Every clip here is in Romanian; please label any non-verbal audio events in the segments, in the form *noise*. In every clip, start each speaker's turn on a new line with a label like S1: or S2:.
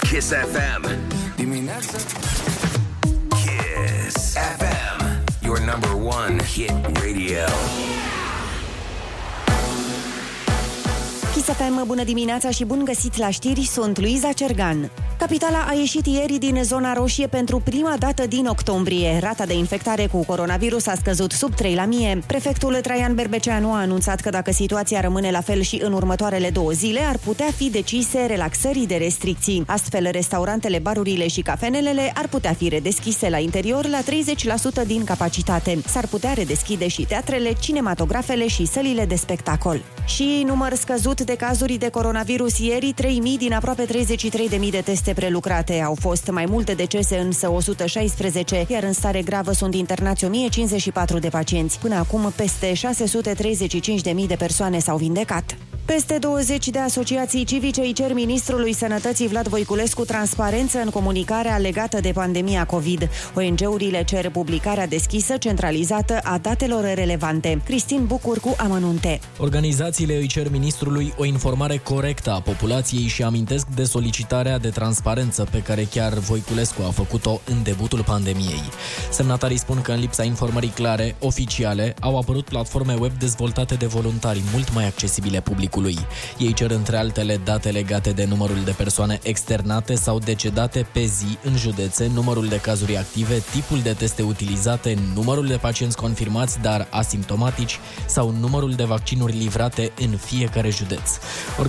S1: Kiss FM.
S2: Dimineața
S1: Kiss FM. Your number one hit radio.
S3: Chisafem, bună dimineața și bun găsit la știri, sunt Luiza Cergan. Capitala a ieșit ieri din zona roșie pentru prima dată din octombrie. Rata de infectare cu coronavirus a scăzut sub 3 la mie. Prefectul Traian Berbeceanu a anunțat că dacă situația rămâne la fel și în următoarele două zile, ar putea fi decise relaxării de restricții. Astfel, restaurantele, barurile și cafenelele ar putea fi redeschise la interior la 30% din capacitate. S-ar putea redeschide și teatrele, cinematografele și sălile de spectacol. Și număr scăzut de cazuri de coronavirus ieri, 3.000 din aproape 33.000 de teste prelucrate. Au fost mai multe decese, însă 116, iar în stare gravă sunt internați 1054 de pacienți. Până acum, peste 635.000 de persoane s-au vindecat. Peste 20 de asociații civice îi cer ministrului Sănătății Vlad Voiculescu transparență în comunicarea legată de pandemia COVID. ONG-urile cer publicarea deschisă, centralizată a datelor relevante. Cristin Bucur cu amănunte.
S4: Organizațiile îi cer ministrului o informare corectă a populației și amintesc de solicitarea de transparență pe care chiar Voiculescu a făcut-o în debutul pandemiei. Semnatarii spun că în lipsa informării clare, oficiale, au apărut platforme web dezvoltate de voluntari mult mai accesibile publicului. Ei cer între altele date legate de numărul de persoane externate sau decedate pe zi în județe, numărul de cazuri active, tipul de teste utilizate, numărul de pacienți confirmați, dar asimptomatici sau numărul de vaccinuri livrate în fiecare județ.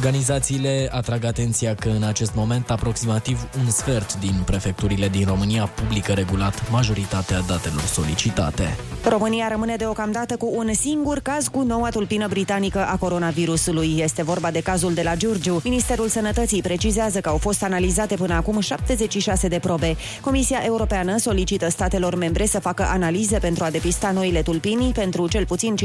S4: Organizațiile atrag atenția că în acest moment aproximativ un sfert din prefecturile din România publică regulat majoritatea datelor solicitate.
S3: România rămâne deocamdată cu un singur caz cu noua tulpină britanică a coronavirusului. Este vorba de cazul de la Giurgiu. Ministerul Sănătății precizează că au fost analizate până acum 76 de probe. Comisia Europeană solicită statelor membre să facă analize pentru a depista noile tulpini pentru cel puțin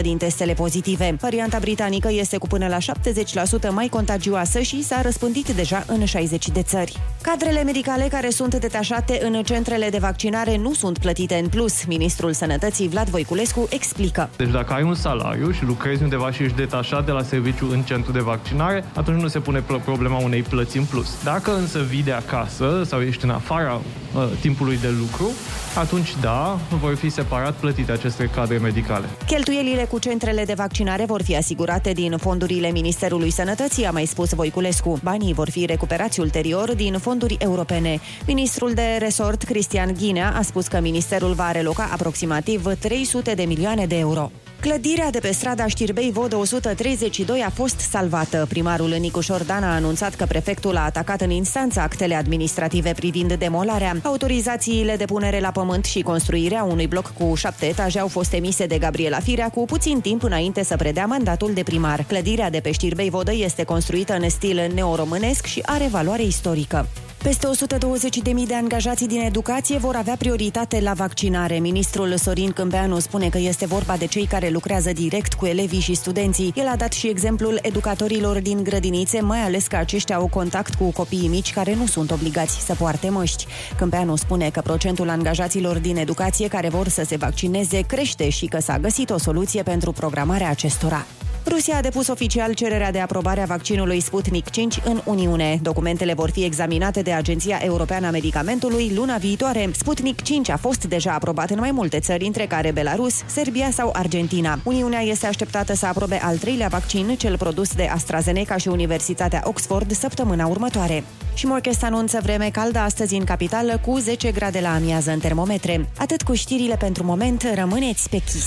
S3: 5% din testele pozitive. Varianta britanică este cu până la 70% mai contagioasă și s-a răspândit deja în 60 de țări. Cadrele medicale care sunt detașate în centrele de vaccinare nu sunt plătite în plus. Ministrul Sănătății Vlad Voiculescu explică.
S5: Deci dacă ai un salariu și lucrezi undeva și ești detașat de la serviciu în centru de vaccinare, atunci nu se pune pl- problema unei plăți în plus. Dacă însă vii de acasă sau ești în afara uh, timpului de lucru, atunci da, vor fi separat plătite aceste cadre medicale.
S3: Cheltuielile cu centrele de vaccinare vor fi asigurate din fondurile Ministerului Sănătății, a mai spus Voiculescu. Banii vor fi recuperați ulterior din fonduri europene. Ministrul de resort, Cristian Ghinea, a spus că ministerul va reloca aproximativ 300 de milioane de euro. Clădirea de pe strada Știrbei Vod 132 a fost salvată. Primarul Nicu Șordan a anunțat că prefectul a atacat în instanță actele administrative privind demolarea. Autorizațiile de punere la pământ și construirea unui bloc cu șapte etaje au fost emise de Gabriela Firea cu puțin timp înainte să predea mandatul de primar. Clădirea de pe Știrbei Vodă este construită în stil neoromânesc și are valoare istorică. Peste 120.000 de angajații din educație vor avea prioritate la vaccinare. Ministrul Sorin Câmpeanu spune că este vorba de cei care lucrează direct cu elevii și studenții. El a dat și exemplul educatorilor din grădinițe, mai ales că aceștia au contact cu copiii mici care nu sunt obligați să poarte măști. Câmpeanu spune că procentul angajaților din educație care vor să se vaccineze crește și că s-a găsit o soluție pentru programarea acestora. Rusia a depus oficial cererea de aprobare a vaccinului Sputnik 5 în Uniune. Documentele vor fi examinate de Agenția Europeană a Medicamentului luna viitoare. Sputnik 5 a fost deja aprobat în mai multe țări, între care Belarus, Serbia sau Argentina. Uniunea este așteptată să aprobe al treilea vaccin, cel produs de AstraZeneca și Universitatea Oxford, săptămâna următoare. Și Morchest anunță vreme caldă astăzi în capitală cu 10 grade la amiază în termometre. Atât cu știrile pentru moment, rămâneți pe chis.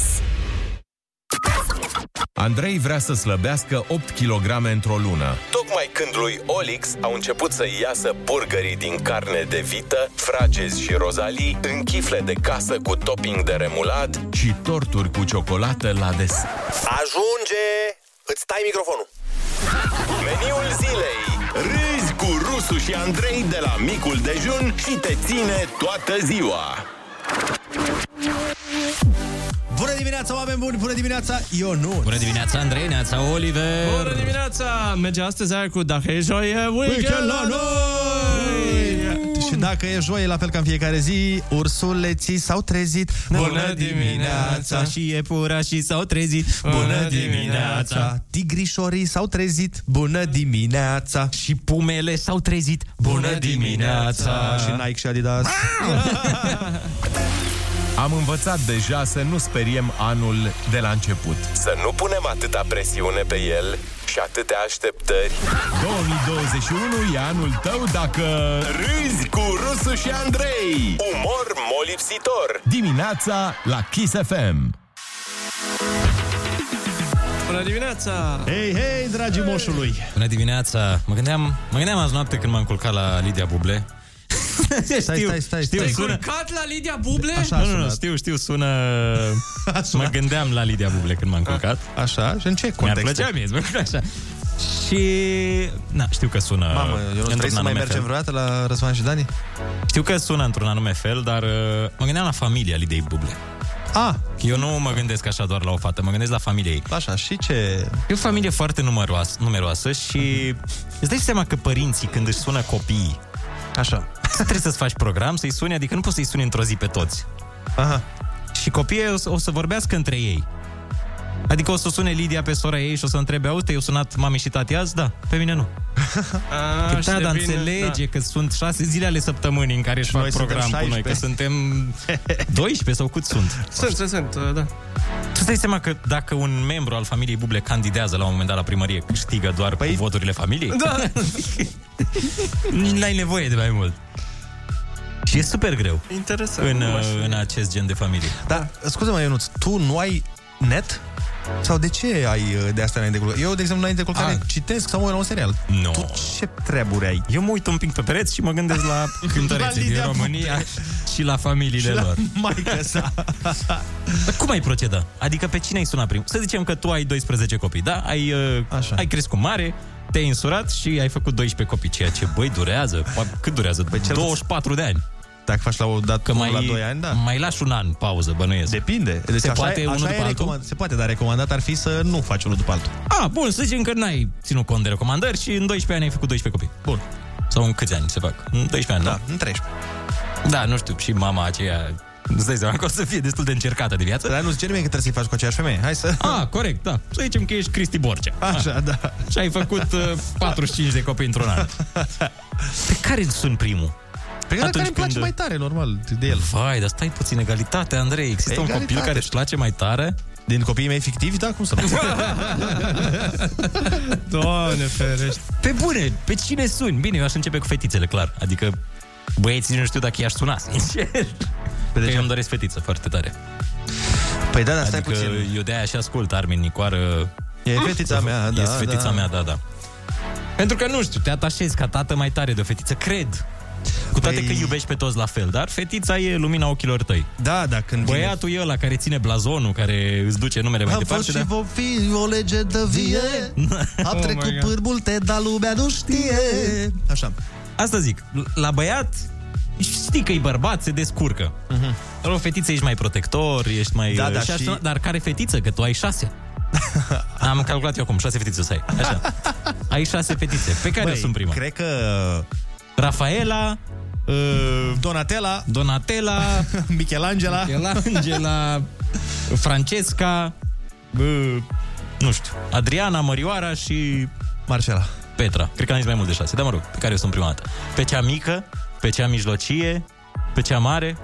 S6: Andrei vrea să slăbească 8 kg într-o lună.
S1: Tocmai când lui Olix au început să iasă burgerii din carne de vită, fragezi și rozalii în chifle de casă cu topping de remulat.
S6: Și torturi cu ciocolată la des.
S7: Ajunge! Îți tai microfonul.
S1: Meniul zilei. Râzi cu Rusu și Andrei de la micul dejun și te ține toată ziua.
S8: Bună dimineața, oameni buni! Bună dimineața, Ionut!
S9: Bună dimineața, Andrei, neața, Oliver!
S5: Bună dimineața! Merge astăzi aia cu Dacă e joi, e weekend la noi!
S8: Și Dacă e joi, la fel ca în fiecare zi, ursuleții s-au trezit.
S2: Bună dimineața!
S8: Și iepurașii s-au trezit.
S2: Bună dimineața!
S8: Tigrișorii s-au trezit. Bună dimineața!
S2: Și pumele s-au trezit. Bună dimineața!
S8: Și Nike și Adidas.
S6: Am învățat deja să nu speriem anul de la început.
S1: Să nu punem atâta presiune pe el și atâtea așteptări.
S6: 2021 e anul tău dacă râzi cu Rusu și Andrei.
S1: Umor molipsitor.
S6: Dimineața la Kiss FM.
S9: *laughs*
S5: Bună dimineața!
S8: Hei, hei, dragii moșului!
S9: Bună dimineața! Mă gândeam, mă gândeam azi noapte când m-am culcat la Lidia Buble. stai,
S8: stai, stai, stai.
S9: știu,
S8: Te-ai
S9: sună...
S5: Cat la Lidia Buble?
S8: Așa a
S9: Nu, nu, nu,
S8: sunat.
S9: știu, știu, sună... *laughs*
S8: A
S9: mă
S8: sunat.
S9: gândeam la Lidia Buble când m-am culcat.
S8: Așa? Și în ce
S9: Mi-ar
S8: context?
S9: plăcea mie, îți mă așa. Și... Na, știu că sună...
S8: Mamă, eu nu
S9: într-un
S8: trebuie să mai
S9: anume fel.
S8: mergem vreodată la Răzvan și Dani?
S9: Știu că sună într-un anume fel, dar uh, mă gândeam la familia Lidiei Buble.
S8: A,
S9: Eu nu mă gândesc așa doar la o fată, mă gândesc la familie ei.
S8: așa, și ce?
S9: E o familie foarte numeroasă, numeroasă și
S8: Mhm.
S9: îți dai seama că părinții când își sună copiii,
S8: Așa.
S9: trebuie să-ți faci program, să-i suni, adică nu poți să-i suni într-o zi pe toți.
S8: Aha.
S9: Și copiii o să, o să vorbească între ei. Adică o să sune Lidia pe sora ei și o să întrebe, auzi, te-ai sunat mami și tati azi? Da, pe mine nu.
S5: A,
S9: Că
S5: și
S9: da, dar
S5: devine-
S9: înțelege da. că sunt șase zile ale săptămânii în care își fac
S8: noi suntem
S9: program cu noi, că suntem 12 sau cât sunt.
S5: Da. Sunt, sunt, sunt, uh, da.
S9: Tu îți dai seama că dacă un membru al familiei Buble candidează la un moment dat la primărie, câștigă doar păi...
S8: Păi-
S9: cu voturile familiei? Da! N-ai nevoie de mai mult. Și e super greu
S5: Interesant.
S9: în, uh,
S5: Cum aș-
S9: în acest gen de familie.
S8: Dar, scuze-mă, Ionuț, tu nu ai net? Sau de ce ai uh, de asta înainte de culcare? Eu, de exemplu, înainte de culcare
S9: Ah.
S8: citesc sau mă uit la un serial.
S9: Nu.
S8: Tu ce treburi ai?
S9: Eu mă uit un pic pe pereți și mă gândesc la cântăreții din
S8: Lidia Buble.
S9: România și la familiile
S8: Și la
S9: lor.
S8: maică sa.
S9: Dar cum ai proceda? Adică pe cine ai sunat primul? Să zicem că tu ai 12 copii, da? Ai, uh,
S8: Așa.
S9: ai crescut mare, te-ai însurat și ai făcut 12 copii, ceea ce, băi, durează. Poate- Cât durează? Băi,
S8: Păi cel
S9: 24 de ani.
S8: Dacă faci la o dată,
S9: Că mai,
S8: la 2 ani, da.
S9: mai lași un an pauză, bănuiesc.
S8: Depinde. Deci
S9: Se poate
S8: e-
S9: unul
S8: așa e
S9: după altul?
S8: recomand- Se poate, dar recomandat ar fi să nu faci unul după altul.
S9: A, bun, să zicem că n-ai ținut cont de recomandări și în 12 ani ai făcut 12 copii.
S8: Bun.
S9: Sau în câți ani se fac? În 12 ani,
S8: Da, în 13.
S9: nu? Da, nu știu, și mama aceea... Îți dai seama că o să fie destul de încercată de viață.
S8: Dar nu zice nimeni că trebuie să-i faci cu aceeași femeie. Hai să...
S9: A, corect, da. Să zicem că ești Cristi Borcea.
S8: Așa, da.
S9: Și ai făcut uh, 45 de copii într-un
S8: *laughs*
S9: an. Pe care îl sun primul?
S8: Pe care,
S9: Atunci
S8: care îmi place
S9: când-
S8: mai tare, normal, de el.
S9: Vai, dar stai puțin, egalitate, Andrei. Există un
S8: Egalitate.
S9: copil care îți place mai tare?
S8: Din copiii mei fictivi, da, cum să nu?
S5: Doamne ferește.
S9: Pe bune, pe cine suni? Bine, eu aș începe cu fetițele, clar. Adică băieții nu știu dacă i-aș suna, sincer. Că eu îmi doresc fetiță foarte tare.
S8: Păi da, da, stai
S9: adică
S8: puțin.
S9: eu de-aia și ascult Armin Nicoară.
S8: E fetița mea, da.
S9: e fetița
S8: da.
S9: mea, da, da. Pentru că, nu știu, te atașezi ca tată mai tare de o fetiță, cred. Cu toate
S8: Păi-
S9: că iubești pe toți la fel, dar fetița e lumina ochilor tăi.
S8: Da, da, când vine
S9: Băiatul e ăla care ține blazonul, care îți duce numele mai
S8: Am fost
S9: departe, da?
S8: și
S9: dar...
S8: vom fi o legendă vie
S9: *laughs*
S8: Am
S5: Oh
S8: trecut
S5: my God.
S8: pârmul, te, dar lumea nu știe Așa
S9: Asta zic, la băiat știi că e bărbat, se descurcă. Uh-huh. Dar o fetiță ești mai protector, ești mai...
S8: Mhm. Da, da,
S9: și
S8: și-
S9: asta- dar care fetiță? Că tu ai
S8: *laughs*
S9: șase. Am calculat eu acum, șase fetițe o să ai. Așa. Ai șase fetițe. Pe care Băi, sunt prima? Cre-
S8: cred că
S9: Rafaela, uh,
S8: Donatella,
S9: Donatella,
S8: *laughs* Michelangela
S9: Angela, Francesca, uh, nu știu, Adriana, Mărioara și
S8: Marcela
S9: Petra. Cred că am zis mai mult de șase, dar mă rog, pe care eu sunt prima dată. Pe cea mică, pe cea mijlocie, pe cea mare.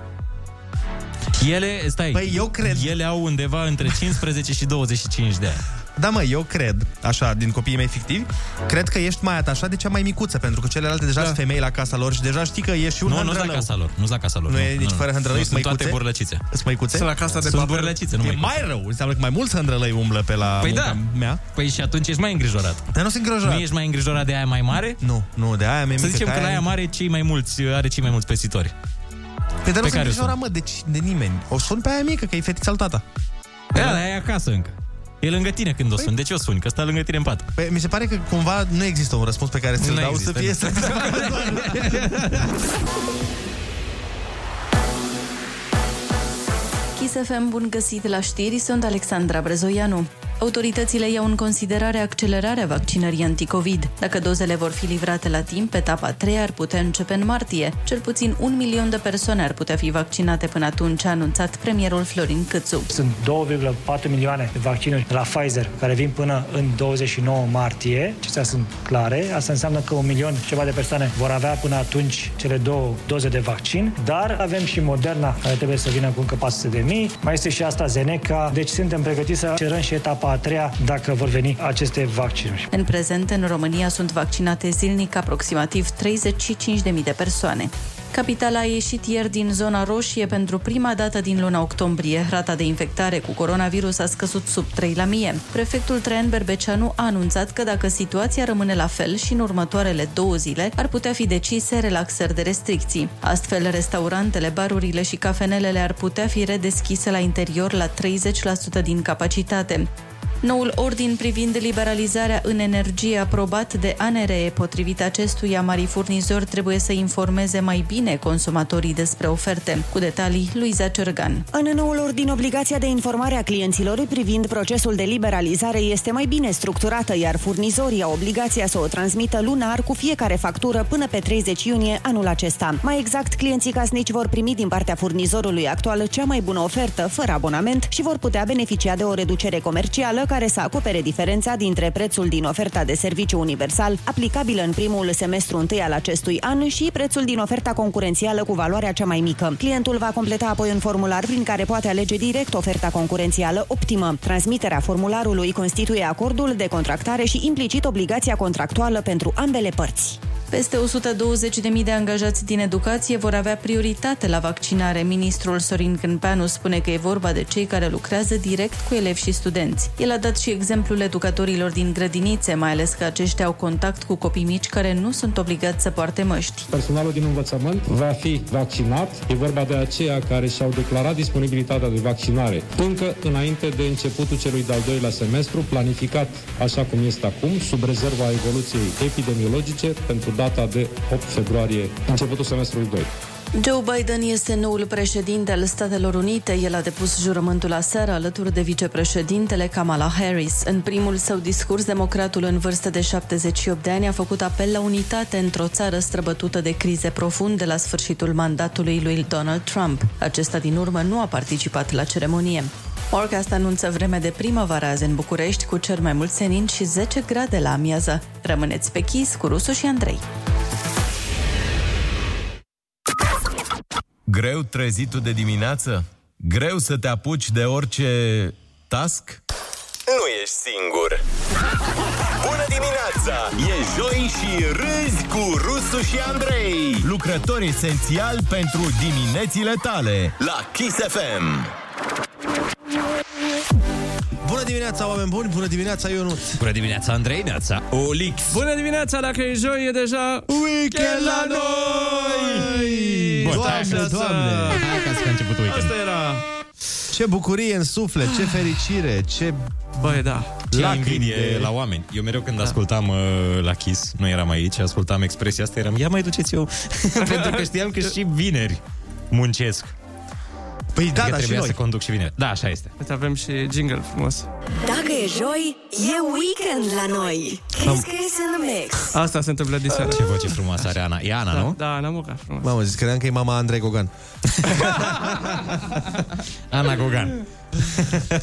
S9: Ele, stai,
S8: Păi, eu cred-
S9: ele au undeva între 15 și 25 de ani.
S8: Da mă, eu cred, așa, din copiii mei fictivi Cred că ești mai atașat de cea mai micuță Pentru că celelalte deja sunt femei la casa lor Și deja știi că ești și un
S9: Da. Nu, nu la
S8: hândrălău.
S9: casa lor, nu la casa lor.
S8: Nu e nici fără hândrălăi,
S9: nu,
S8: sunt
S9: sunt toate
S8: măicuțe?
S9: burlăcițe.
S8: Sunt măicuțe?
S5: Sunt la casa de
S9: Sunt
S5: papel.
S9: burlăcițe, nu
S8: E
S9: mai.
S8: mai rău, înseamnă că mai mulți hândrălăi umblă pe la
S9: Păi
S8: munca
S9: da.
S8: mea
S9: Păi și atunci ești mai îngrijorat.
S8: Dar nu sunt
S9: Nu
S8: îngrijorat
S9: ești mai îngrijorat de aia mai mare?
S8: Nu, nu, de aia mi-e
S9: Să
S8: mică
S9: zicem că la aia mare cei mai mulți, uh, are cei mai mulți pesitori.
S8: Păi dar
S9: Pe
S8: nu sunt
S9: care o
S8: îngrijorat,
S9: sun?
S8: mă, deci de nimeni O sun pe aia mică, că e fetița lui tata
S9: Da, dar e acasă încă. E lângă tine când o sun. De ce o suni? Că stă lângă tine în pat.
S8: Păi, mi se pare că cumva nu există un răspuns pe care ți-l
S9: Nu
S8: dau
S9: există, da.
S8: să fie să...
S9: *laughs*
S5: da.
S10: Kiss FM, bun găsit la știri, sunt Alexandra Brezoianu. Autoritățile iau în considerare accelerarea vaccinării anticovid. Dacă dozele vor fi livrate la timp, etapa 3 ar putea începe în martie. Cel puțin un milion de persoane ar putea fi vaccinate până atunci, a anunțat premierul Florin Câțu.
S11: Sunt 2,4 milioane de vaccinuri de la Pfizer care vin până în 29 martie. Acestea sunt clare. Asta înseamnă că un milion și ceva de persoane vor avea până atunci cele două doze de vaccin. Dar avem și Moderna care trebuie să vină cu încă 400 de mii. Mai este și asta Zeneca. Deci suntem pregătiți să cerăm și etapa a treia dacă vor veni aceste vaccinuri.
S10: În prezent, în România sunt vaccinate zilnic aproximativ 35.000 de persoane. Capitala a ieșit ieri din zona roșie pentru prima dată din luna octombrie. Rata de infectare cu coronavirus a scăzut sub 3 la mie. Prefectul Traian Berbeceanu a anunțat că dacă situația rămâne la fel și în următoarele două zile, ar putea fi decise relaxări de restricții. Astfel, restaurantele, barurile și cafenelele ar putea fi redeschise la interior la 30% din capacitate. Noul ordin privind liberalizarea în energie aprobat de ANRE, potrivit acestuia, mari furnizori trebuie să informeze mai bine consumatorii despre oferte. Cu detalii, Luiza Cergan.
S3: În noul ordin, obligația de informare a clienților privind procesul de liberalizare este mai bine structurată, iar furnizorii au obligația să o transmită lunar cu fiecare factură până pe 30 iunie anul acesta. Mai exact, clienții casnici vor primi din partea furnizorului actual cea mai bună ofertă, fără abonament, și vor putea beneficia de o reducere comercială care să acopere diferența dintre prețul din oferta de serviciu universal aplicabilă în primul semestru întâi al acestui an și prețul din oferta concurențială cu valoarea cea mai mică. Clientul va completa apoi un formular prin care poate alege direct oferta concurențială optimă. Transmiterea formularului constituie acordul de contractare și implicit obligația contractuală pentru ambele părți.
S10: Peste 120.000 de angajați din educație vor avea prioritate la vaccinare. Ministrul Sorin Câmpeanu spune că e vorba de cei care lucrează direct cu elevi și studenți. El a dat și exemplul educatorilor din grădinițe, mai ales că aceștia au contact cu copii mici care nu sunt obligați să poarte măști.
S12: Personalul din învățământ va fi vaccinat. E vorba de aceia care și-au declarat disponibilitatea de vaccinare încă înainte de începutul celui de-al doilea semestru, planificat așa cum este acum, sub rezerva evoluției epidemiologice pentru data de 8 februarie, începutul semestrului 2.
S10: Joe Biden este noul președinte al Statelor Unite. El a depus jurământul aseară alături de vicepreședintele Kamala Harris. În primul său discurs, democratul în vârstă de 78 de ani a făcut apel la unitate într-o țară străbătută de crize profunde la sfârșitul mandatului lui Donald Trump. Acesta din urmă nu a participat la ceremonie. Forecast anunță vreme de primăvară azi în București cu cel mai mult senin și 10 grade la amiază. Rămâneți pe chis cu Rusu și Andrei.
S1: Greu trezitul de dimineață? Greu să te apuci de orice task? Nu ești singur! Bună dimineața! E joi și râzi cu Rusu și Andrei!
S6: Lucrători esențial pentru diminețile tale.
S1: La Kiss FM!
S8: Bună dimineața, oameni buni! Bună dimineața, Ionut!
S2: Bună dimineața, Andrei, neața, Olix!
S13: Bună dimineața, dacă e joi, e deja weekend la noi!
S8: Bă, doamne, doamne!
S2: Hai că a început weekend.
S8: Asta era... Ce bucurie în suflet, ce fericire, ce...
S13: Băi, da.
S9: Ce invidie la oameni. Eu mereu când da. ascultam uh, la Kiss, nu eram aici, ascultam expresia asta, eram, ia mai duceți eu, *laughs* pentru că știam că și vineri muncesc.
S8: Păi da,
S9: Adică
S8: dar și
S9: trebuia
S8: noi.
S9: să conduc și vineri. Da, așa este.
S13: Uite, avem și jingle frumos.
S14: Dacă e joi, e weekend la noi. Crezi că ești în mix.
S13: Asta se întâmplă diseară.
S9: Ce voce frumoasă are Ana. E Ana,
S13: Da,
S9: nu?
S13: da, Ana Moca, frumos.
S8: Mamă, zis, credeam că e mama Andrei Gogan.
S9: Ana Gogan.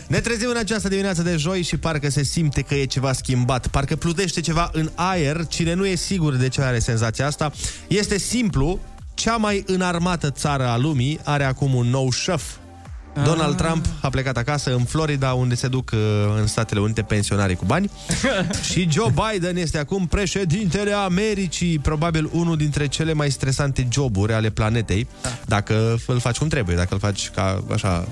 S8: Ne trezim în această dimineață de joi și parcă se simte că e ceva schimbat, parcă plutește ceva în aer, cine nu e sigur de ce are senzația asta, este simplu, cea mai înarmată țară a lumii are acum un nou șef. Donald Trump a plecat acasă în Florida, unde se duc uh, în Statele Unite pensionarii cu bani. și Joe Biden este acum președintele Americii, probabil unul dintre cele mai stresante joburi ale planetei, dacă îl faci cum trebuie, dacă îl faci ca așa...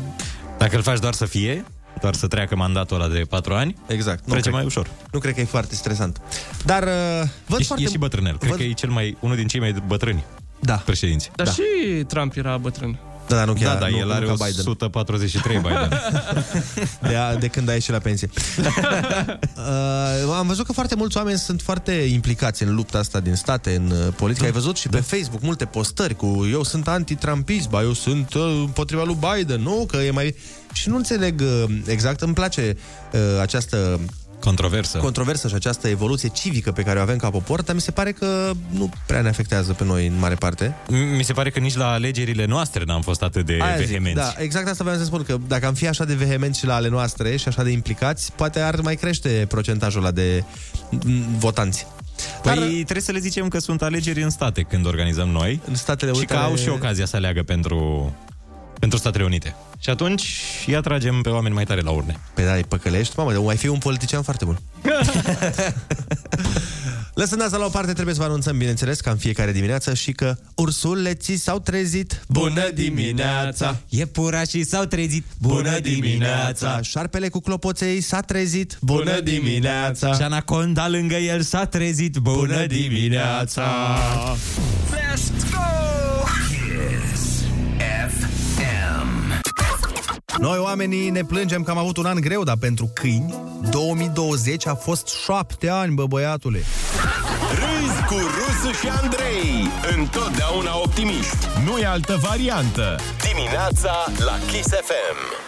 S9: Dacă îl faci doar să fie, doar să treacă mandatul ăla de patru ani,
S8: Exact.
S9: trece
S8: cred.
S9: mai ușor.
S8: Nu cred că e foarte stresant. Dar uh, văd
S9: e,
S8: foarte...
S9: e și bătrânel. Cred
S8: văd-
S9: că e cel mai, unul din cei mai bătrâni
S8: da.
S9: președinți.
S13: Dar da. și Trump era bătrân.
S8: Da, dar nu chiar.
S9: Da, da,
S8: nu,
S9: el
S8: nu
S9: are
S8: ca Biden.
S9: 143
S8: *laughs*
S9: Biden.
S8: De, a, de când a ieșit la pensie. uh, am văzut că foarte mulți oameni sunt foarte implicați în lupta asta din state, în uh, politică. Ai văzut și pe Facebook multe postări cu eu sunt antitrampist, ba eu sunt uh, împotriva lui Biden, nu, că e mai... Și nu înțeleg uh, exact, îmi place uh, această
S9: Controversă.
S8: controversă și această evoluție civică pe care o avem ca popor, dar mi se pare că nu prea ne afectează pe noi în mare parte.
S9: Mi se pare că nici la alegerile noastre n-am fost atât de
S8: Aia zic,
S9: vehemenți.
S8: Da, exact asta vreau să spun, că dacă am fi așa de vehemenți și la ale noastre și așa de implicați, poate ar mai crește procentajul ăla de m, votanți.
S9: Păi Dar... trebuie să le zicem că sunt alegeri în state când organizăm noi.
S8: În Statele
S9: Și că
S8: Unite
S9: au
S8: ale-
S9: și ocazia să aleagă pentru, pentru Statele Unite. Și atunci îi atragem pe oameni mai tare la urne.
S8: Pe da, îi păcălești, mamă, mai fi un politician
S9: *laughs*
S8: foarte bun. Lăsând asta la o parte, trebuie să vă anunțăm, bineînțeles, ca în fiecare dimineață și că ursuleții s-au trezit.
S9: Bună dimineața!
S8: Iepurașii s-au trezit.
S9: Bună dimineața!
S8: Șarpele cu clopoței s-a trezit.
S9: Și anaconda lângă el s-a trezit. Bună dimineața!
S14: Let's go! Kiss FM.
S15: Noi oamenii ne plângem că am avut un an greu, dar pentru câini, 2020 a fost șapte ani, bă băiatule.
S1: Râzi cu Rusu și Andrei. Întotdeauna optimist.
S16: Nu e altă variantă.
S1: Dimineața la Kiss FM.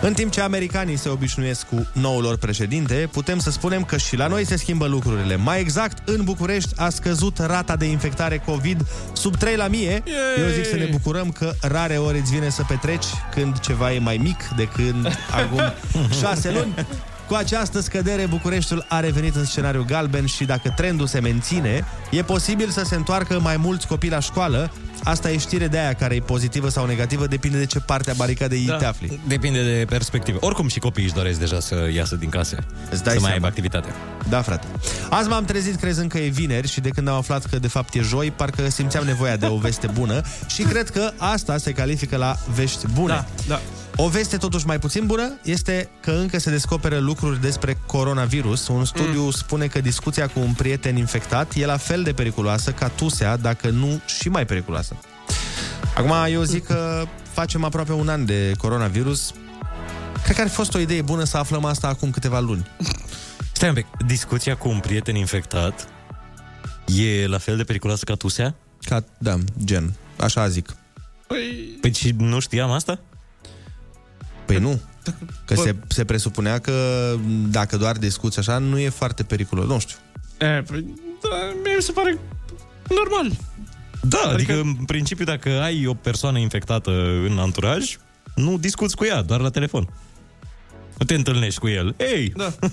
S8: În timp ce americanii se obișnuiesc cu noul lor președinte, putem să spunem că și la noi se schimbă lucrurile. Mai exact, în București a scăzut rata de infectare COVID sub 3 la mie. Eu zic să ne bucurăm că rare ori îți vine să petreci când ceva e mai mic decât acum 6 luni. Cu această scădere, Bucureștiul a revenit în scenariu galben și dacă trendul se menține, e posibil să se întoarcă mai mulți copii la școală. Asta e știre de aia care e pozitivă sau negativă, depinde de ce parte a baricadei da. te afli.
S9: Depinde de perspectivă. Oricum și copiii își doresc deja să iasă din casă. Îți dai să mai aibă activitate.
S8: Da, frate. Azi m-am trezit crezând că e vineri și de când am aflat că de fapt e joi, parcă simțeam nevoia de o veste bună și cred că asta se califică la vești bune. Da,
S13: da.
S8: O veste totuși mai puțin bună este că încă se descoperă lucruri despre coronavirus. Un studiu mm. spune că discuția cu un prieten infectat e la fel de periculoasă ca tusea, dacă nu și mai periculoasă. Acum eu zic că facem aproape un an de coronavirus. Cred că ar fi fost o idee bună să aflăm asta acum câteva luni.
S9: Stai un pic. Discuția cu un prieten infectat e la fel de periculoasă ca tusea?
S8: Ca, da, gen. Așa zic.
S9: Păi... păi și nu știam asta?
S8: Păi nu. Că se, se presupunea că dacă doar discuți așa, nu e foarte periculos. Nu știu.
S13: E, păi, da, mie mi se pare normal.
S9: Da, adică, adică în principiu dacă ai o persoană infectată în anturaj, nu discuți cu ea, doar la telefon. Nu te întâlnești cu el. Ei! Da. *laughs*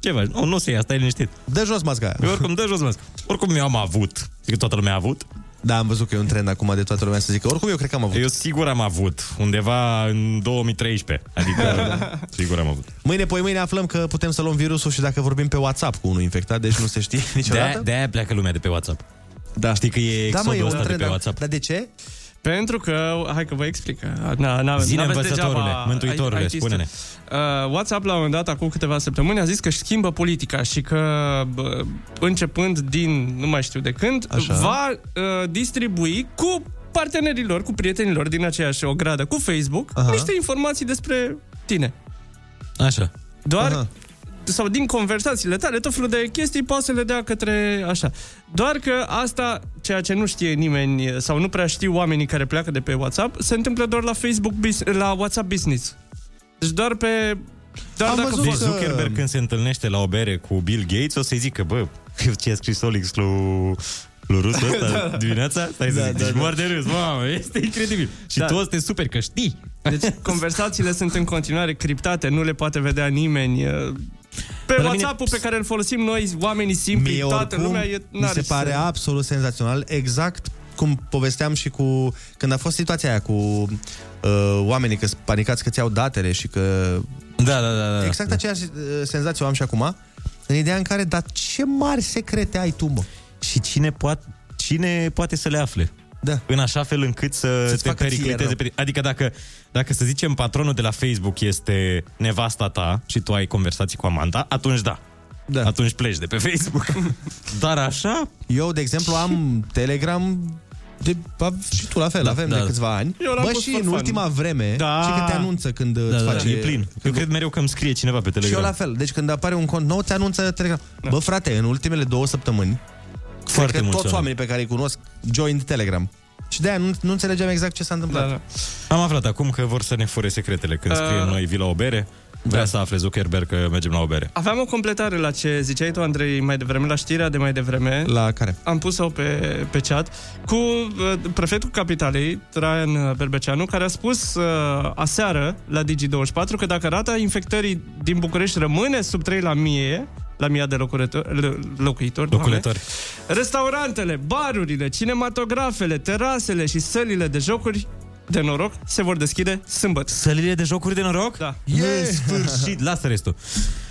S9: Ce faci? Nu, nu se ia, stai liniștit.
S8: Dă jos masca aia.
S9: Eu oricum, dă jos masca. Oricum eu am avut. Zic că toată lumea a avut.
S8: Da, am văzut că e un trend acum de toată lumea să zică. Oricum eu cred că am avut.
S9: Eu sigur am avut. Undeva în 2013. Adică,
S8: *laughs*
S9: da. sigur am avut.
S8: Mâine, poi mâine aflăm că putem să luăm virusul și dacă vorbim pe WhatsApp cu unul infectat, deci nu se știe *laughs*
S9: Da,
S8: niciodată.
S9: De, de-aia pleacă lumea de pe WhatsApp. Da. Știi că e
S8: Da, mă,
S9: exodul
S8: e un
S9: ăsta de
S8: trend,
S9: pe
S8: dar-
S9: WhatsApp.
S8: Dar de ce?
S13: Pentru că, hai că vă explic. Na, na,
S9: Zine,
S13: n-aveți
S9: învățătorule,
S13: degeaba
S9: mântuitorule,
S13: ai- ai chestii.
S9: spune-ne.
S13: Uh, WhatsApp la un moment dat, acum câteva săptămâni, a zis că își schimbă politica și că bă, începând din nu mai știu de când, Așa. va uh, distribui cu partenerilor, cu prietenilor din aceeași ogradă, cu Facebook,
S9: Aha.
S13: Aha. niște informații despre tine.
S9: Așa.
S13: Doar sau din conversațiile tale, tot felul de chestii poate să le dea către așa. Doar că asta, ceea ce nu știe nimeni sau nu prea știu oamenii care pleacă de pe WhatsApp, se întâmplă doar la Facebook bus- la WhatsApp Business. Deci doar pe doar
S9: Am
S13: dacă
S9: văzut
S8: uh,
S9: deci Zuckerberg când se întâlnește la o bere cu Bill Gates, o să-i zică, bă, *laughs* ce a scris Olix lui, lui Rusul
S8: *laughs*
S9: ăsta
S13: *laughs* Da.
S9: da. dimineața? Stai să
S13: Da,
S9: da,
S13: da,
S9: zic, da, deci
S13: da.
S9: da. moar de râs, mamă, este incredibil. Și
S13: Da.
S9: da. tu o să te superi că știi. *laughs*
S13: Deci conversațiile sunt în continuare criptate, nu le poate vedea nimeni. Pe
S8: Pe la
S13: WhatsApp-ul pe care îl folosim noi, oamenii simpli,
S8: Mie
S13: toată
S8: oricum,
S13: lumea e...
S8: mi se pare absolut senzațional, exact cum povesteam și cu când a fost situația aia cu uh, oamenii că sunt panicați că ți iau datele și că
S9: Da, da, da, da.
S8: Exact
S9: da.
S8: aceeași uh, senzație o am și acum, în ideea în care, dar ce mari secrete ai tu, mă?
S9: Și cine poate, cine poate să le afle?
S8: Da.
S9: În așa fel încât să
S8: Să-ți
S9: te
S8: facă ție
S9: pericliteze.
S8: rău.
S9: Pe, adică dacă, dacă, să zicem, patronul de la Facebook este nevasta ta și tu ai conversații cu amanta, atunci da.
S8: Da. *laughs*
S9: Atunci pleci de pe Facebook. Dar așa?
S8: Eu, de exemplu, am Telegram De, a, și tu la fel, da, avem da. de câțiva ani.
S9: Eu l-am
S8: Bă,
S9: pus
S8: și
S9: for
S8: în
S9: fun.
S8: ultima vreme,
S9: Da.
S8: și că te anunță când da, îți
S9: da,
S8: face...
S9: da, e plin. Eu cred mereu că îmi scrie cineva pe
S8: Și eu
S9: Telegram.
S8: la fel. Deci când apare un cont nou, ți anunță Telegram. Bă, frate, în ultimele două săptămâni,
S9: Foarte
S8: cred că
S9: mulți oameni.
S8: toți oamenii pe care îi cunosc joined Telegram. Și de-aia nu, nu înțelegeam exact Uh, ce s-a întâmplat. Da,
S9: Am aflat acum că vor să ne fure secretele când
S13: Ah.
S9: scriem noi vii la o bere. Vrea
S8: da.
S9: să afle Zuckerberg că mergem la o bere.
S13: Aveam o completare la ce ziceai tu, Andrei, mai devreme, la știrea de mai devreme.
S8: La care?
S13: Am pus-o pe, pe chat cu uh, prefectul Capitalei, Traian Berbeceanu, care a spus uh, aseară la Digi24 că dacă rata infectării din București rămâne sub 3 la mie, la mia de locuitori, locuitori, doamne,
S9: Loculetori.
S13: restaurantele, barurile, cinematografele, terasele și sălile de jocuri de noroc se vor deschide sâmbătă.
S9: Sălile de jocuri de noroc?
S13: Da.
S9: Yeah! În sfârșit, lasă restul.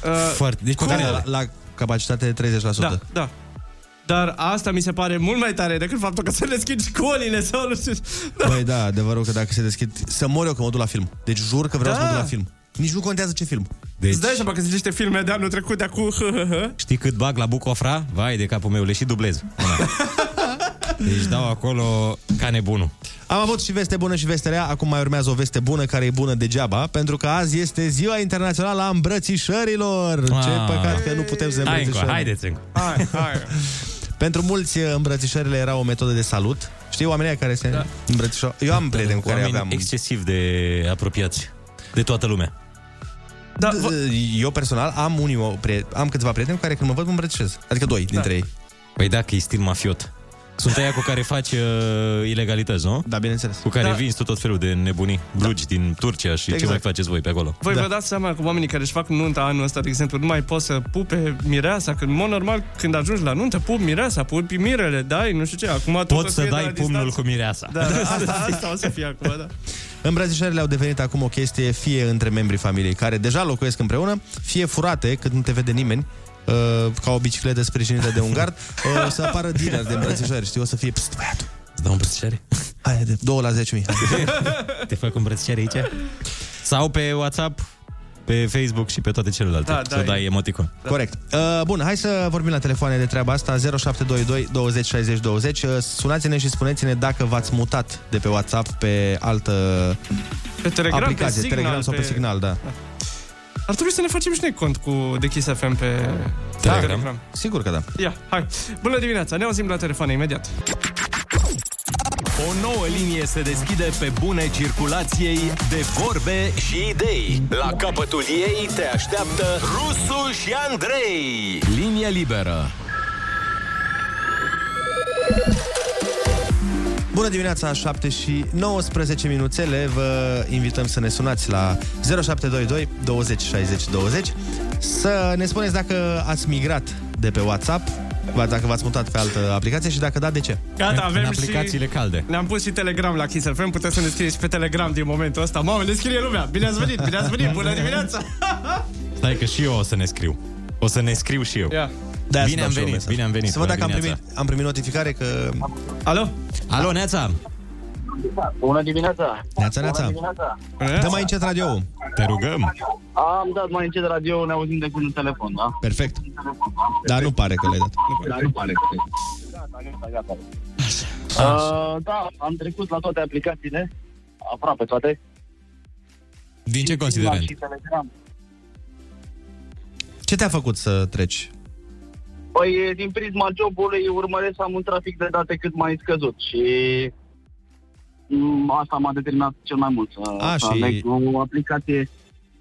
S13: Uh,
S9: Foarte. Deci,
S13: cum?
S9: care-
S8: La, la capacitate de 30%.
S13: Da, da. Dar asta mi se pare mult mai tare decât faptul că să deschid școlile sau nu știu.
S8: *laughs* Băi, da, adevărul că dacă se deschid... Să mor eu că mă duc la film. Deci jur că vreau să mă
S13: Da.
S8: duc la film. Nici nu contează ce film.
S9: Deci-
S13: Deci... Îți dai seama că sunt niște filme de anul trecut, de acum.
S9: Știi cât bag la Bucofra? Vai de capul meu, le și dublez.
S8: *laughs*
S9: Da. Deci dau acolo ca nebunul.
S8: Am avut și veste bună și veste rea, acum mai urmează o veste bună care e bună degeaba, pentru că azi este ziua internațională a îmbrățișărilor. Ce
S9: Ah.
S8: păcat că nu putem să
S9: Hai
S8: îmbrățișăm.
S9: încă, haideți încă.
S13: Hai, hai.
S8: *laughs* Pentru mulți uh, îmbrățișările erau o metodă de salut. Știi oamenii aia care se da. îmbrățișau? Eu am prieteni cu care
S9: Oameni
S8: aveam...
S9: excesiv de apropiați de toată lumea.
S8: Da, Eu personal am unii, o prie- am câțiva prieteni cu care când mă văd mă îmbrățișez. Adică doi dintre ei.
S9: Păi dacă e stil mafiot. Sunt aia cu care faci uh, ilegalități, nu?
S8: Da, bineînțeles.
S9: Cu care
S13: Da.
S9: da. vinzi tu tot felul de nebunii, blugi da. din Turcia și exact. ce
S13: Exact.
S9: mai faceți voi pe acolo.
S13: Voi da. vă dați seama că oamenii care își fac nunta anul ăsta, de exemplu, nu mai pot să pupe mireasa, când, în mod normal, când ajungi la nuntă, pup mireasa, pupi mirele, dai, nu știu ce. Acum tot o
S9: Poți să
S13: fie de la
S9: dai pumnul
S13: distanță.
S9: cu mireasa.
S13: Da, da, asta, asta o să fie acum, da.
S8: Îmbrățișările au devenit acum o chestie fie între membrii familiei care deja locuiesc împreună, fie furate, cât nu te vede nimeni, uh, ca o bicicletă sprijinită de un gard, uh, o să apară dealer de îmbrățișări, știi, o să fie pst, băiatul.
S9: Îți dau îmbrățișare?
S8: Aia de 2 la 10.000.
S9: Te fac îmbrățișare aici? Sau pe WhatsApp, pe Facebook și pe toate celelalte.
S8: Da,
S9: să
S8: da,
S9: dai
S8: e.
S9: emoticon.
S8: *laughs* Corect. Uh, bun, hai să vorbim la telefoane de treaba asta 0722 20 60 20. Uh, Sunați-ne și spuneți-ne dacă v-ați mutat de pe WhatsApp pe altă
S13: Pe Telegram,
S8: aplicație,
S13: pe Signal,
S8: Telegram sau pe,
S13: pe-
S8: Signal, da.
S13: Ar trebui să ne facem și noi cont cu The Kiss FM pe
S8: Telegram?
S13: pe Telegram.
S8: Sigur că da.
S13: Ia, hai. Bună dimineața, ne auzim la telefon imediat.
S1: O nouă linie se deschide pe bune circulației de vorbe și idei. La capătul ei te așteaptă Rusu și Andrei. Linie liberă.
S8: Bună dimineața, 7 și 19 minuțele. Vă invităm să ne sunați la 0722 20 60 20 să ne spuneți dacă ați migrat de pe WhatsApp, va- dacă v-ați mutat pe altă aplicație și dacă da, de ce?
S13: Gata, avem
S9: aplicațiile
S13: și...
S9: calde.
S13: Ne-am pus și Telegram la Kiss FM, puteți să ne scrieți pe Telegram din momentul ăsta. Mamă, ne scrie lumea! Bine ați venit, bine ați venit, bună
S8: *laughs*
S13: dimineața!
S9: Stai că și eu o să ne scriu. O să ne scriu și eu.
S13: Ia.
S8: De-aia să
S9: Bine
S8: dau
S9: am
S8: și eu
S9: venit,
S8: mesaj.
S9: bine am venit.
S8: Să văd
S9: bună
S8: dacă am primit,
S9: dimineața.
S8: am primit notificare că...
S13: Alo?
S9: Alo, Neața!
S17: Bună dimineața!
S8: Neața, neața.
S17: Bună dimineața!
S8: Dă mai încet radio
S9: Te rugăm!
S17: Am dat mai încet radio, ne auzim de când în telefon, da?
S8: Perfect. Dar nu pare că le-ai dat.
S17: Dar Da, nu pare că... Gata, gata, gata. Uh, da, am trecut la toate aplicațiile, aproape toate.
S9: Din ce
S17: Signal
S9: considerent?
S17: și Telegram.
S8: Ce te-a făcut să treci?
S17: Păi, din prisma jobului, urmăresc să am un trafic de date cât mai scăzut și m, asta m-a determinat cel mai mult să,
S8: A,
S17: să
S8: și-
S17: aleg o aplicație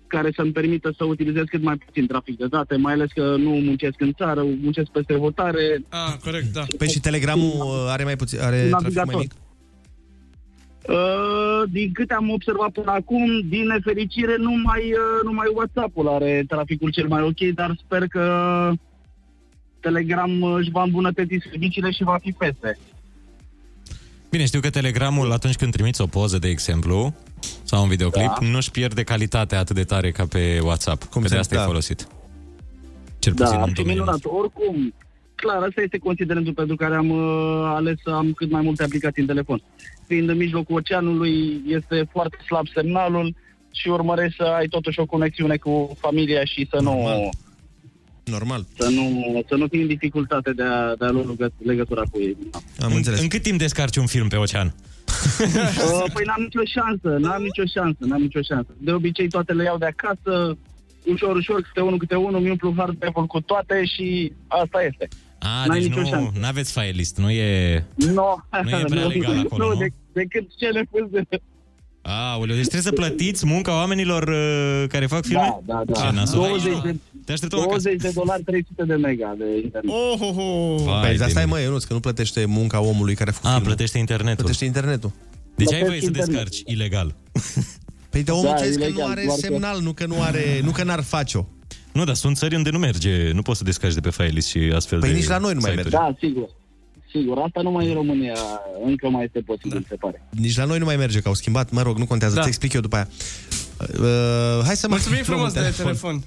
S17: care să-mi permită să utilizez cât mai puțin trafic de date, mai ales că nu muncesc în țară, muncesc peste votare.
S13: Ah, corect, da.
S8: Păi și Telegramul uh, are mai puțin, are trafic mai
S17: Navigator.
S8: mic?
S17: Uh, din câte am observat până acum, din nefericire, numai, uh, numai WhatsApp-ul are traficul cel mai ok, dar sper că Telegram uh, își va îmbunătăți serviciile și va fi peste.
S9: Bine, știu că Telegramul, atunci când trimiți o poză, de exemplu, sau un videoclip, da. nu-și pierde calitatea atât de tare ca pe WhatsApp. Cum că de
S17: se-
S9: asta da. e
S17: da.
S9: folosit. Cel puțin
S17: Da,
S9: în
S17: ar fi
S9: domeniul
S17: minunat. Oricum, clar, asta este considerentul pentru care am uh, ales să am cât mai multe aplicații în telefon. Fiind în mijlocul oceanului, este foarte slab semnalul și urmăresc să ai totuși o conexiune cu familia și să nu
S8: Normal.
S17: Să nu, să nu fii în dificultate de a, de a lua legă- legătura cu ei.
S9: Am înțeles. În cât timp descarci un film pe ocean?
S17: *laughs* Uh, păi n-am nicio șansă, n-am nicio șansă, n-am nicio șansă. De obicei toate le iau de acasă, ușor, ușor, câte unul, câte unul, mi umplu hard drive-ul cu toate și asta este.
S9: A,
S17: N-ai
S9: deci
S17: nicio
S9: nu
S17: șansă.
S9: aveți file list, nu e...
S17: *laughs* Nu, deci
S9: Nu e prea legal acolo, nu?
S17: de, decât cele puse.
S9: Aoleu, deci trebuie să plătiți munca oamenilor uh, care fac filme?
S17: Da, da, da.
S9: Ce nasol.
S17: 20 de,
S9: Te așteptăm
S17: 20 de dolari, 300 de mega de internet.
S9: Oh, oh, oh.
S8: Păi, dar stai mă, Ionuț, că nu plătește munca omului care a făcut A, filmul. plătește
S9: Ah, internetul.
S8: Plătește internetul.
S9: Deci ai voie să descarci ilegal.
S8: *laughs* Păi de omul
S9: Da,
S8: da, că
S9: ilegal,
S8: nu are
S9: doar că-
S8: semnal, nu că nu are, nu că n-ar face-o.
S9: Nu, dar sunt țări unde nu merge, nu poți să descarci de pe file list și astfel
S8: Păi
S9: de
S8: nici la noi nu mai
S9: site-uri.
S17: Da, sigur. Sigur, asta numai în România încă mai este posibil, da. se pare.
S8: Nici la noi nu mai merge, că au schimbat, mă rog, nu contează, da.
S17: Da.
S8: ți explic eu după aia. Uh, hai să mai
S17: Mulțumim
S8: luăm
S17: frumos
S8: un
S17: de telefon.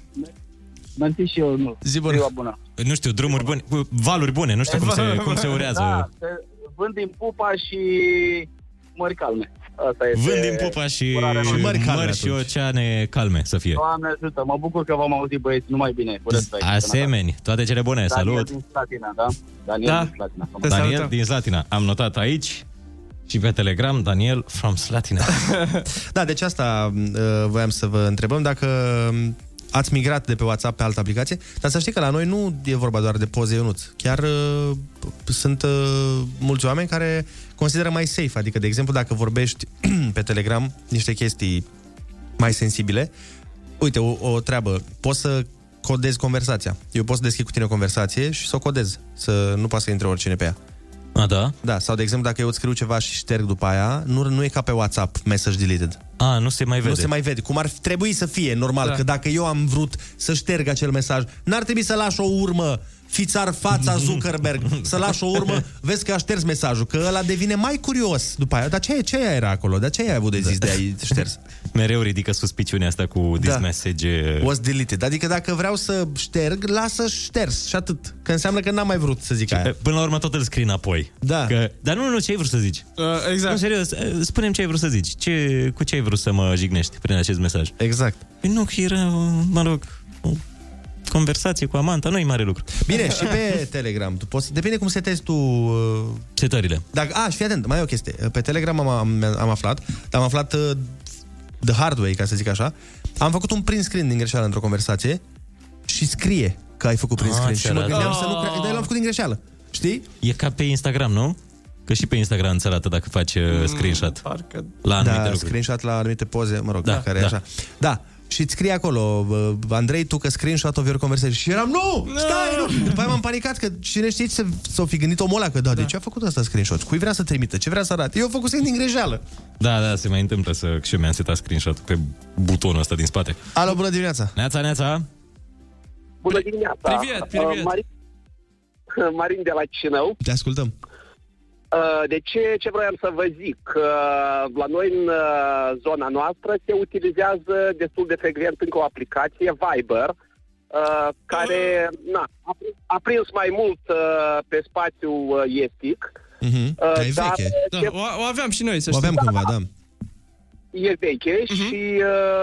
S17: Mersi și eu, nu.
S9: Zi bună.
S17: Ziua bună.
S9: Nu știu, drumuri bune, valuri bune, nu știu cum se, cum se urează.
S17: Da, se- vând din pupa și mări calme. Asta este.
S9: Vând din pupa și
S17: urarea noastră.
S9: mări, mări și oceane calme să fie.
S17: Doamne ajută, mă bucur că v-am auzit băieți, numai bine. Cu respect.
S9: Asemeni, toate cele bune,
S17: da. Daniel
S9: salut!
S17: din Slatina, da? Daniel
S9: Da.
S17: din Slatina.
S9: Daniel din Slatina, am notat aici și pe Telegram, Daniel from
S8: *laughs*
S9: Slatina.
S8: Da, deci asta uh, voiam să vă întrebăm dacă um, ați migrat de pe WhatsApp pe altă aplicație, dar să știi că la noi nu e vorba doar de poze Ionuț. Chiar uh, p- sunt uh, mulți oameni care consideră mai safe, adică de exemplu dacă vorbești *clears throat* pe Telegram niște chestii mai sensibile, uite o, o treabă, poți să codezi conversația. Eu pot să deschid cu tine o conversație și să o codez, să nu poate să intre oricine pe ea.
S9: A, da?
S8: Da, sau de exemplu dacă eu îți scriu ceva și șterg după aia, nu, nu e ca pe WhatsApp, message deleted.
S9: A, nu se mai vede.
S8: Nu se mai vede. Cum ar trebui să fie, normal, da.
S9: Da.
S8: că dacă eu am vrut să șterg acel mesaj, n-ar trebui să lași o urmă fițar
S9: *laughs*
S8: fața Zuckerberg, să lași o urmă, vezi că a șters mesajul, că ăla devine mai curios după aia. Dar ce, ce era acolo? Dar ce ai avut de zis de ai
S9: Da.
S8: șters?
S9: Mereu ridică suspiciunea asta cu this
S8: Da.
S9: message.
S8: Was deleted. Adică dacă vreau să șterg, lasă șters și atât. Că înseamnă că n-am mai vrut să zic aia.
S9: Până la urmă tot îl scrii înapoi.
S8: Da.
S9: Că, dar nu, nu, ce ai vrut să zici?
S13: Uh, exact.
S9: Nu, serios, uh, spune-mi ce ai vrut să zici. Ce, cu ce ai vrut să mă jignești prin acest mesaj?
S8: Exact.
S9: Păi nu, că era, uh, mă rog, o conversație cu amanta, nu e mare lucru.
S8: Bine, și pe *laughs* Telegram. Tu poți, depinde cum setezi tu... uh,
S9: Setările.
S8: Dacă, a, și fii atent, mai e o chestie. Uh, Pe Telegram am, am, am aflat, dar am aflat uh, the hard way, ca să zic așa. Am făcut un print screen din greșeală într-o conversație și scrie că ai făcut print
S9: Ah,
S8: screen.
S9: ce
S8: și mă
S9: arată.
S8: gândeam să nu cre- Dar l-am făcut din greșeală. Știi?
S9: E ca pe Instagram, nu? Că și pe Instagram îți arată dacă faci mm, screenshot.
S13: Parcă...
S9: La anumite
S8: da,
S9: lucruri.
S8: screenshot la anumite poze, mă rog, da,
S9: Da,
S8: care e
S9: da.
S8: așa. Da, și îți scrie acolo, uh, Andrei, tu că screenshot of your conversation. Și eram, nu, stai, nu! După aia m-am panicat că cine știe ce s-o fi gândit omul ăla, că da, da, de ce a făcut asta screenshot? Cui vrea să trimite? Ce vrea să arate? Eu făcusem din greșeală.
S9: Da, da, se mai întâmplă să și eu mi-am setat screenshot pe butonul ăsta din spate.
S8: Alo, bună dimineața!
S9: Neața, neața!
S18: Bună dimineața!
S9: Privet, privet.
S18: Uh, Marin, *laughs* Marin de la Chișinău.
S13: Da.
S8: Te ascultăm.
S18: Uh, De ce, ce vroiam să vă zic? Uh, La noi în uh, zona noastră se utilizează destul de frecvent încă o aplicație, Viber, uh, care
S13: Ah.
S18: na, a prins- a prins mai mult uh, pe spațiu uh, estic.
S9: Mhm.
S8: Mm-hmm.
S18: Uh,
S13: Dar e veche. Da,
S18: ce-
S13: o, o aveam și noi, să
S18: O
S13: știi.
S18: aveam cumva,
S8: da.
S18: e veche
S9: Mhm.
S18: uh-huh. și uh,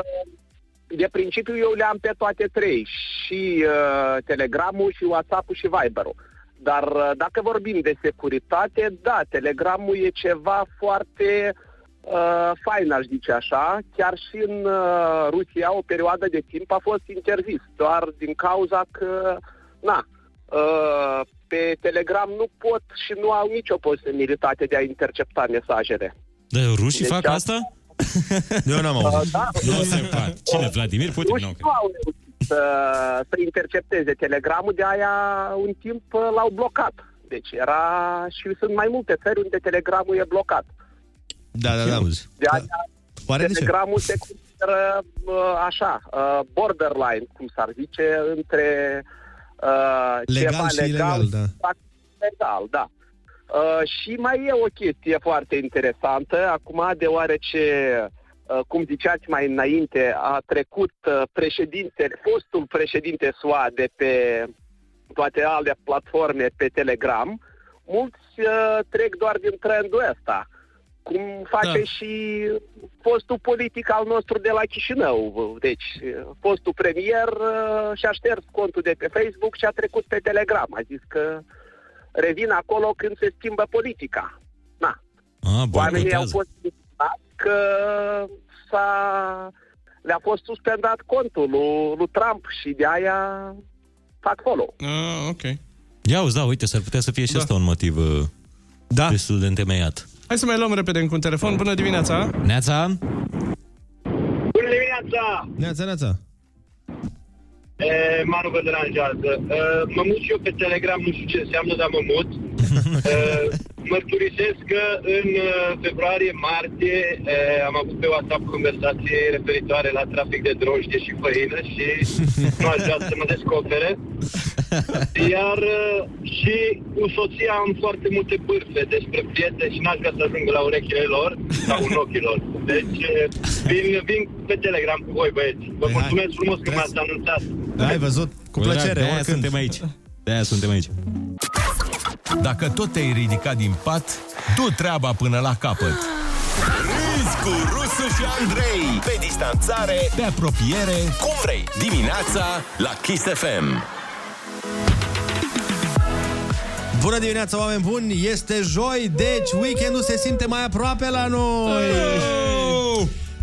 S18: de principiu eu le am pe toate trei, și uh, Telegramul, și WhatsApp-ul, și Viber-ul. Dar uh, dacă vorbim de securitate, da, Telegramul e ceva foarte uh, fain, aș zice așa. Chiar și în uh, Rusia o perioadă de timp a fost interzis, doar din cauza că, na, uh, pe Telegram nu pot și nu au nicio posibilitate de a intercepta mesajele.
S9: Da, rușii
S18: Deci
S9: fac
S18: a-
S9: asta?
S8: Eu n-am auzit.
S18: Da,
S9: Nu se poate. Cine, Vladimir Putin? Nu,
S18: nu au reușit să, să intercepteze telegramul, de aia un timp uh, l-au blocat. Deci era și sunt mai multe țări unde telegramul e blocat.
S8: Da, da, da.
S18: De aia
S8: Oare de ce?
S18: telegramul se consideră uh, așa, uh, borderline, cum s-ar zice, între uh,
S8: Legal
S18: ceva
S8: și
S18: legal
S8: ilegal, da.
S18: practic legal, da. Uh, și mai e o chestie foarte interesantă, acum, deoarece, uh, cum ziceați mai înainte, a trecut uh, președinte, fostul președinte SUA de pe toate alte platforme pe Telegram, mulți uh, trec doar din trendul ăsta. cum face da. și fostul politic al nostru de la Chișinău. Deci, fostul premier uh, și-a șters contul de pe Facebook și a trecut pe Telegram. A zis că revin acolo când se schimbă politica. Na.
S9: A,
S18: Oamenii au
S9: boicotează.
S18: fost informați că s-a, le-a fost suspendat contul lui, lui Trump și de aia fac follow.
S13: Ah, ok.
S9: Ia uzi, da, uite, s-ar putea să fie și ăsta un motiv uh,
S8: Da.
S9: destul de întemeiat.
S13: Hai să mai luăm repede încă un telefon. Bună dimineața!
S9: Neața?
S19: Bună dimineața!
S8: Neața, neața.
S19: Da, E, Manu vă deranjează. E, mă mut și eu pe Telegram, nu știu ce înseamnă, dar mă mut. E, mărturisesc că în e, februarie-martie e, am avut pe WhatsApp conversație referitoare la trafic de drojdie și făină și nu aș vrea să mă descopere. Iar e, și cu soția am foarte multe bârfe despre prieteni și n-aș vrea să ajung la urechile lor sau în ochii lor. Deci e, vin, vin pe Telegram cu voi, băieți. Vă mulțumesc frumos că m-ați anunțat.
S8: Da, ai văzut? Cu
S9: Păi da,
S8: plăcere,
S9: de-aia
S8: oricând.
S9: suntem aici. De-aia suntem aici.
S1: Dacă tot te-ai ridicat din pat, du treaba până la capăt.
S20: Râzi cu Rusu și Andrei. Pe distanțare,
S1: Pe apropiere,
S20: cum vrei.
S1: dimineața la Kiss FM.
S8: Bună dimineața, oameni buni! Este joi, deci weekendul se simte mai aproape la noi!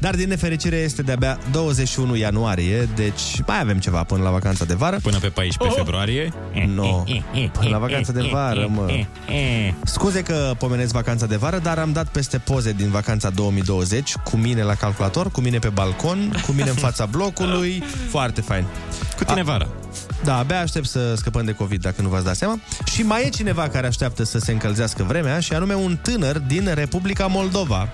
S8: Dar din nefericire este de-abia 21 ianuarie, deci mai avem ceva până la vacanța de vară.
S9: Până pe
S13: Oh.
S9: 14 februarie. Păi,
S8: Nu, până la vacanța de vară, mă. Eh. Scuze că pomenesc vacanța de vară, dar am dat peste poze din vacanța 2020 cu mine la calculator, cu mine pe balcon, cu mine în *laughs* fața blocului. Foarte fain. Cu tine
S9: vara.
S8: Da, abia aștept să scăpăm de COVID, dacă nu v-ați dat seama. Și mai e cineva care așteaptă să se încălzească vremea și anume un tânăr din Republica Moldova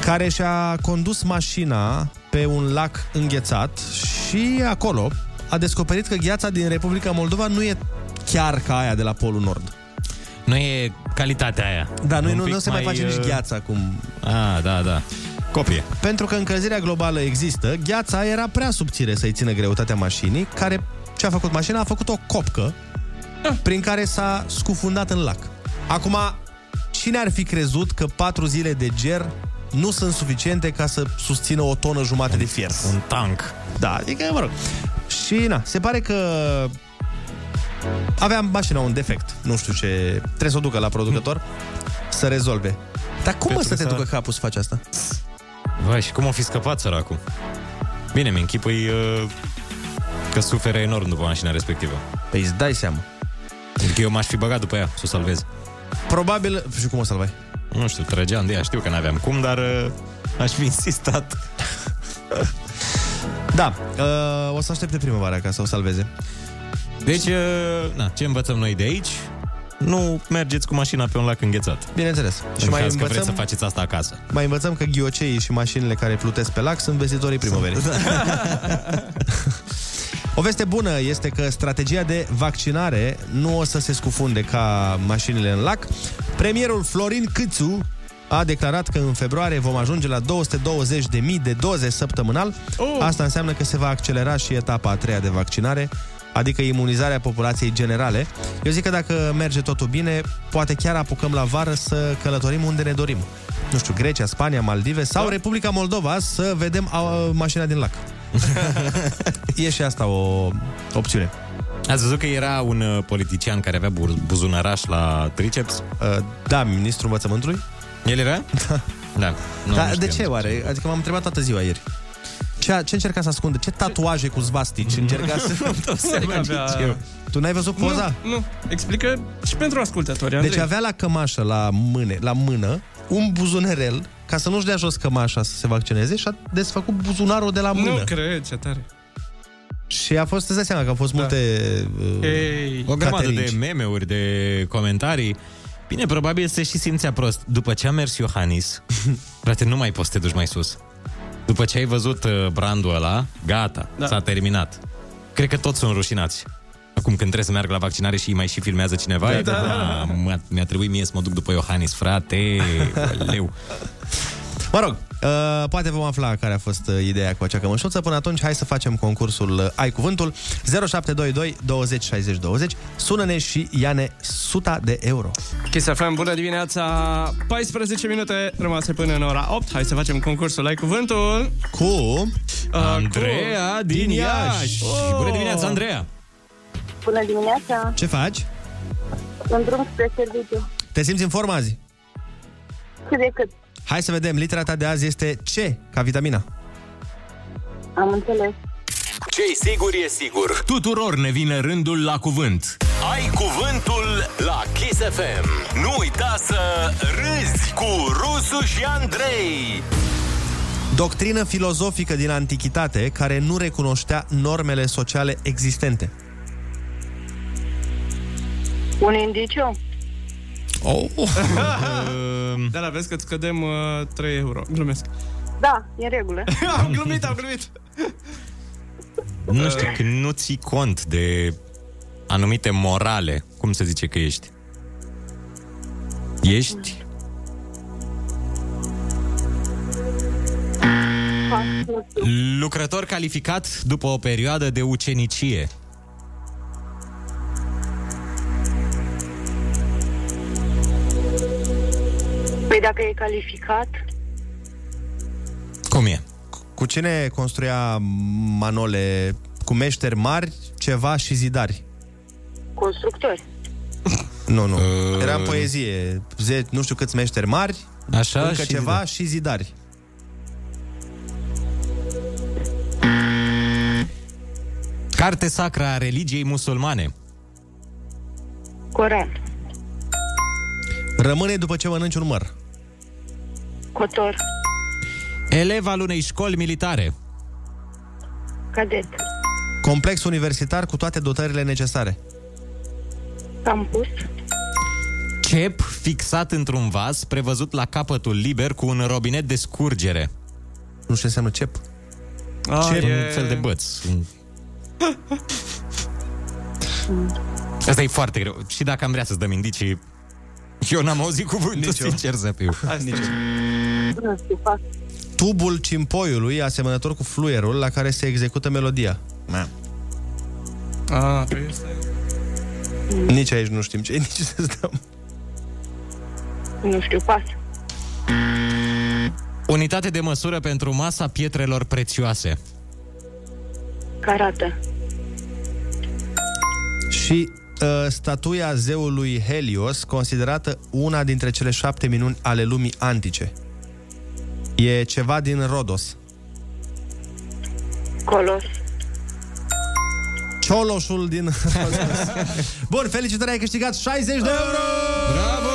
S8: care și-a condus mașina pe un lac înghețat și acolo a descoperit că gheața din Republica Moldova nu e chiar ca aia de la Polul Nord.
S9: Nu e calitatea aia.
S8: Da, nu,
S9: Un
S8: nu,
S9: pic
S8: nu se mai,
S9: mai,
S8: face nici
S9: uh,
S8: gheața acum.
S9: A, da, da. Copie.
S8: Pentru că încălzirea globală există, gheața era prea subțire să-i țină greutatea mașinii, care ce a făcut mașina? A făcut o copcă
S9: Ah.
S8: prin care s-a scufundat în lac. Acum, cine ar fi crezut că patru zile de ger nu sunt suficiente ca să susțină o tonă jumate de fier? Un
S9: tank.
S8: Da, adică, mă rog. Și, na, se pare că aveam mașina un defect. Nu știu ce... Trebuie să o ducă la producător să rezolve. Dar cum mă
S9: Pentru
S8: să te
S9: că s-a-
S8: ducă capul să faci asta?
S9: Vai, și cum o fi scăpat săracul? Bine, mi închipui uh, că suferă enorm după mașina respectivă.
S8: Păi îți dai seama.
S9: Adică eu m-aș fi băgat după ea, să o salvez.
S8: Probabil... păi Și cum o salvai?
S9: Nu știu, trăgeam de ea, știu că n-aveam cum, dar uh, aș fi *laughs* insistat.
S8: Da, uh, o să aștepte primăvara ca să o salveze.
S9: Deci, uh, na, ce învățăm noi de aici? Nu mergeți cu mașina pe un lac înghețat.
S8: Bineînțeles.
S9: Și
S8: Și
S9: în
S8: mai
S9: caz că
S8: învățăm-
S9: vreți să faceți asta acasă.
S8: Mai învățăm că ghioceii și mașinile care plutesc pe lac sunt vestitorii primăverii. O veste bună este că strategia de vaccinare nu o să se scufunde ca mașinile în lac. Premierul Florin Câțu a declarat că în februarie vom ajunge la 220.000 de doze săptămânal. Asta înseamnă că se va accelera și etapa a treia de vaccinare, adică imunizarea populației generale. Eu zic că dacă merge totul bine, poate chiar apucăm la vară să călătorim unde ne dorim. Nu știu, Grecia, Spania, Maldive sau Republica Moldova să vedem a, mașina din lac. e și asta o opțiune.
S9: Ați văzut că era un uh, politician care avea bur- buzunăraș la triceps?
S8: Da, ministrul învățământului.
S9: El era?
S8: Da.
S9: Da. Nu,
S8: Dar
S9: nu
S8: de
S9: știam.
S8: ce oare? Adică m-am întrebat toată ziua ieri. Ce, ce încerca să ascundă? Ce tatuaje cu
S9: Mm.
S8: zvastici încerca
S9: *laughs*
S8: să...
S13: Nu-mi dau seama
S8: Adică
S13: nici
S8: avea-
S13: eu.
S8: Tu n-ai văzut poza?
S13: Nu, nu. Explică și pentru
S9: Păi,
S13: ascultători, Andrei.
S8: Deci avea la cămașă, la, mâne, la mână, un buzunerel ca să nu-și dea jos cămașa să se vaccineze și a desfăcut buzunarul de la mână.
S13: Nu cred, ce tare.
S8: Și a fost, îți dai seama că au fost da. multe uh,
S9: Ei, o grămadă
S8: caterinci.
S9: de meme-uri, de comentarii. Bine, probabil se și simțea prost. După ce a mers
S8: *laughs*
S9: Iohannis, frate, nu mai poți să te duci mai sus. După ce ai văzut uh, brandul ăla, gata, da. s-a terminat. Cred că toți sunt rușinați. Acum când trebuie să meargă la vaccinare și îi mai și filmează cineva,
S13: Da,
S9: e,
S13: da, da.
S8: *laughs*
S9: "Mamă, mi-a trebuit mie să mă duc după Iohannis, frate, leu.
S8: Mă rog, uh, poate vom afla care a fost uh, ideea cu acea cămășuță. Până atunci, hai să facem concursul uh, Ai Cuvântul 0722 20 60 20. Sună-ne și ia-ne 100 de euro.
S13: Kiss FM, bună dimineața! 14 minute rămase până în ora 8. Hai să facem concursul Ai Cuvântul
S8: cu uh,
S9: Andreea din Iași.
S13: Oh!
S9: Bună dimineața, Andreea!
S21: Bună dimineața!
S8: Ce faci?
S21: În drum spre serviciu.
S8: Te simți în formă azi?
S21: Cât de cât.
S8: Hai să vedem, litera ta de azi este C, ca vitamina.
S21: Am înțeles.
S1: Ce-i sigur e sigur. Tuturor ne vine rândul la cuvânt. Ai cuvântul la Kiss FM. Nu uita să râzi cu Rusu și Andrei.
S8: Doctrină filozofică din antichitate care nu recunoștea normele sociale existente.
S21: Un indiciu?
S8: Oh.
S13: *laughs* Da, la vezi că îți cădem uh, 3 euro. Glumesc.
S21: *laughs* Da, e în regulă.
S13: am glumit, am glumit.
S9: Nu știu, când nu ții cont de anumite morale, cum se zice că ești? Ești? Lucrător calificat după o perioadă de ucenicie.
S21: Păi dacă e calificat,
S8: Cum e? Cu cine construia Manole? Cu meșteri mari, ceva și zidari.
S21: constructor.
S8: Nu, nu.
S9: Uh,
S8: Era în poezie. Ze- nu știu câți meșteri mari,
S9: Așa
S8: încă
S9: și da.
S8: ceva
S9: zidari.
S8: și zidari.
S9: Carte sacră a religiei musulmane.
S21: Coran.
S8: Rămâne după ce mănânci un măr.
S21: Cotor.
S9: Elev al unei școli militare.
S21: Cadet.
S8: Complex universitar cu toate dotările necesare.
S21: Campus.
S9: Cep fixat într-un vas, prevăzut la capătul liber cu un robinet de scurgere.
S8: Nu știu ce înseamnă cep.
S9: Ah, cep,
S8: e-
S9: un fel de băț. Asta e foarte greu. Și dacă am vrea să-ți dăm indicii, eu n-am auzit cuvântul, sincer să fiu.
S21: Nu știu, fac.
S8: Tubul cimpoiului, asemănător cu fluierul la care se execută melodia.
S13: Ah,
S8: Nici aici nu știm ce e, nici *laughs* să dăm.
S21: Nu știu, pas.
S9: Unitate de măsură pentru masa pietrelor prețioase.
S21: Carată.
S8: Și uh, statuia zeului Helios, considerată una dintre cele șapte minuni ale lumii antice. E ceva din Rodos.
S21: Colos.
S8: Cioloșul din *laughs* Rodos. Bun, felicitări, ai câștigat 60 de euro! Bravo!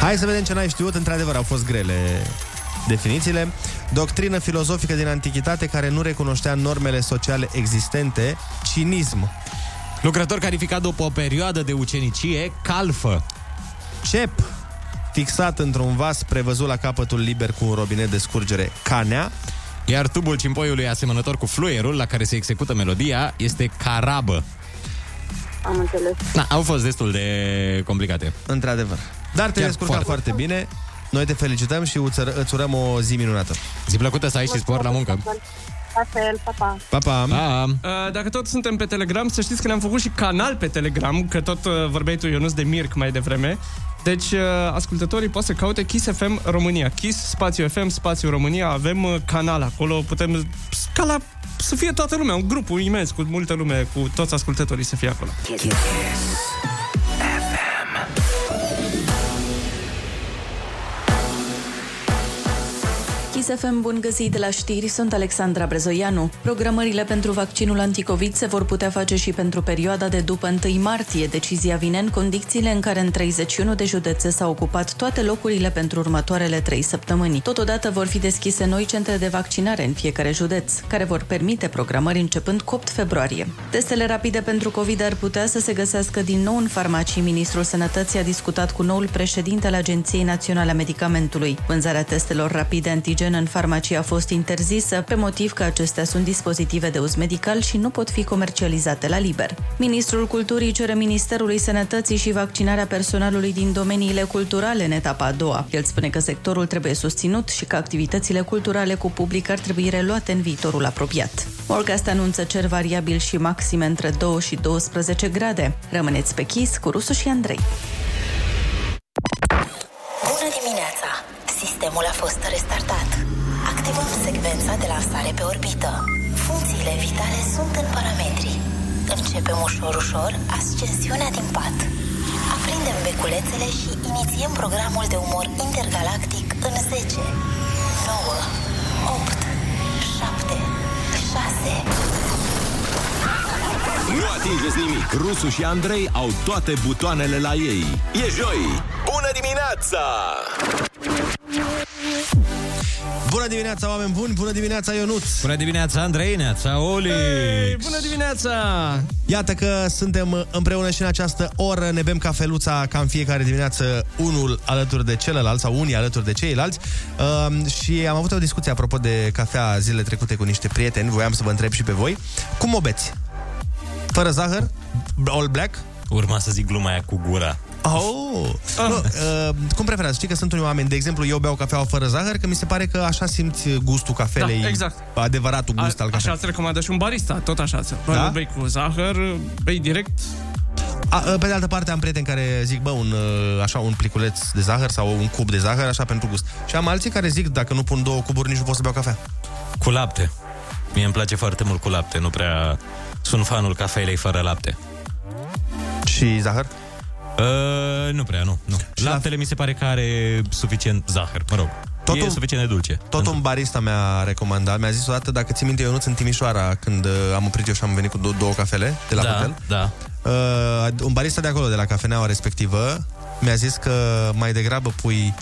S8: Hai să vedem ce n-ai știut. Într-adevăr, au fost grele definițiile. Doctrină filozofică din antichitate care nu recunoștea normele sociale existente. Cinism.
S9: Lucrător calificat după o perioadă de ucenicie, calfă.
S8: Cep. Fixat într-un vas prevăzut la capătul liber cu un robinet de scurgere. Canea.
S9: Iar tubul cimpoiului asemănător cu fluierul la care se execută melodia este carabă.
S21: Am înțeles.
S9: Na, au fost destul de complicate.
S8: Într-adevăr. Dar te-ai
S9: Chiar
S8: descurcat foarte. foarte bine. Noi te felicităm și uță- îți urăm o zi minunată.
S9: Zi plăcută să ai și spor la muncă.
S21: La fel, pa, pa.
S8: Pa, pa.
S9: pa.
S13: Uh, dacă tot suntem pe Telegram, să știți că ne-am făcut și canal pe Telegram, că tot uh, vorbeai tu, Ionuț, de Mirc mai devreme. Deci, uh, ascultătorii pot să caute Kiss FM România. Kiss, spațiu FM, spațiu România. Avem uh, canal acolo, putem ca la, să fie toată lumea, un grup imens cu multă lume, cu toți ascultătorii să fie acolo.
S10: Kiss FM, bun găsit la știri, sunt Alexandra Brezoianu. Programările pentru vaccinul anticovid se vor putea face și pentru perioada de după 1 martie. Decizia vine în condițiile în care în 31 de județe s-au ocupat toate locurile pentru următoarele 3 săptămâni. Totodată vor fi deschise noi centre de vaccinare în fiecare județ, care vor permite programări începând cu 8 februarie. Testele rapide pentru COVID ar putea să se găsească din nou în farmacii. Ministrul Sănătății a discutat cu noul președinte al Agenției Naționale a Medicamentului. Vânzarea testelor rapide antigen antigen în farmacie a fost interzisă pe motiv că acestea sunt dispozitive de uz medical și nu pot fi comercializate la liber. Ministrul Culturii cere Ministerului Sănătății și vaccinarea personalului din domeniile culturale în etapa a doua. El spune că sectorul trebuie susținut și că activitățile culturale cu public ar trebui reluate în viitorul apropiat. Morgast anunță cer variabil și maxime între 2 și 12 grade. Rămâneți pe chis cu Rusu și Andrei.
S14: Bună dimineața! Sistemul a fost restartat. Activăm secvența de lansare pe orbită. Funcțiile vitale sunt în parametri. Începem ușor, ușor ascensiunea din pat. Aprindem beculețele și inițiem programul de umor intergalactic în 10, 9, 8, 7, 6...
S1: Nu atingeți nimic! Rusu și Andrei au toate butoanele la ei. E joi! Bună dimineața!
S8: Bună dimineața, oameni buni! Bună dimineața, Ionuț!
S9: Bună dimineața, Andrei, neața, Oli!
S8: Hey,
S13: bună dimineața!
S8: Iată că suntem împreună și în această oră, ne bem cafeluța ca în fiecare dimineață, unul alături de celălalt sau unii alături de ceilalți. Um, și am avut o discuție apropo de cafea zilele trecute cu niște prieteni, voiam să vă întreb și pe voi. Cum o beți? Fără zahăr? All black?
S9: Urma să zic gluma aia cu Ah. gura.
S8: Oh! Nu, uh, cum preferați? Știi că sunt unii oameni, de exemplu, eu beau cafea fără zahăr, că mi se pare că așa simți gustul cafelei.
S13: Da, exact.
S8: Adevăratul gust al
S13: Așa
S8: cafelei.
S13: îți recomandă și un barista, tot așa. Să
S8: Da?
S13: da? bei cu zahăr, bei direct.
S8: A, uh, pe de altă parte, am prieteni care zic, bă, un, uh, așa, un pliculeț de zahăr sau un cub de zahăr, așa, pentru gust. Și am alții care zic, dacă nu pun două cuburi, nici nu pot să beau cafea.
S9: Cu lapte. Mie îmi place foarte mult cu lapte, nu prea sunt fanul cafelei fără lapte.
S8: Și zahăr?
S9: Uh, nu prea, nu. nu. Laptele mi se pare că are suficient zahăr, mă rog. Totul... E suficient de dulce.
S8: Tot un barista mi-a recomandat, mi-a zis odată, dacă ți minte, eu nu sunt Timișoara, când uh, am oprit eu și am venit cu dou- două cafele de la
S9: da,
S8: hotel.
S9: da.
S8: Uh, un barista de acolo, de la cafeneaua respectivă, mi-a zis că mai degrabă pui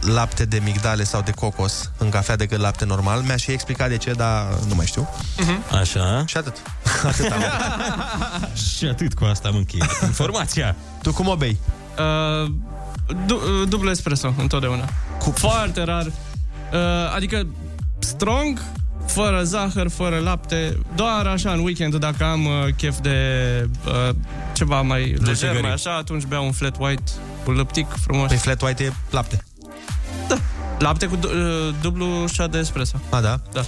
S8: lapte de migdale sau de cocos în cafea decât lapte normal. Mi-a și explicat de ce, dar nu mai știu.
S9: Așa.
S8: Și atât. *laughs* Atât am.
S9: Și atât cu asta am
S8: *laughs*
S9: încheiat. Informația.
S8: Tu cum o bei?
S13: Uh, du- uh, dublu espresso, întotdeauna. Cu... Foarte rar. Uh, adică strong, fără zahăr, fără lapte, doar așa în weekend, dacă am uh, chef de uh, ceva mai lejer,
S8: gării.
S13: mai așa, atunci beau un flat white cu lăptic frumos. Păi
S8: flat white e lapte.
S13: Da, lapte cu du- uh, dublu shot de espresso.
S8: A, da?
S13: Da.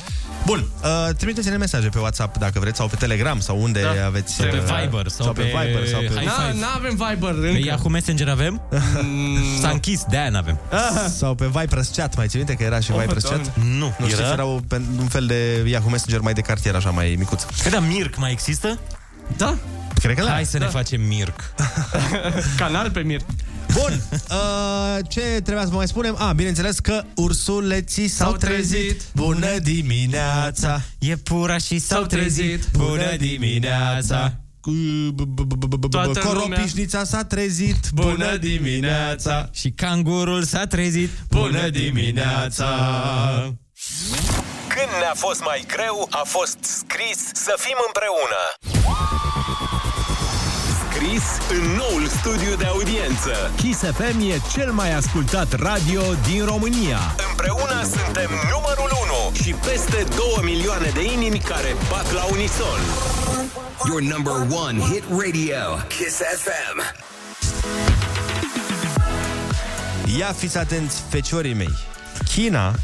S8: Bun, uh, trimiteți-ne mesaje pe WhatsApp dacă vreți sau pe Telegram sau unde da. aveți...
S9: Sau pe
S8: uh,
S9: Viber sau
S8: sau pe,
S9: pe
S8: Viber sau pe...
S9: High
S13: Na,
S9: five.
S13: n-avem Viber
S9: Pe
S13: încă. Mm, da.
S9: Yahoo Messenger avem? S-a închis, de-aia n-avem.
S8: Ah. Sau pe Viper's Chat, mai ții minte că era și
S9: Oh,
S8: Viper's
S9: Doamne.
S8: Chat?
S9: Nu,
S8: nu știți,
S9: era?
S8: erau pe- un fel de Yahoo Messenger mai de cartier, așa, mai micuț.
S9: Că da, Mirc mai există?
S13: Da.
S8: Cred că da.
S9: Hai să
S8: Da.
S9: ne facem Mirc.
S13: *laughs* Canal pe Mir.
S8: Bun, uh, ce trebuia să vă mai spunem? A, bineînțeles că ursuleții s-au
S9: S-au
S8: trezit.
S9: trezit.
S8: Bună dimineața!
S9: E pura și s-au trezit.
S8: Bună dimineața!
S9: Toată
S8: Coropișnița s-a trezit. Bună dimineața!
S9: Și cangurul s-a trezit. Bună
S8: dimineața!
S1: Când ne-a fost mai greu, a fost scris să fim împreună. Scris în noul studiu de audiență.
S6: Kiss FM e cel mai ascultat radio din România.
S1: Împreună suntem numărul 1 și peste 2 milioane de inimi care bat la unison.
S20: Your number one hit radio, Kiss FM.
S8: Ia fiți atenți, feciorii mei. China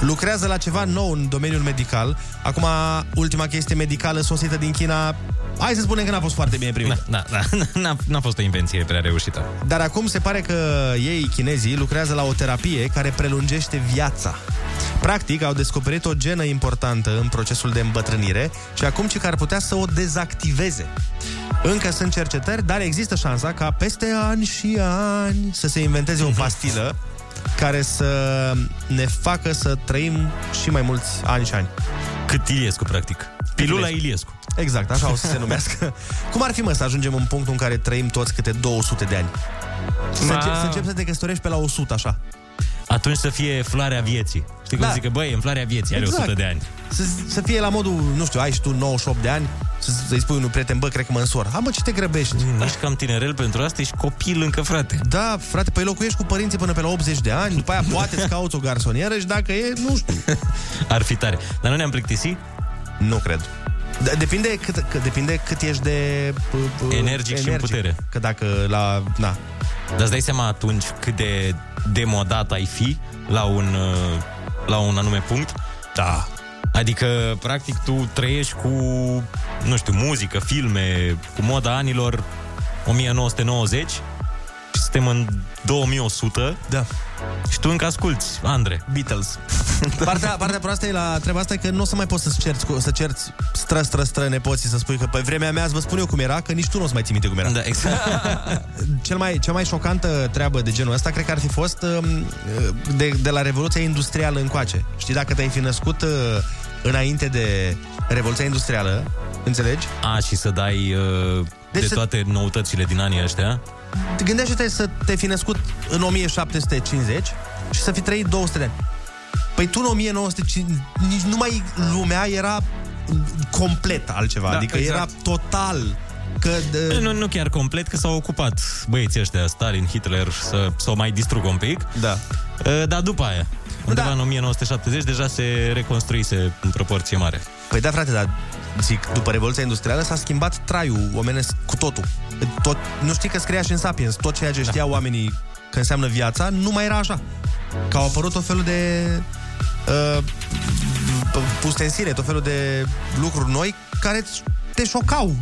S8: lucrează la ceva nou în domeniul medical. Acum, ultima chestie medicală sosită din China, hai să spunem că n-a fost foarte bine primită.
S9: Da, da, n-a, *laughs* n-a fost o invenție prea reușită.
S8: Dar acum se pare că ei, chinezii, lucrează la o terapie care prelungește viața. Practic, au descoperit o genă importantă în procesul de îmbătrânire și acum ci că ar putea să o dezactiveze. Încă sunt cercetări, dar există șansa ca peste ani și ani să se inventeze o
S9: Mhm.
S8: pastilă care să ne facă să trăim și mai mulți ani și ani.
S9: Cât Iliescu, practic. Pilula Iliescu.
S8: Exact, așa o să se
S9: *laughs*
S8: numească. Cum ar fi, mă, să ajungem în punctul în care trăim toți câte 200 de ani? Să,
S9: Ma.
S8: încep, să încep să te căsătorești pe la 100, așa.
S9: Atunci să fie floarea vieții. Știi cum
S8: Da.
S9: zic că, băi, e în floarea vieții, are
S8: Exact.
S9: 100 de ani.
S8: Să, să fie la modul, nu știu, ai și tu 98 de ani, să- Să-i spui unui prieten, bă, cred că mă însor. Ha, mă, ce te grăbești?
S9: Mm, Ești cam tinerel pentru asta, ești copil încă, frate.
S8: Da, frate, păi locuiești cu părinții până pe la 80 de ani, după aia poate îți cauți o garsonieră și dacă e, nu știu.
S9: Ar fi tare. Dar nu ne-am plictisit?
S8: Nu cred. Da, Depinde cât, că, depinde cât ești de... p- p-
S9: Energic și în putere.
S8: Că dacă la... Na.
S9: Dar îți dai seama atunci cât de demodat ai fi la un, uh, la un anume punct? Da. Adică, practic, tu trăiești cu, nu știu, muzică, filme, cu moda anilor 1990 și suntem în 2100.
S8: Da.
S9: Și tu încă asculti, Andre.
S8: Beatles. *laughs* Partea, partea proastă e la treaba asta e că nu o să mai poți să-ți cerți, cu- să cerți stră, stră, stră nepoții să spui că pe vremea mea îți vă spun eu cum era, că nici tu nu o să mai ții minte cum era.
S9: Da, exact.
S8: Cel mai, cea mai șocantă treabă de genul ăsta cred că ar fi fost um, de, de la Revoluția Industrială încoace. Știi, dacă te-ai fi născut uh, înainte de Revoluția Industrială, înțelegi?
S9: A, și să dai uh,
S8: Deci
S9: de
S8: să-
S9: toate noutățile din anii ăștia?
S8: Te Gândește-te să te fi născut în 1750 și să fi trăit 200 de ani. Păi tu în 1950, nici numai lumea era complet altceva, da,
S9: Da,
S8: adică exact.
S9: exact.
S8: era total că uh, de...
S9: Nu, nu chiar complet, că s-au ocupat băieții ăștia, Stalin, Hitler, să, să o mai distrugă un pic. Ă,
S8: Da.
S9: Dar după aia, undeva da. în 1970, deja se reconstruise în proporție mare.
S8: Păi da, frate, dar zic, după Revoluția Industrială s-a schimbat traiul omenesc cu totul. Tot, nu știi că scria și în Sapiens, tot ceea ce știau oamenii că înseamnă viața, nu mai era așa. Că au apărut tot felul de uh, p- pustensire, tot felul de lucruri noi care îți- te șocau.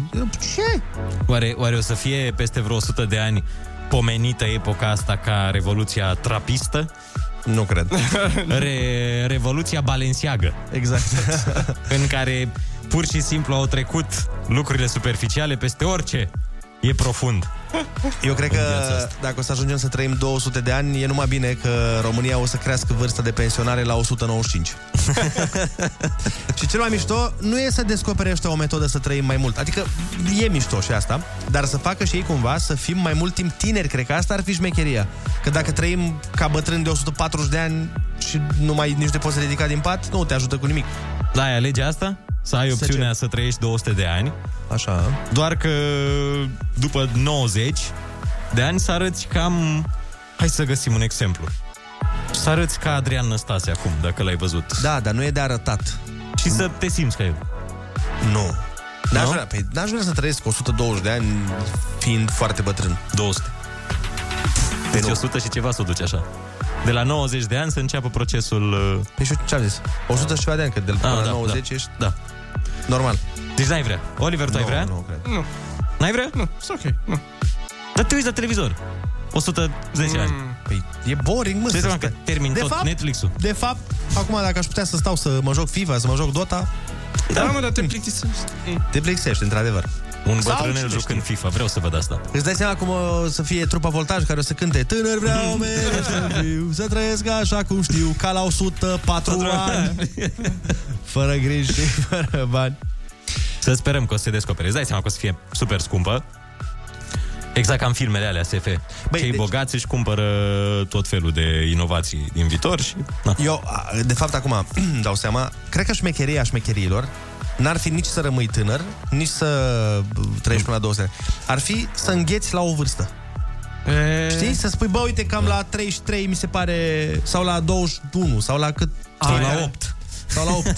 S8: Ce?
S9: Oare, oare o să fie peste vreo 100 de ani pomenită epoca asta ca Revoluția Trapistă?
S8: Nu cred.
S9: *laughs* Re, Revoluția Balenciagă.
S8: Exact.
S9: *laughs* în care pur și simplu au trecut lucrurile superficiale peste orice. E profund.
S8: Eu cred că dacă o să ajungem să trăim 200 de ani, e numai bine că România o să crească vârsta de pensionare
S9: *laughs*
S8: la 195. și cel mai mișto nu e să descoperi ăștia o metodă să trăim mai mult. Adică e mișto și asta, dar să facă și ei cumva să fim mai mult timp tineri. Cred că asta ar fi șmecheria. Că dacă trăim ca bătrâni de 140 de ani și nu mai nici te poți ridica din pat, nu te ajută cu nimic.
S9: Da, ai legea asta? Să ai opțiunea să trăiești 200 de ani.
S8: Așa.
S9: Doar că după 90 de ani să arăți cam... Hai să găsim un exemplu. Să arăți ca Adrian Năstase acum, dacă l-ai văzut.
S8: Da, dar nu e de arătat.
S9: Și să te simți ca el. Da?
S8: Nu. N-aș vrea, pe, n-aș vrea să trăiesc 120 de ani fiind foarte bătrân.
S9: 200. Deci 100 și ceva să o duci așa. De la 90 de ani să înceapă procesul... uh,
S8: Păi și eu ce am zis? 100 și ceva de ani, că de până la 90
S9: da,
S8: ești...
S9: Da.
S8: Normal.
S9: Deci n-ai vrea. Oliver, tu ai
S8: Nu,
S9: vrea?
S8: nu cred.
S13: Nu.
S9: N-ai vrea?
S13: Nu, sunt ok. Nu.
S9: Dar te uiți la televizor. 110 mm. ani.
S8: Păi e boring, mă.
S9: Ce
S8: să
S9: seama că
S8: stai.
S9: termin
S8: De
S9: tot
S8: fapt-
S9: Netflix-ul.
S8: De fapt, acum dacă aș putea să stau să mă joc FIFA, să mă joc Dota...
S13: Da, mă, dar te plictisești.
S8: Te plictisești, într-adevăr.
S9: Un
S8: Sau cine
S9: bătrânel jucând FIFA. Vreau să văd
S8: *laughs*
S9: asta.
S8: Îți dai seama cum o să fie trupa voltaj care o să cânte Tânăr
S9: Mm.
S8: vreau mereu să fiu, să trăiesc așa cum știu, ca la 104 ani. Fără griji și *laughs* fără bani.
S9: Să sperăm că o să se descopere. Îți dai seama că o să fie super scumpă. Exact ca în filmele alea SF. Băi, Cei deci... bogați își cumpără tot felul de inovații din viitor și... Na.
S8: Eu, a, de fapt, acum *clears throat* dau seama, cred că șmecheria șmecherilor n-ar fi nici să rămâi tânăr, nici să b- trăiești până la 200 de ani. Ar fi să îngheți la o vârstă.
S13: E...
S8: Știi? Să spui, bă, uite, cam la 33, mi se pare, sau la 21, sau la cât?
S13: Sau
S8: Știi
S13: la
S8: care?
S9: 8.
S8: Sau la 8.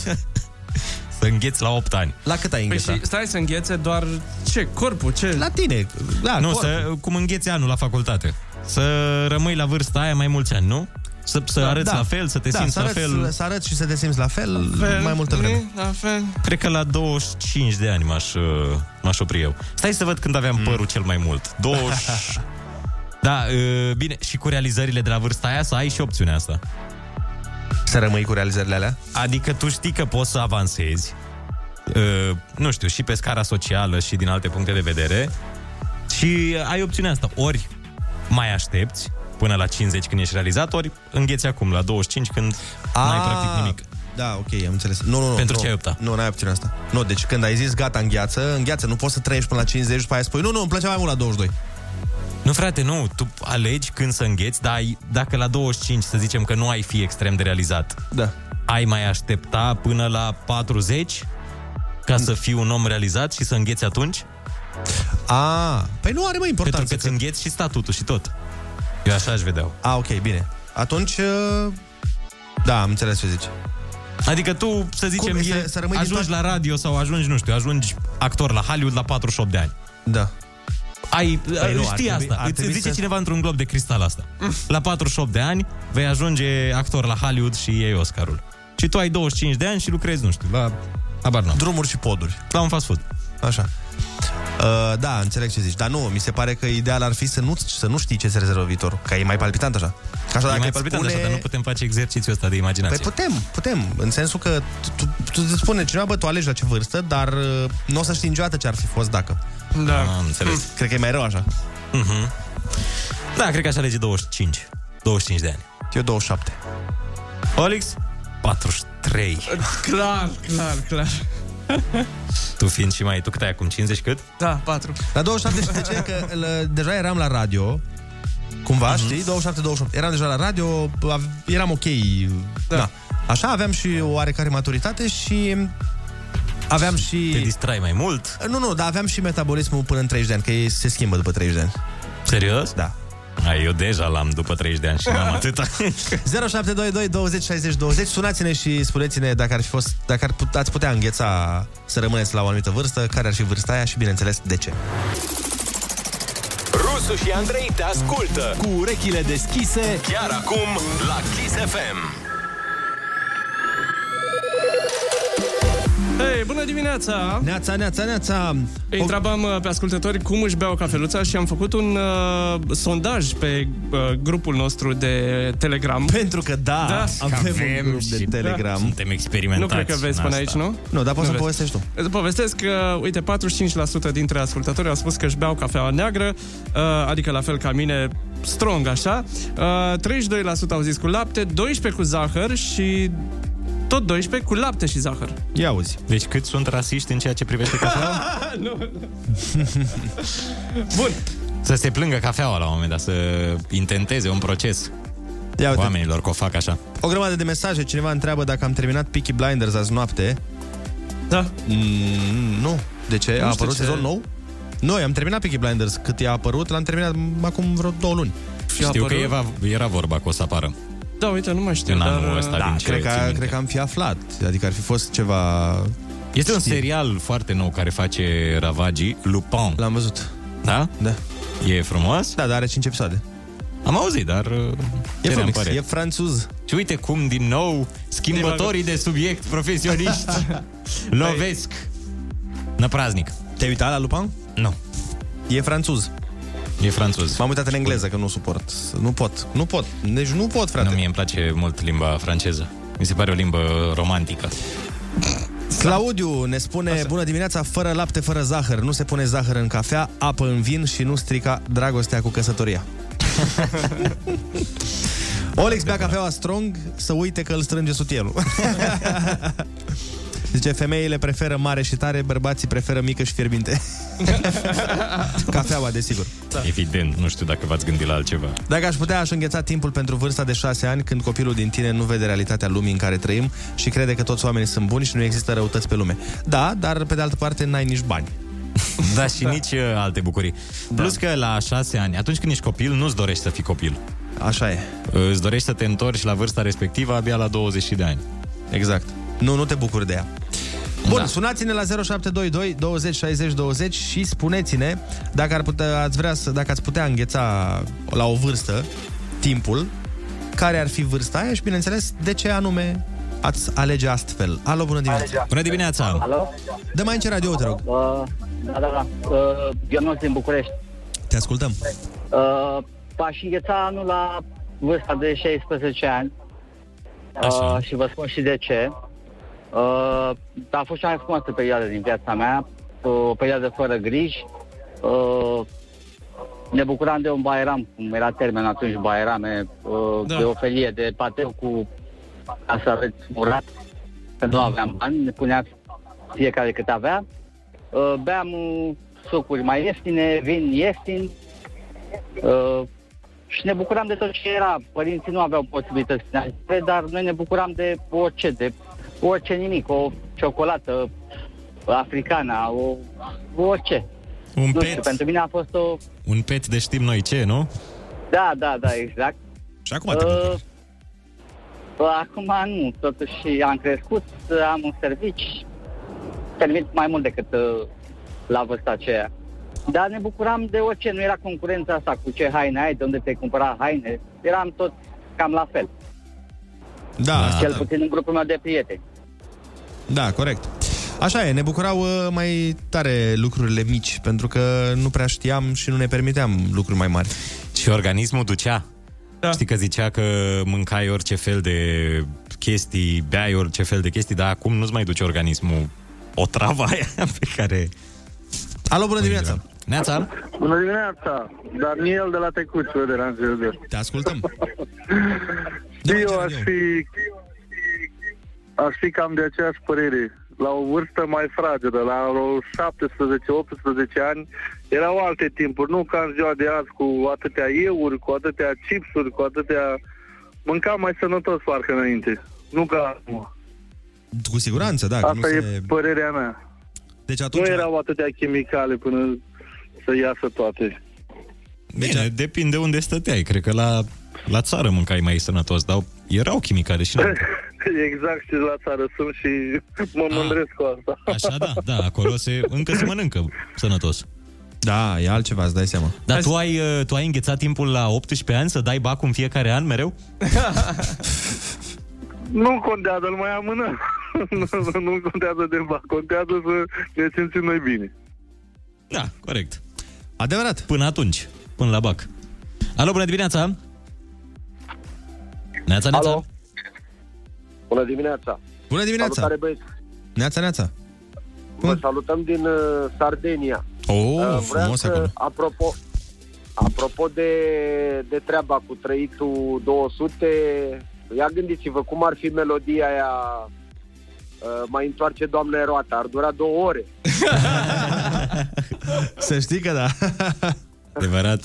S9: Să îngheți la 8 ani.
S8: La cât ai
S13: Păi
S8: înghețat?
S13: și stai să înghețe doar ce? Corpul? Ce?
S8: La tine. Da,
S9: nu,
S13: corpul.
S9: să, cum îngheți anul la facultate. Să rămâi la vârsta aia mai mulți ani, nu? *laughs* Să, să arăți la fel, să te
S8: da,
S9: simți
S8: să
S9: la
S8: arăți,
S9: fel.
S8: Să arăți și să te simți la fel,
S9: La fel,
S8: mai multă vreme.
S13: La fel.
S9: Cred că la 25 de ani m-aș, uh, m-aș opri eu. Stai să văd când aveam mm. părul cel mai mult. 20... da, uh, bine, și cu realizările de la vârsta aia să ai și opțiunea asta.
S8: Să rămâi cu realizările alea?
S9: Adică tu știi că poți să avansezi, uh, nu știu, și pe scara socială și din alte puncte de vedere și ai opțiunea asta. Ori mai aștepți până la 50 când ești realizat, ori îngheți acum la 25 când n-ai practic nimic.
S8: Ah. Da, ok, am înțeles. Nu, nu, nu.
S9: Pentru
S8: nu,
S9: ce ai optat?
S8: Nu, n-ai opțiunea asta. Nu, deci când ai zis gata, îngheață, îngheață, nu poți să trăiești până la 50 după aia spui, nu, nu, îmi plăcea mai mult la 22.
S9: Nu, frate, nu. Tu alegi când să îngheți, dar ai- dacă la 25, să zicem că nu ai fi extrem de realizat,
S8: da.
S9: ai mai aștepta până la 40 Ca să fii un om realizat și să îngheți atunci?
S8: A, păi nu are mai importanță.
S9: Pentru că îți îngheți și statutul și tot. Eu așa aș vedea.
S8: A, Ah, ok, bine. Atunci, uh, da, am înțeles ce zici.
S9: Adică tu, să zicem,
S8: Cum e să-
S9: e,
S8: să rămâi din
S9: ajungi la radio sau ajungi, nu știu, ajungi actor la Hollywood la 48 de ani.
S8: Da.
S9: Ai,
S8: Păi nu, ar
S9: știi
S8: trebui-
S9: asta.
S8: ar
S9: Îți
S8: trebui
S9: zice
S8: să-
S9: cineva într-un glob de cristal asta. La 48 de ani vei ajunge actor la Hollywood și iei Oscarul. Și tu ai 25 de ani și lucrezi, nu știu, la... Abar n-am.
S8: Drumuri și poduri.
S9: La un fast food.
S8: Așa. Uh, da, înțeleg ce zici, dar nu, mi se pare că ideal ar fi să nu, să nu știi ce se rezervă viitorul, că e mai palpitant așa. Ca
S9: Așa,
S8: așa
S9: e
S8: dacă
S9: mai
S8: îți
S9: palpitant
S8: spune...
S9: așa, dar nu putem face exercițiul ăsta de imaginație.
S8: Păi putem, putem, în sensul că tu, tu, tu îți spune cineva, bă, tu alegi la ce vârstă, dar uh, nu o să știi niciodată ce ar fi fost dacă.
S13: Da.
S9: Am înțeles.
S8: Cred că e mai rău așa.
S9: Mhm. Da, cred că aș alege 25. 25 de ani.
S8: Eu 27.
S9: Olix? 43.
S13: Clar, clar, clar.
S9: Tu fiind și mai... Tu cât ai acum? 50 cât?
S13: Da, 4.
S8: La 27 știi de ce? Că uh, l- deja eram la radio, cumva, știi? 27-28. Eram deja la radio, av- eram ok. Da. da. Așa, aveam și o oarecare maturitate și aveam și... Te
S9: distrai mai mult?
S8: Nu, nu, dar aveam și metabolismul până în 30 de ani, că ei se schimbă după 30 de ani.
S9: Serios?
S8: Da.
S9: A, eu deja l-am după 30 de ani și n-am atâta.
S8: 0722 20 60 20 Sunați-ne și spuneți-ne dacă ar fi fost Dacă ar put, ați putea îngheța să rămâneți la o anumită vârstă Care ar fi vârsta aia și bineînțeles de ce
S1: *laughs* Rusu și Andrei te ascultă cu urechile deschise chiar acum la Kiss FM.
S13: Hei, bună dimineața!
S8: Neața, neața, neața!
S13: Îi întrebam uh, pe ascultători cum își beau cafeluța și am făcut un uh, sondaj pe uh, grupul nostru de Telegram.
S8: Pentru că da, avem un grup de Telegram.
S9: da. Suntem experimentați
S13: Nu cred că vezi
S9: în
S13: până aici,
S9: asta.
S13: nu?
S8: Nu, dar poți să
S13: vezi.
S8: povestești tu.
S13: Îți povestesc că, uite, 45% dintre ascultători au spus că își beau cafeaua neagră, uh, adică la fel ca mine, strong, așa. Uh, 32% au zis cu lapte, 12 cu zahăr și tot 12 cu lapte și zahăr.
S8: *laughs* Ia auzi.
S9: Deci cât sunt rasiști în ceea ce privește
S8: *laughs*
S9: cafeaua?
S13: *laughs* nu, nu.
S9: Bun. Să se plângă cafeaua la un moment dat, să intenteze un proces.
S8: Ia uite.
S9: Oamenilor că o fac așa.
S8: O grămadă de mesaje, cineva întreabă dacă am terminat Peaky Blinders azi noapte
S13: Da
S8: mm, Nu, de ce?
S9: știu
S8: a apărut
S9: ce-
S8: sezon nou? Noi am terminat Peaky Blinders Cât i-a apărut, l-am terminat m- acum vreo două luni
S9: Știu că era, era vorba că o să apară.
S13: Da, uite, nu mai știu,
S9: În
S13: dar...
S9: anul ăsta,
S13: da,
S9: din ce
S8: cred
S9: țin
S8: că,
S9: minte.
S8: cred că am fi aflat Adică ar fi fost ceva
S9: Este un serial foarte nou care face ravagii, Lupin.
S8: L-am văzut.
S9: Da?
S8: Da.
S9: E frumos?
S8: Da, dar are 5 episoade.
S9: Am auzit, dar... uh,
S8: E frumos, e franțuz.
S9: Și uite cum, din nou, schimbătorii de subiect
S8: *laughs*
S9: profesioniști lovesc. Năpraznic.
S8: Te-ai uitat la Lupin?
S9: Nu.
S8: E franțuz.
S9: E franțuz.
S8: M-am uitat în engleză, că nu suport. Nu pot, nu pot. Deci nu pot, frate.
S9: Nu, mie îmi place mult limba franceză. Mi se pare o limbă romantică.
S8: Claudiu ne spune, bună dimineața, fără lapte, fără zahăr. Nu se pune zahăr în cafea, apă în vin și nu strica dragostea cu
S9: *laughs*
S8: căsătoria. Olex bea cafeaua strong să uite că îl strânge
S9: *laughs*
S8: sutielul. Zice, femeile preferă mare și tare, bărbații preferă mică și
S9: *laughs*
S8: fierbinte. Cafeaua, desigur.
S9: Da. Evident, nu știu dacă v-ați gândit la altceva.
S8: Dacă aș putea, aș îngheța timpul pentru vârsta de șase ani când copilul din tine nu vede realitatea lumii în care trăim și crede că toți oamenii sunt buni și nu există răutăți pe lume. Da, dar pe de altă parte n-ai nici bani.
S9: Da, și nici uh, alte bucurii.
S8: Da.
S9: Plus că la șase ani, atunci când ești copil, nu-ți dorești să fii copil. Uh,
S8: Așa e.
S9: Îți dorești să te întorci la vârsta respectivă abia la 20 de ani.
S8: Exact. Nu, nu te bucuri de ea. Bun, da. sunați-ne la 0722 20 60 20 și spuneți-ne dacă, ar putea, ați vrea să, dacă ați putea îngheța la o vârstă timpul, care ar fi vârsta aia și, bineînțeles, de ce anume ați alege astfel. Alo, bună dimineața!
S9: Bună dimineața!
S22: Alo?
S8: Dă mai încet radio, te rog.
S22: Uh, da, da, da. Uh, Gheorghe din București.
S8: Te ascultăm.
S22: Uh, aș îngheța anul la vârsta de 16 ani. Uh, și vă spun și de ce. Uh, a fost cea mai frumoasă perioadă din viața mea, uh, o perioadă fără griji. Uh, ne bucuram de un baieram, cum era termen atunci, baierame, uh,
S23: Da.
S22: da. de o felie de pateu cu ca să aveți murat, că nu aveam bani, ne punea fiecare cât avea. Uh, beam uh, sucuri mai ieftine, vin ieftin, Uh, și ne bucuram de tot ce era. Părinții nu aveau posibilități financiare, dar noi ne bucuram de orice, de orice nimic, o ciocolată, africana, o, orice.
S9: Un
S22: nu știu,
S9: pet.
S22: pentru mine a fost o...
S9: Un pet de știm noi ce, nu?
S22: Da, da, da, exact.
S9: Și acum te bucuri.
S22: Uh, acum nu, totuși am crescut, am un servici, permit mai mult decât uh, la vârsta aceea. Dar ne bucuram de orice, nu era concurența asta cu ce haine ai, de unde te cumpăra haine, eram tot cam la fel.
S9: Ah,
S8: Da,
S22: Cel
S8: da,
S22: puțin în grupul meu de prieteni.
S8: da, corect. Așa e, ne bucurau uh, mai tare lucrurile mici, pentru că nu prea știam și nu ne permiteam lucruri mai mari.
S9: Și organismul ducea. Da. Știi că zicea că mâncai orice fel de chestii, beai orice fel de chestii, dar acum nu-ți mai duce organismul o travă aia *laughs* pe care...
S8: Alo, bună dimineața!
S9: Neața!
S24: Bună dimineața! Daniel de la Tecuci, vă deranjez eu.
S8: Te
S24: *laughs*
S8: ascultăm!
S24: eu aș fi... Aș fi cam de aceeași părere. La o vârstă mai fragedă, la vreo 17-18 ani, erau alte timpuri. Nu ca în ziua de azi, cu atâtea euri, cu atâtea chipsuri, cu atâtea... Mâncam mai sănătos parcă înainte. Nu ca acum.
S8: Cu siguranță, da. că
S24: Asta
S8: nu
S24: e
S8: se...
S24: părerea mea.
S8: Deci atunci...
S24: Nu erau atâtea chimicale până să iasă toate.
S9: Bine, Deci, depinde unde stăteai. Cred că la, la țară mâncai mai sănătos, dar erau chimicale și noi.
S24: *laughs* Exact, și la țară sunt și mă mândresc cu asta.
S9: Ah, Așa da, da, acolo se, încă se mănâncă sănătos.
S8: Da, e altceva, îți dai seama.
S9: Dar tu ai, uh, tu ai înghețat timpul la 18 ani să dai bacul în fiecare an mereu?
S24: *laughs* Nu contează, îl mai amânăm. *laughs* nu, nu contează de bani, contează să ne simțim noi bine.
S9: Da, corect.
S8: Adevărat.
S9: Până atunci, până la bac. Alo, bună dimineața! Neața, neața! Alo.
S18: Bună dimineața!
S8: Bună dimineața!
S18: Salutare, băieți!
S8: Neața, neața!
S18: Vă salutăm din uh, Sardenia.
S8: Hm? Oh,
S18: Uh, vreau
S8: frumos
S18: să,
S8: acolo.
S18: Apropo, apropo de, de treaba cu trăitul 200, ia gândiți-vă cum ar fi melodia aia uh, mai întoarce Doamne roata, ar dura două
S8: *laughs*
S18: ore.
S8: Să știi că da.
S9: Adevărat.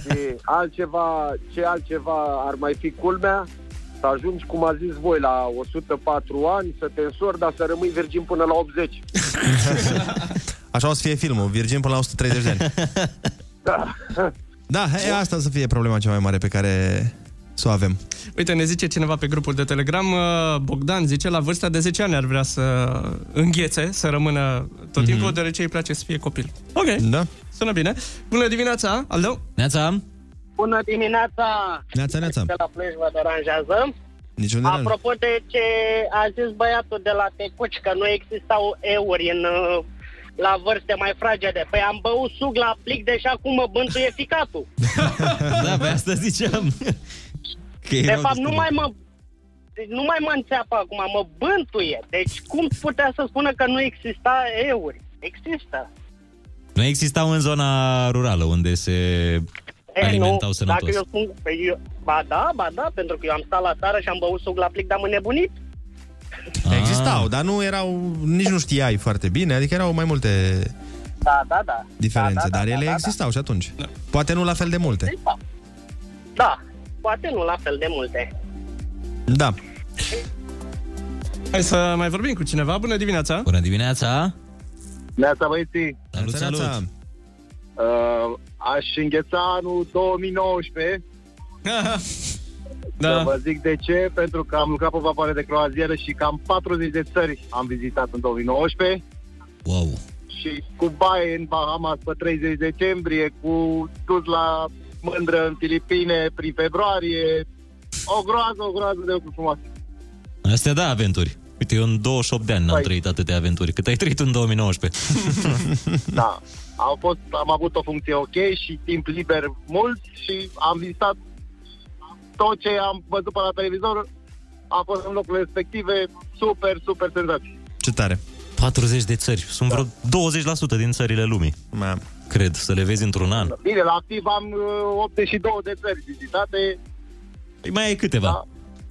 S18: Și altceva, ce altceva ar mai fi culmea? Să ajungi, cum a zis voi, la 104 ani, să te însori, dar să rămâi virgin până la
S8: *laughs*
S18: 80.
S8: Așa o să fie filmul, Virgin până la 130 de ani. Da, e asta să fie problema cea mai mare pe care să o avem.
S13: Uite, ne zice cineva pe grupul de Telegram, uh, Bogdan zice, la vârsta de 10 ani ar vrea să înghețe, să rămână tot timpul, mm-hmm. deoarece îi place să fie copil. Ok,
S8: Mhm. da.
S13: sună bine. Bună dimineața, alo!
S9: Neața!
S25: Bună dimineața!
S8: Neața, neața!
S13: Da.
S25: Pe la Plej vă deranjează.
S8: Niciun deranj.
S25: Apropo de ce a zis băiatul de la Tecuci, că nu existau euri în, uh, la vârste mai fragede. Păi am băut suc la plic, deși acum mă bântuie
S9: *laughs*
S25: ficatul.
S9: *laughs* da, pe asta ziceam. *laughs* Că
S25: de
S9: erau
S25: fapt,
S9: destul
S25: nu mai mă deci nu mai mă înțeapă acum, mă bântuie. Deci cum putea să spună că nu exista euri? Există.
S9: Nu existau în zona rurală unde se
S24: Eh,
S25: E,
S9: alimentau
S25: nu,
S9: sănătos.
S25: dacă eu spun, pe eu, ba da, ba da, pentru că eu am stat la țară și am băut suc la plic, dar am înnebunit.
S26: Ah.
S8: Existau, dar nu erau, nici nu știai foarte bine, adică erau mai multe
S25: Da, da, da. Păi,
S8: diferențe, dar ele existau și atunci.
S26: Da.
S8: Poate nu la fel de multe.
S25: Da, poate nu la fel de multe.
S8: Da.
S13: Hai să mai vorbim cu cineva. Bună dimineața!
S9: Bună dimineața!
S24: Neața, băieții!
S9: Salut, salut! salut.
S24: Uh, aș îngheța anul
S9: *laughs*
S24: 2019.
S13: da.
S24: Să vă zic de ce, pentru că am lucrat pe vapoare de croazieră și cam 40 de țări am vizitat în 2019.
S9: Wow!
S24: Și cu baie în Bahamas pe 30 decembrie, cu dus la mândră în Filipine prin februarie. O groază, o groază de lucruri frumoase.
S9: Astea da, aventuri. Uite, eu în 28 de ani
S24: Păi.
S9: n-am trăit atâtea aventuri, cât ai trăit în 2019.
S24: Da. Am, fost, am avut o funcție ok și timp liber mult și am vizitat tot ce am văzut pe la televizor a fost în locurile respective super, super senzații.
S8: *laughs* Ce tare!
S9: 40 de țări. Sunt
S24: Da.
S9: vreo 20% din țările lumii.
S8: Ma.
S9: Cred, să le vezi într-un an.
S24: Bine, la activ am uh, 82 de țări vizitate.
S9: Păi mai ai câteva. Da.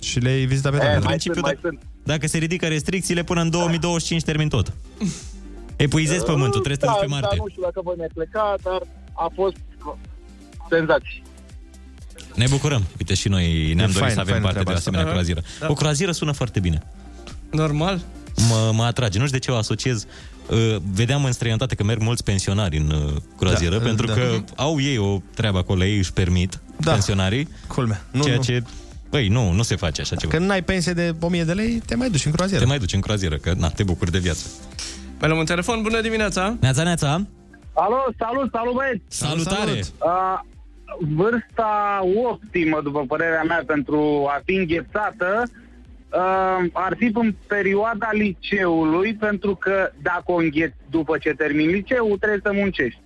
S8: Și le-ai vizitat pe
S24: toate. Eh, mai
S9: principiu,
S24: sunt, Da. mai
S9: dacă, dacă se ridică restricțiile, până în 2025 termin tot. Epuizezi pământul, trebuie să te
S24: Eh,
S9: duci pe
S24: Uh, Da,
S9: Marte.
S24: Dar nu știu dacă voi mai pleca, dar a fost senzații.
S9: Ne bucurăm. Uite, și noi ne-am dorit
S13: fain,
S9: să avem
S13: faină
S9: parte de
S13: treaba
S9: o
S8: Da.
S13: asta.
S9: asemenea
S13: Aha.
S9: croazieră.
S13: Da.
S9: O croazieră sună foarte bine.
S13: Normal.
S26: mă, mă atrage. Nu știu de ce o asociez. Uh, Vedeam în străinătate că merg mulți pensionari în uh, croazieră,
S8: Da,
S26: da, pentru
S8: da.
S26: da. că au ei o treabă acolo, ei își permit da. pensionarii.
S8: Culmea.
S26: Nu,
S8: Nu,
S26: ceea
S8: nu.
S26: nu. ce... Băi, nu, nu se face așa ceva.
S8: Când n-ai pensie de 1000 de lei, te mai duci în croazieră.
S26: Te mai duci în croazieră, că na, te bucuri de viață.
S13: Mai Păi luăm un telefon, bună dimineața!
S26: Neața, neața!
S17: Alo, salut, salut băieți!
S26: Salutare! Salut.
S17: A, vârsta optimă, după părerea mea, pentru a fi înghețată uh, ar fi în perioada liceului, pentru că dacă o îngheți după ce termini liceul, trebuie să muncești.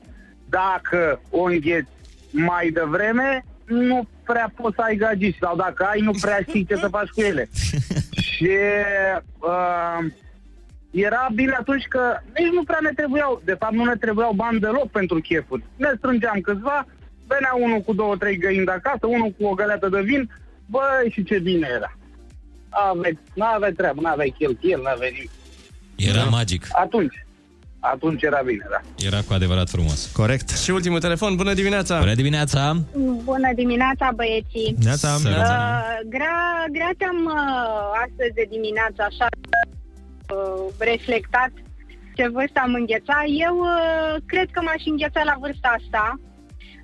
S17: Dacă o îngheți mai devreme, nu prea poți să ai gagici, sau dacă ai, nu prea știi ce să faci cu ele. Și uh, era bine atunci că nici nu prea ne trebuiau, de fapt nu ne trebuiau bani deloc pentru chefuri. Ne strângeam câțiva, venea unul cu două, trei găini de acasă, unul cu o găleată de vin, băi, și ce bine era. Aveți, n-aveai treabă, n-aveai cheltuieli, n-aveai nimic.
S26: Era da. magic.
S17: Atunci, atunci era bine, da.
S26: Era cu adevărat frumos.
S8: Corect.
S13: Și ultimul telefon, bună dimineața!
S26: Bună dimineața!
S21: Bună dimineața, băieții!
S8: Neața.
S21: Uh, grea, grea te-am uh, astăzi de dimineață, așa, uh, reflectat ce vârstă am înghețat. Eu uh, cred că m-aș îngheța la vârsta asta.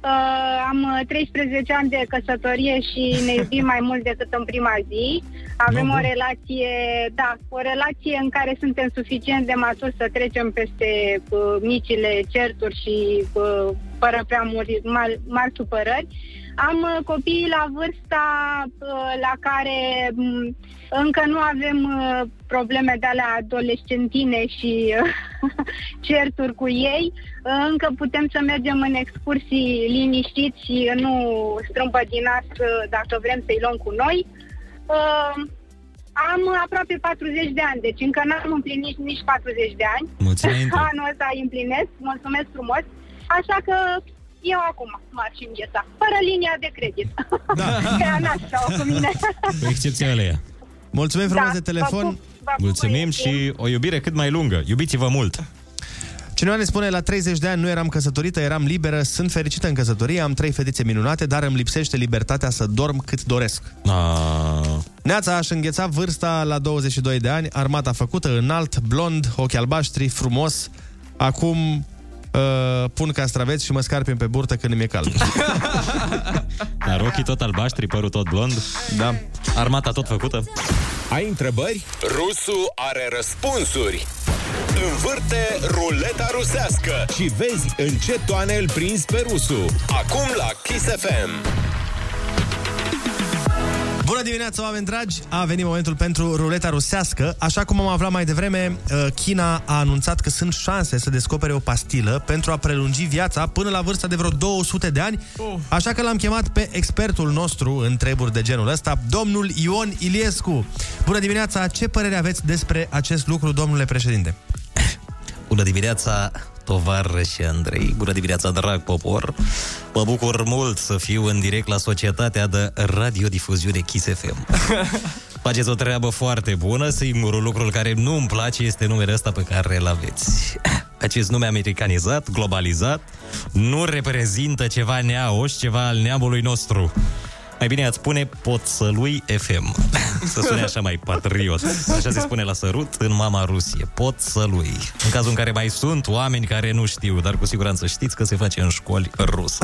S21: Uh, am uh, 13 ani de căsătorie și ne iubim mai mult decât în prima zi. Avem
S27: No,
S21: o
S27: bun.
S21: relație, da, o relație în care suntem suficient de maturi să trecem peste uh, micile certuri și uh, fără prea mari, mari, mari supărări. Am uh, copii la vârsta uh, la care m, încă nu avem uh, probleme de alea adolescentine și uh, *laughs* certuri cu ei. Uh, Încă putem să mergem în excursii liniștiți și nu strâmbă din nas uh, dacă vrem să-i luăm cu noi. Uh, Am aproape 40 de ani, deci încă n-am împlinit nici 40 de ani. *laughs*
S26: Mulțumim.
S21: Anul ăsta îi împlinesc, mulțumesc frumos. Așa că eu acum m-aș îngheța, fără linia de credit. *laughs* Da. Ea n-aș lua cu *laughs* mine.
S26: Cu excepția aleia.
S8: Mulțumim frumos
S21: Da,
S8: de telefon.
S21: vă pup, vă pup,
S26: Mulțumim și o iubire cât mai lungă. Iubiți-vă mult!
S8: Cineva ne spune, la 30 de ani nu eram căsătorită, eram liberă, sunt fericită în căsătorie, am trei fetițe minunate, dar îmi lipsește libertatea să dorm cât doresc.
S26: A...
S8: Neața aș îngheța vârsta la 22 de ani, armata făcută, înalt, blond, ochi albaștri, frumos. Acum uh, pun castraveți și mă scarpim pe burtă când îmi e cald.
S26: Dar ochii tot albaștri, părul tot blond.
S8: Da.
S26: Armata tot făcută.
S8: Ai întrebări?
S1: Rusu are răspunsuri. Învârte ruleta rusească și vezi în ce toane îl prinzi pe Rusu. Acum la Kiss FM.
S8: Bună dimineața, oameni dragi! A venit momentul pentru ruleta rusească. Așa cum am aflat mai devreme, uh, China a anunțat că sunt șanse să descopere o pastilă pentru a prelungi viața până la vârsta de vreo 200 de ani. Așa că l-am chemat pe expertul nostru în treburi de genul ăsta, domnul Ion Iliescu. Bună dimineața! Ce părere aveți despre acest lucru, domnule președinte?
S9: Bună dimineața, tovară și Andrei. Bună dimineața, drag popor. Mă bucur mult să fiu în direct la societatea de radiodifuziune Kiss FM. Faceți o treabă foarte bună. Singurul lucru care nu îmi place este numele ăsta pe care îl aveți. Acest nume americanizat, globalizat, nu reprezintă ceva neaoș, ceva al neamului nostru. Mai bine ați spune Poțălui FM. Să sune așa mai patriot. Așa se spune la sărut în mama Rusie. Poțălui. În cazul în care mai sunt oameni care nu știu, dar cu siguranță știți că se face în școli Da, rus.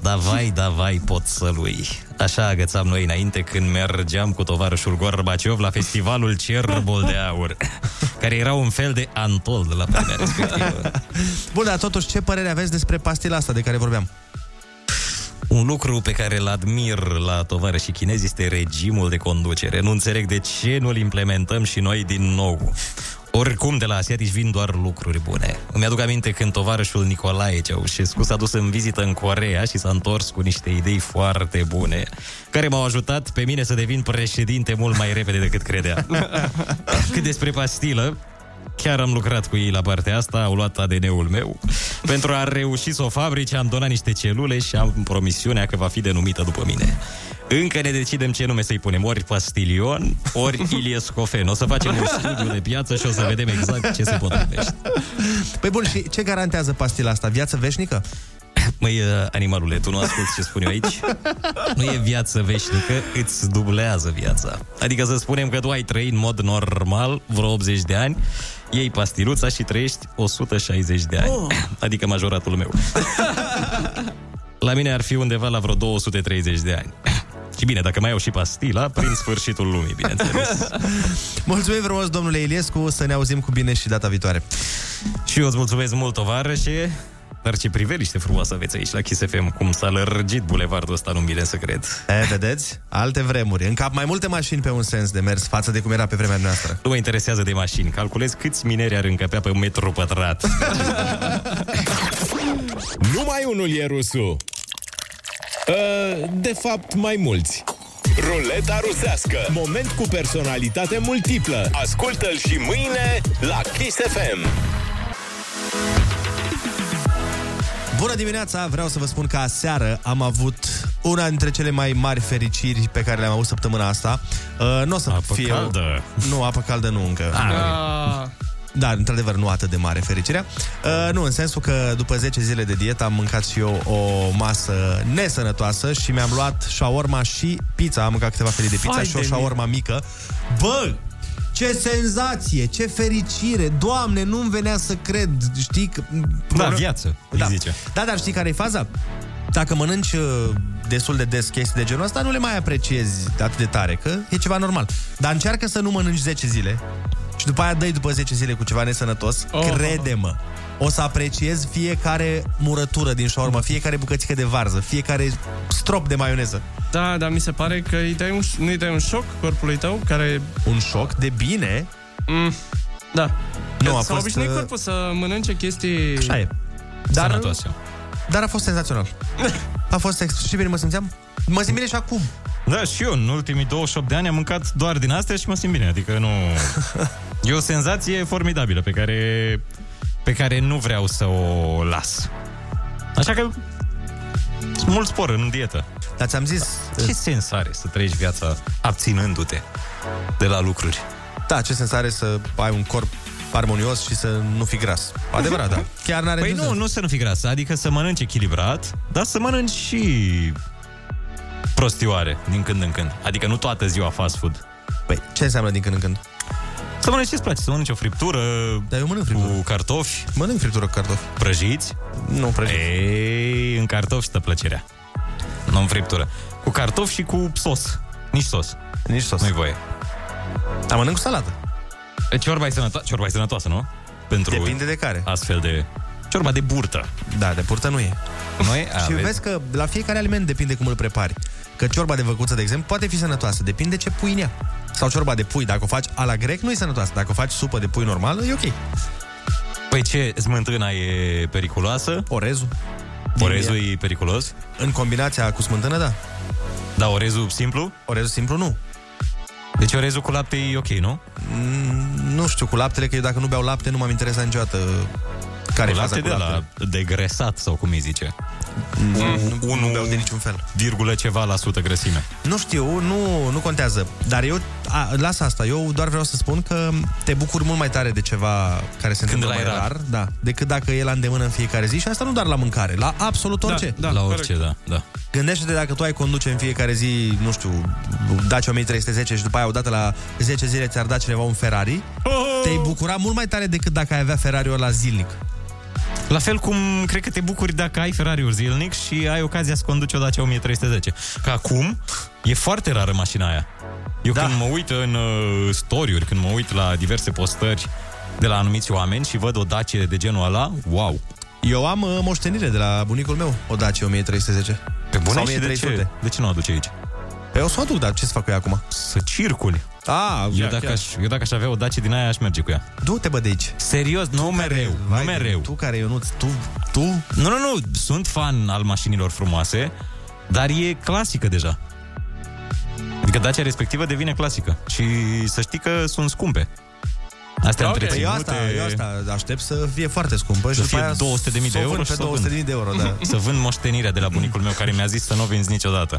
S9: Davai, davai, Poțălui. Așa agățam noi înainte când mergeam cu tovarășul Gorbaciov la festivalul Cerbul de Aur, care era un fel de antol de la vremea respectivă.
S8: Bun, dar totuși, ce părere aveți despre pastila asta de care vorbeam?
S9: Un lucru pe care îl admir la tovarășii chinezi este regimul de conducere. Nu înțeleg de ce nu-l implementăm și noi din nou. Oricum, de la asiatici vin doar lucruri bune. Îmi aduc aminte când tovarășul Nicolae Ceaușescu s-a dus în vizită în Corea și s-a întors cu niște idei foarte bune, care m-au ajutat pe mine să devin președinte mult mai repede decât credeam. *laughs* Cât despre pastilă, Chiar am lucrat cu ei la partea asta, au luat ADN-ul meu. Pentru a reuși să o fabrice, am donat niște celule și am promisiunea că va fi denumită după mine. Încă ne decidem ce nume să-i punem, ori pastilion, ori iliescofen. O să facem un studiu de piață și o să vedem exact ce se potrivește.
S8: Păi bun, și ce garantează pastila asta? Viață veșnică?
S7: Măi, uh, animalule, tu nu asculti ce spun eu aici? Nu e viață veșnică, îți dublează viața. Adică să spunem că tu ai trăit în mod normal vreo 80 de ani, iei pastiluța și trăiești 160 de ani. Oh. Adică majoratul meu. La mine ar fi undeva la vreo 230 de ani. Și bine, dacă mai iau și pastila, prin sfârșitul lumii, bineînțeles.
S8: Mulțumim frumos, domnule Iliescu, să ne auzim cu bine și data viitoare.
S7: Și eu îți mulțumesc mult, tovarășe. Dar ce priveliște frumoasă aveți aici la Kiss FM, cum s-a lărgit bulevardul ăsta, nu-mi vine să cred.
S8: E, vedeți? Alte vremuri. În cap mai multe mașini pe un sens de mers față de cum era pe vremea noastră.
S7: Nu mă interesează de mașini, calculez câți mineri ar încăpea pe un metru pătrat.
S9: *laughs*
S1: Numai unul e rusul. Uh, De fapt, mai mulți. Ruleta rusească. Moment cu personalitate multiplă. Ascultă-l și mâine la Kiss FM.
S8: Bună dimineața! Vreau să vă spun că aseară am avut una dintre cele mai mari fericiri pe care le-am avut săptămâna asta. Uh, nu o să
S7: Apă
S8: fie...
S7: caldă. Ah.
S8: Nu, apă caldă nu încă. Da, într-adevăr, nu atât de mare fericirea. Uh, nu, în sensul că după 10 zile de dietă am mâncat și eu o masă nesănătoasă și mi-am luat shawarma și pizza. Am mâncat câteva felii de pizza
S28: Fai
S8: și
S28: de
S8: o
S28: mine.
S8: shawarma mică. Bă! Ce senzație, ce fericire Doamne, nu-mi venea să cred Știi că...
S7: Da, viață,
S8: da.
S7: zice.
S8: Da, dar știi care e faza? Dacă mănânci uh, destul de des chestii de genul ăsta, nu le mai apreciezi atât de tare, că e ceva normal. Dar încearcă să nu mănânci 10 zile și după aia dai după 10 zile cu ceva nesănătos,
S28: Oh.
S8: oh. crede-mă, o să apreciezi fiecare murătură din șaurmă, fiecare bucățică de varză, fiecare strop de maioneză.
S13: Da, dar mi se pare că îi dai un, nu-i dai un șoc corpului tău care...
S8: Un șoc de bine?
S13: Mm, da.
S8: Nu, a
S13: S-a
S8: fost,
S13: obișnuit
S8: uh,
S13: corpul să mănânce chestii...
S8: Așa e. Dar, dar a fost
S13: *laughs*
S8: senzațional. A fost ex- și bine mă simțeam. Mă simt bine și acum.
S9: Da, și eu în ultimii 28 de ani am mâncat doar din astea și mă simt bine. Adică
S8: *laughs*
S9: nu... E o senzație formidabilă pe care, pe care nu vreau să o las. Așa că sunt mult spor în dietă.
S8: Dar ți-am zis...
S9: Ce sens are să trăiești viața abținându-te
S8: de la lucruri. Da, ce sens are să ai un corp armonios și să nu fi gras. Adevărat,
S9: *laughs*
S8: da. *laughs* Chiar n-are
S9: Păi
S8: niciun
S9: nu,
S8: sens.
S9: nu să nu fi gras, adică să mănânci echilibrat, dar să mănânci și prostioare din când în când. Adică nu toată ziua fast food.
S8: Păi, ce înseamnă din când în când?
S9: Să mănânci ce-ți place, să mănânci o friptură,
S8: dar eu mănânc friptură.
S9: cu cartofi.
S8: Mănânc friptură cu cartofi.
S9: Prăjiți?
S8: Nu prăjiți.
S9: Ei, în cartofi stă plăcerea. Nu în friptură. Cu cartofi și cu sos. Nici sos.
S8: Nici sos.
S9: Nu-i voie.
S8: Dar mănânc cu salată.
S9: Ciorba e, sănăto- ciorba e sănătoasă, nu? Pentru
S8: Depinde de care.
S9: Astfel de... Ciorba de burtă.
S8: Da, de burtă nu e.
S9: Noi
S8: Și
S9: aveți...
S8: vezi că la fiecare aliment depinde cum îl prepari. Că ciorba de văcuță, de exemplu, poate fi sănătoasă, depinde ce pui în ea. Sau ciorba de pui, dacă o faci a la grec, nu e sănătoasă. Dacă o faci supă de pui normală, e ok.
S9: Păi ce, smântâna e periculoasă?
S8: Orezul.
S9: Orezul e periculos?
S8: În combinația cu smântână, da.
S9: Da, orezul simplu?
S8: Orezul simplu nu.
S9: Deci orezul cu lapte e ok, nu?
S8: Mm, nu știu, cu laptele, că eu dacă nu beau lapte, nu m-am interesat niciodată care
S9: cu
S8: e faza
S9: lapte
S8: cu
S9: de la
S8: laptele.
S9: degresat sau cum îi zice.
S8: Mm, nu, nu beau de niciun fel.
S9: Virgulă ceva la sută grăsime.
S8: Nu știu, nu, nu contează. Dar eu, a, las asta, eu doar vreau să spun că te bucur mult mai tare de ceva care se întâmplă mai
S9: ăla e
S8: rar.
S9: rar.
S8: rar, da, decât dacă e la îndemână în fiecare zi și asta nu doar la mâncare, la absolut orice.
S9: la orice, da, da.
S8: Gândește-te dacă tu ai conduce în fiecare zi, nu știu, Dacia 1310 și după aia odată la 10 zile ți-ar da cineva un Ferrari, oh! te-ai bucura mult mai tare decât dacă ai avea Ferrari-ul la zilnic.
S9: La fel cum cred că te bucuri dacă ai Ferrari-uri zilnic și ai ocazia să conduci o Dacia 1310. Că acum e foarte rară mașina aia. Eu da. când mă uit în uh, story-uri, când mă uit la diverse postări de la anumiți oameni și văd o Dacia de genul ăla, wow!
S8: Eu am uh, moștenire de la bunicul meu, o Dacia 1310.
S9: Pe bune
S8: Sau
S9: și de ce, de ce nu o aduce aici?
S8: Păi o să o aduc, dar ce să fac eu acum?
S9: Să circuli.
S8: A,
S9: eu, dacă aș, eu dacă aș avea o Dacia din aia, aș merge cu ea.
S8: Da, Du-te, bă, de aici.
S9: Serios, nu mereu, nu mereu.
S8: Tu care, eu nu, tu, tu...
S9: Nu, nu, nu, sunt fan al mașinilor frumoase, dar e clasică deja. Adică Dacia respectivă devine clasică și să știi că sunt scumpe. Astea okay.
S8: Păi eu asta, eu asta aștept să fie foarte scumpă
S9: Să
S8: și Păi după
S9: fie
S8: aia
S9: 200 de mii de
S8: s-o
S9: euro
S8: vând
S9: și
S8: pe
S9: să o
S8: 200 de mii
S9: vând.
S8: de
S9: *laughs*
S8: euro, da.
S9: Să vând moștenirea de la bunicul meu care mi-a zis să nu o vinzi niciodată.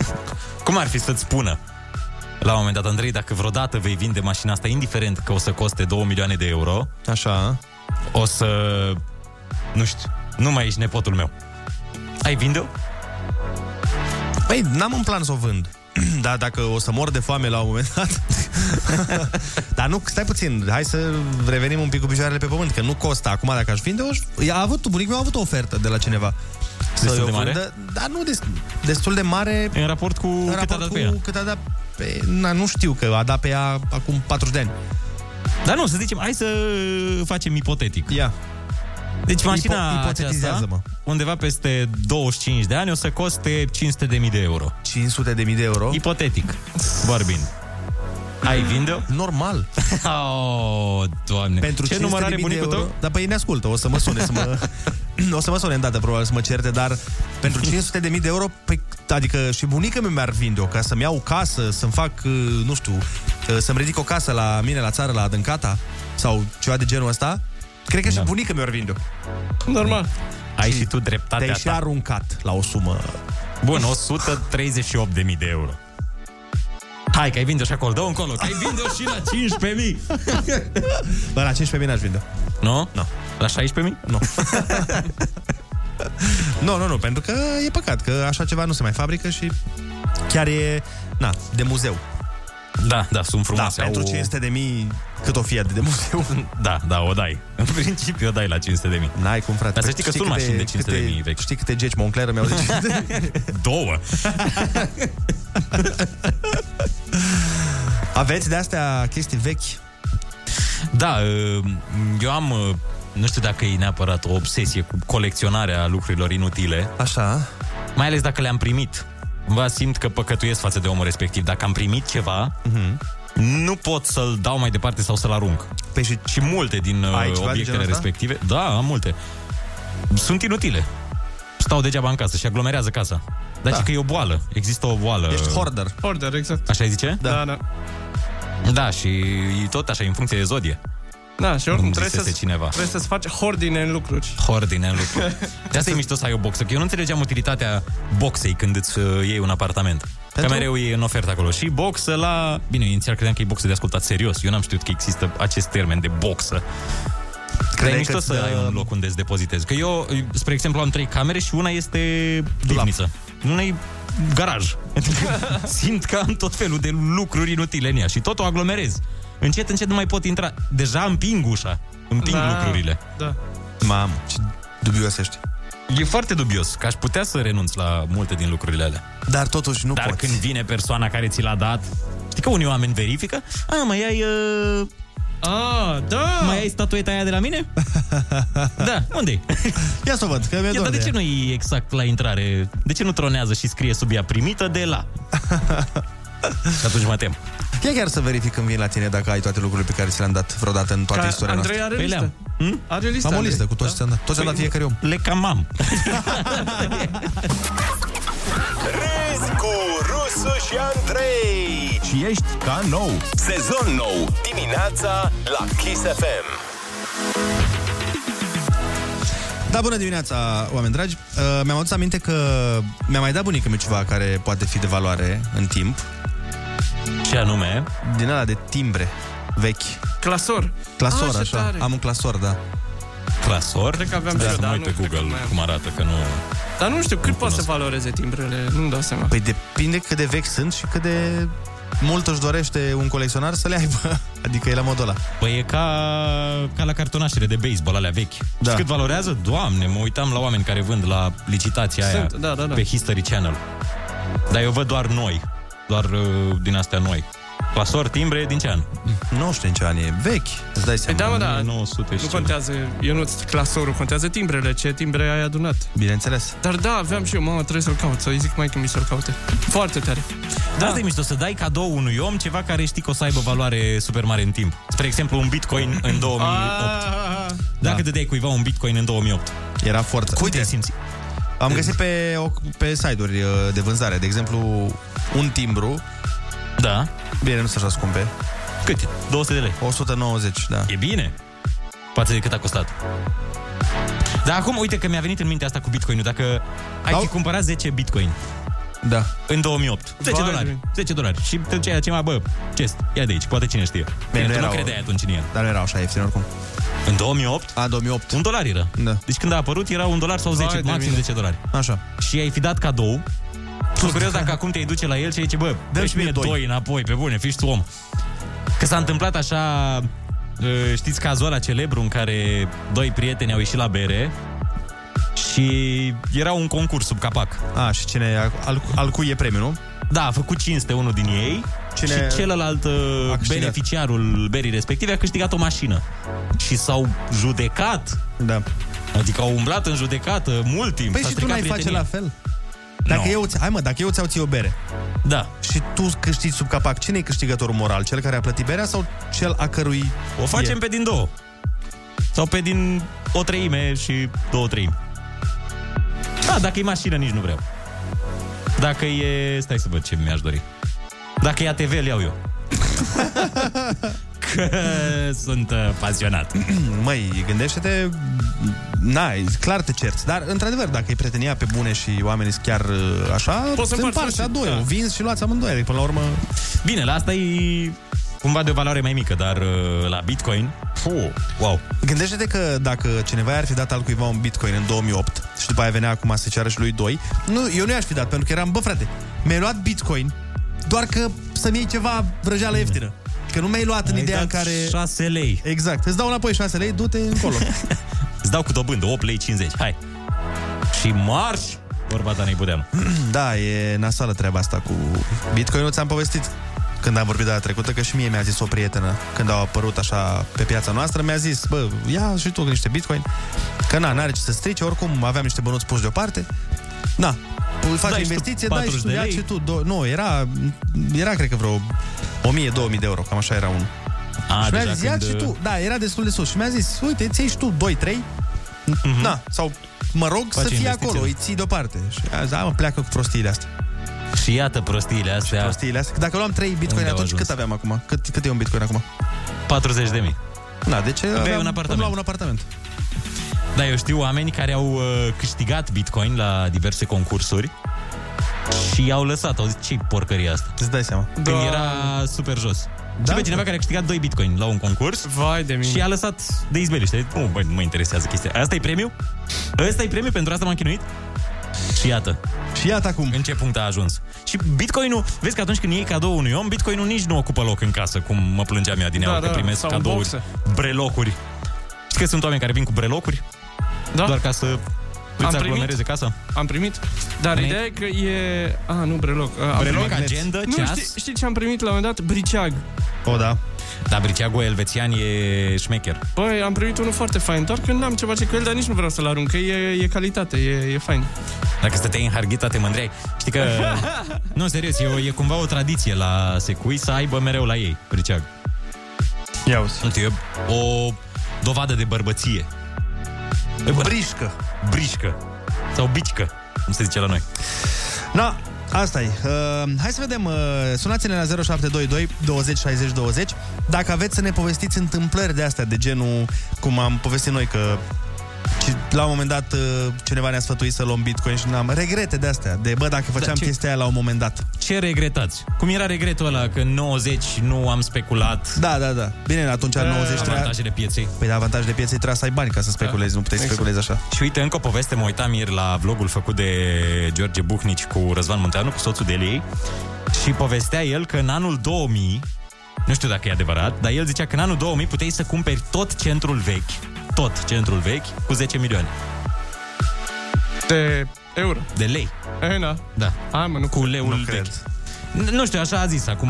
S9: *laughs* Cum ar fi să-ți spună la un moment dat, Andrei, dacă vreodată vei vinde mașina asta, indiferent că o să coste 2 milioane de euro,
S8: Așa.
S9: o să, nu știu, nu mai ești nepotul meu.
S7: Ai vinde-o?
S8: Păi, n-am în plan să o vând. *clears throat* Dar dacă o să mor de foame la un moment dat... *laughs* Dar nu, stai puțin, hai să revenim un pic cu picioarele pe pământ, că nu costă. Acum, dacă aș vinde-o, aș- a avut, bunicul meu a avut o ofertă de la cineva. Să
S9: Destul
S8: o
S9: de mare?
S8: vândă, Dar nu des, destul de mare...
S9: În raport cu
S8: în
S9: cât a
S8: raport
S9: dat
S8: cu
S9: pe ea.
S8: cât a dat pe... Na, nu știu că a dat pe ea acum 40 de ani.
S9: Dar nu, să zicem, hai să facem ipotetic.
S8: Ia.
S9: Deci
S8: Ipo-
S9: mașina aceasta,
S8: ipotetizează-mă.
S9: undeva peste 25 de ani, o să coste 500.000 de euro.
S8: 500.000 de euro?
S9: Ipotetic, vorbind. Ai vinde-o?
S8: Normal.
S9: *laughs* Oh, doamne.
S8: Pentru
S9: Ce
S8: 500.000
S9: număr are
S8: de
S9: bunicul
S8: euro?
S9: tău?
S8: Dar păi ne ascultă, o să mă sune, să mă... *laughs* o să mă sune îndată, probabil, să mă certe, dar pentru 500.000 de euro, păi, adică și bunica mea mi-ar vinde-o, ca să-mi iau casă, să-mi fac, uh, nu știu, uh, să-mi ridic o casă la mine, la țară, la Adâncata, sau ceva de genul ăsta, cred că și bunica mi-ar vinde-o.
S13: Normal.
S9: Da. Ai și tu dreptatea
S8: Te-ai și
S9: ta.
S8: aruncat la o sumă.
S9: Da, Bun, 138.000 de euro. Hai că ai vinde-o și acolo, dă încolo, că ai vinde-o și la 15.000.
S8: *laughs* Bă, la 15.000 n-aș vinde
S9: Nu? Nu. La 16.000? *laughs*
S8: Nu. Nu, nu, nu, pentru că e păcat, că așa ceva nu se mai fabrică și chiar e, na, de muzeu.
S9: Da, da, sunt frumoase.
S8: Da, pentru
S9: au-
S8: 500 de mii cât o fie de, de muzeu.
S9: *laughs* Da, da, o dai. În principiu o dai la 500 de mii.
S8: N-ai cum, frate.
S9: Dar să știi că sunt mașini de 500 de mii.
S8: vechi. Știi câte geci Moncler mi-au zis?
S9: *laughs* Două.
S8: *laughs* Aveți de astea chestii vechi?
S9: Da, eu am, uh, nu știu dacă e neapărat o obsesie cu colecționarea lucrurilor inutile.
S8: Așa.
S9: Mai ales dacă le-am primit. Vă simt că păcătuiesc față de omul respectiv. Dacă am primit ceva,
S8: Mhm.
S9: nu pot să-l dau mai departe sau să-l arunc.
S8: Păi și,
S9: și multe din
S8: Ai ceva de
S9: uh,
S8: genul
S9: obiectele
S8: ăsta?
S9: respective, da, am multe, sunt inutile. Stau degeaba în casă și aglomerează casa. Dar
S13: Da.
S9: da. că e o boală. Există o boală.
S13: Ești
S8: hoarder.
S13: Order, exact.
S9: Așa îi zice?
S13: Da, da.
S9: Da, și e tot așa, în funcție de zodie.
S13: Da, și oricum
S9: Îmi
S13: trebuie
S9: zisese
S13: să,
S9: cineva.
S13: trebuie să-ți faci hordine în lucruri.
S9: Ordine în
S13: *laughs*
S9: lucru. De asta e mișto să ai o boxă. Că eu nu înțelegeam utilitatea boxei când îți uh, iei un apartament. Pentru? Că mereu e în ofertă acolo. Și boxă la... Bine, eu inițial credeam că e boxă de ascultat serios. Eu n-am știut că există acest termen de boxă. Dar e
S8: Credeai
S9: mișto
S8: că
S9: să
S8: îți dă-
S9: ai un loc unde îți depozitezi. Că eu, spre exemplu, am trei camere și una este livniță. Una e garaj. *laughs* Simt că am tot felul de lucruri inutile în ea și tot o aglomerez. Încet, încet nu mai pot intra. Deja împing ușa. Împing
S13: Da.
S9: lucrurile.
S13: Da.
S8: Mam, ce dubios ești.
S9: E foarte dubios, că aș putea să renunț la multe din lucrurile alea.
S8: Dar totuși nu
S9: Dar
S8: poți.
S9: când vine persoana care ți l-a dat, știi că unii oameni verifică? A, mai ai...
S8: *laughs*
S9: Uh...
S13: A, da!
S9: Mai ai statueta aia de la mine? da, unde
S8: Ia să o văd, că mi-e
S9: Ia,
S8: dor
S9: dar de
S8: de
S9: ce
S8: ea.
S9: nu e exact la intrare? De ce nu tronează și scrie sub ea primită de la? Și atunci mă tem.
S8: Ia chiar să verific când vin la tine dacă ai toate lucrurile pe care ți le-am dat vreodată în toată
S13: Ca
S8: istoria
S13: Andrei
S8: noastră.
S13: are listă.
S9: Hm?
S13: Are listă,
S8: Am o
S13: Andrei.
S8: listă cu
S9: Da.
S8: toți ce ți-am dat.
S9: Păi-
S8: Toți am dat fiecare om.
S9: Le cam am.
S20: Râzi cu Rusu și Andrei
S6: Și ești ca nou
S20: Sezon nou Dimineața la Kiss FM
S8: Da, bună dimineața, oameni dragi. Uh, mi-am adus aminte că mi-a mai dat bunica mea ceva care poate fi de valoare în timp.
S9: Ce anume?
S8: Din ăla de timbre vechi.
S13: Clasor.
S8: Clasor,
S13: Ah, ce
S8: așa.
S13: tare.
S8: Am un clasor, da.
S9: Clasor?
S13: Cred că aveam
S9: da,
S13: și eu,
S9: să mă
S13: dar
S9: uit
S13: nu
S9: pe Google cum arată, că nu...
S13: Dar nu știu cât poate să valoreze timbrele, nu-mi dau seama.
S8: Păi depinde cât de vechi sunt și cât de mult își dorește un colecționar să le aibă. *laughs* Adică e la modul ăla.
S9: Păi e ca, ca la cartonașele de baseball alea vechi. Da. Știi cât valorează? Doamne, mă uitam la oameni care vând la licitația aia
S13: Sunt, da, da, da.
S9: pe History Channel. Dar eu văd doar noi. Doar uh, din astea noi. Clasor, timbre, din ce an?
S8: Nu știu în ce an e. Vechi. Îți dai
S13: Păi
S8: seama.
S13: da, mă, da,
S9: nu
S13: contează, eu nu clasorul, contează timbrele, ce timbre ai adunat.
S8: Bineînțeles.
S13: Dar da, aveam și eu, mamă, trebuie să-l caut, să-i zic mai că mi să-l caute. Foarte tare.
S9: Da. Asta e mișto, să dai cadou unui om ceva care știi că o să aibă valoare super mare în timp. Spre exemplu, un bitcoin în 2008. Dacă da. dădeai cuiva un bitcoin în 2008.
S8: Era forță.
S9: Cum te simți?
S8: Am găsit pe, o- pe site-uri uh, de vânzare. De exemplu, un timbru.
S9: Da.
S8: Bine, nu sunt așa scumpe.
S9: Cât? 200 de lei?
S8: 190, da.
S9: E bine. Față de cât a costat. Dar acum, uite că mi-a venit în minte asta cu bitcoinul. Dacă ai fi cumpărat 10 bitcoin
S8: Da.
S9: în 2008, 10
S8: Vai,
S9: dolari,
S8: bine.
S9: 10 dolari și te ceea ce mai, bă, ce ia de aici, poate cine știe. Bine,
S8: nu
S9: tu nu
S8: erau-
S9: credeai atunci în el.
S8: Dar nu erau așa ieftini oricum.
S9: În 2008?
S8: A, 2008.
S9: Un dolar era.
S8: Da.
S9: Deci când a apărut era un dolar sau 10,
S8: Vai de
S9: maxim
S8: mine.
S9: 10 dolari.
S8: Așa.
S9: Și ai fi dat cadou. Sunt curios dacă acum te-ai duce la el și ai zice, bă, dă și mie doi. înapoi, pe bune, fiști tu om. Că s-a întâmplat așa, ă, știți cazul ăla celebru în care doi prieteni au ieșit la bere și era un concurs sub capac.
S8: A, și cine al, al cui e premiul, nu?
S9: Da, a făcut cinste unul din ei
S8: Cine
S9: cine și celălalt ă,
S8: a câștigat?
S9: beneficiarul berii respective a câștigat o mașină. Și s-au judecat.
S8: Da.
S9: Adică au umblat în judecată mult timp.
S8: Păi
S9: S-a
S8: și tu
S9: stricat
S8: n-ai face
S9: prietenia.
S8: la fel? Dacă
S9: Nu.
S8: eu, ți- hai mă, dacă eu ți-au ție o bere
S9: Da
S8: Și tu câștigi sub capac Cine e câștigătorul moral? Cel care a plătit berea sau cel a cărui
S9: O facem pe din două. Sau pe din o treime și două treimi. Da, dacă e mașină, nici nu vreau. Dacă e... Stai să văd ce mi-aș dori. Dacă e ATV, îl iau eu. *laughs* Că sunt uh, pasionat.
S8: *clears throat* Măi, gândește-te Na, clar te cerți Dar, într-adevăr, dacă e prietenia pe bune și oamenii sunt chiar uh, așa
S9: Poți să
S8: Se
S9: împarți
S8: împarte a
S9: și-
S8: doi
S9: da.
S8: O vinzi și luați amândoi adică, Până la urmă
S9: Bine, la asta e cumva de o valoare mai mică, dar uh, la Bitcoin... Puh, wow.
S8: Gândește-te că dacă cineva ar fi dat altcuiva un bitcoin în 2008 și după aia venea acum să ceară și lui 2, nu, eu nu i-aș fi dat, pentru că eram, bă frate, mi-ai luat bitcoin, doar că să-mi iei ceva vrăjeală ieftină. Că nu mi-ai luat în
S9: Ai
S8: ideea în
S9: dat
S8: care...
S9: 6 lei.
S8: Exact, îți dau înapoi 6 lei, du-te
S9: *laughs*
S8: încolo.
S9: Îți dau cu dobândă, 8 lei 50, hai. Și marș! Vorba Danei Budeanu.
S8: *clears throat* da, e nasoală treaba asta cu bitcoin, nu ți-am povestit când am vorbit data trecută, că și mie mi-a zis o prietenă, când au apărut așa pe piața noastră, mi-a zis, bă, ia și tu niște bitcoin, că na, n-are ce să strice, oricum aveam niște bănuți puși deoparte, na, îl faci
S28: Dai și tu
S8: investiție, dai și
S28: 40
S8: tu,
S28: de
S8: ia
S28: lei.
S8: și tu, do- nu, era, era cred că vreo 1000-2000 de euro, cam așa era unul.
S9: A,
S8: și mi-a
S9: deja
S8: zis, ia
S9: când- uh,
S8: și tu, da, era destul de sus și mi-a zis, uite, ți iei și tu 2-3,
S9: Mhm.
S8: mm-hmm. na, sau mă rog
S9: Faci
S8: să fie
S9: investiție,
S8: acolo,
S9: da.
S8: îi ții deoparte. Și a zis, da, mă, pleacă cu prostiile astea.
S9: Și iată prostiile astea. Și
S8: prostiile astea. Dacă luam 3 bitcoin
S9: Unde au
S8: atunci, cât aveam acum? Cât, cât e un bitcoin acum?
S9: 40 de mii.
S8: Da, deci
S9: Aveai
S8: aveam,
S9: un apartament.
S8: Luam un apartament.
S9: Da, eu știu oameni care au uh, câștigat bitcoin la diverse concursuri și i-au lăsat. Au zis, ce porcărie asta?
S8: Îți dai seama.
S9: Când era super jos. Da,
S13: Da?
S9: și pe cineva care a câștigat 2 bitcoin la un concurs Vai de mine. și a lăsat de izbeliște. Nu, băi, nu mă interesează chestia. Asta e premiu? Ăsta e premiu? Pentru asta m-am chinuit? Și iată.
S8: Și iată acum.
S9: În ce punct a ajuns. Și bitcoinul, vezi că atunci când iei cadou unui om, bitcoinul nici nu ocupă loc în casă, cum mă plângeam eu din
S13: Da,
S9: da, că
S13: da,
S9: primesc
S13: sau în
S9: cadouri,
S13: boxe.
S9: brelocuri. Știi că sunt oameni care vin cu brelocuri? Da. Doar ca să îți aglomereze casa?
S13: Am primit. Dar
S9: Ai-
S13: ideea e că e... A, nu, breloc. A, am
S9: Breloc,
S13: primit.
S9: agendă,
S13: nu,
S9: ceas?
S13: Știi, știi ce am primit la un moment dat? Briceag.
S8: O, da.
S9: Da, briceagul elvețian e șmecher.
S13: Băi, am primit unul foarte fain, doar că n-am ce face cu el, dar nici nu vreau să-l arunc, că e, e calitate, e, e fain.
S9: Dacă stăteai în
S13: *laughs*
S9: Harghita, te mândreai. Știi că... nu, serios, e, o, e cumva o tradiție la secui să aibă mereu la ei briceag.
S8: Ia
S9: uite, e o dovadă de bărbăție. E bună.
S8: Brișcă.
S9: Brișcă. Sau bicică, cum se zice la noi.
S8: Na, asta e. Uh, hai să vedem. Uh, sunați-ne la 0722 20 60 20 dacă aveți să ne povestiți întâmplări de astea, de genul cum am povestit noi că ci- la un moment dat uh, cineva ne-a sfătuit să luăm bitcoin și n-am regrete de astea, de bă, dacă făceam
S9: Da, ce-
S8: chestia aia la un moment dat.
S9: Ce regretați? Cum era regretul ăla că în 90 nu am speculat?
S8: Da, da, da. Bine, atunci în 90 trebuia-
S9: Avantajele pieței. Exact.
S8: Păi de avantajele pieței trebuie să ai bani ca să speculezi, nu puteai să speculezi așa.
S9: Și uite, încă o poveste, mă uitam ieri la vlogul făcut de George Buhnici cu Răzvan Munteanu, cu soțul de ei, și povestea el că în anul 2000, nu știu dacă e adevărat, dar el zicea că în anul 2000 puteai să cumperi tot centrul vechi, tot centrul vechi, cu 10 milioane.
S13: De euro.
S9: De lei.
S13: E, na.
S9: Da.
S13: Hai, mă, nu
S9: cu leul nu vechi. N- Nu știu, așa a zis. Acum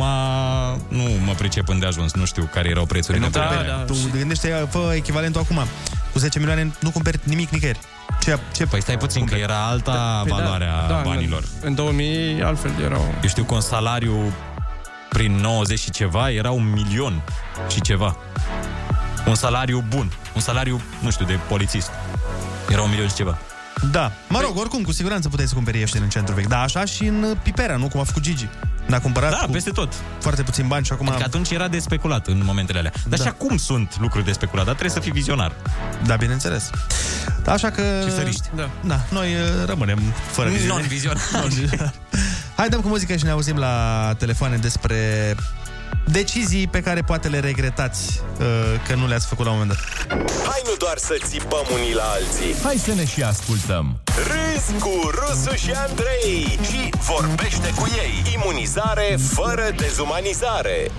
S9: nu mă pricep îndeajuns. Nu știu care erau prețurile.
S13: Da,
S9: pe vremea aia.
S8: Tu gândește, fă echivalentul acum. Cu 10 milioane nu cumperi nimic nicăieri. Ce, ce
S9: Păi stai puțin, că era alta
S13: Păi
S9: valoarea
S13: da,
S9: banilor.
S13: În, în 2000 altfel erau...
S9: Eu știu că un salariu prin 90 și ceva era un milion și ceva. Un salariu bun. Un salariu, nu știu, de polițist. Era un milion și ceva.
S8: Da. Mă
S13: Păi-
S8: rog, oricum, cu siguranță puteți să cumperi ieștiri în centru vechi. Dar așa și în uh, Pipera, nu? Cum a făcut Gigi. N-a cumpărat
S9: Da,
S8: cu
S9: peste tot.
S8: foarte puțin bani și acum...
S9: Adică atunci era de speculat în momentele alea. Dar da. și acum sunt lucruri de speculat, dar trebuie să fii vizionar.
S8: Da, bineînțeles. Așa că...
S9: Și săriști.
S13: Da.
S8: da noi uh, rămânem fără viziune. *laughs*
S9: Non-vizionar.
S8: Non-vizionar. Hai, dăm cu muzică și ne auzim la telefoane despre decizii pe care poate le regretați uh, că nu le-ați făcut la un moment dat.
S1: Hai nu doar să țipăm unii la alții
S29: Hai să ne și ascultăm.
S1: Râzi cu Rusu și Andrei Și vorbește cu ei Imunizare fără dezumanizare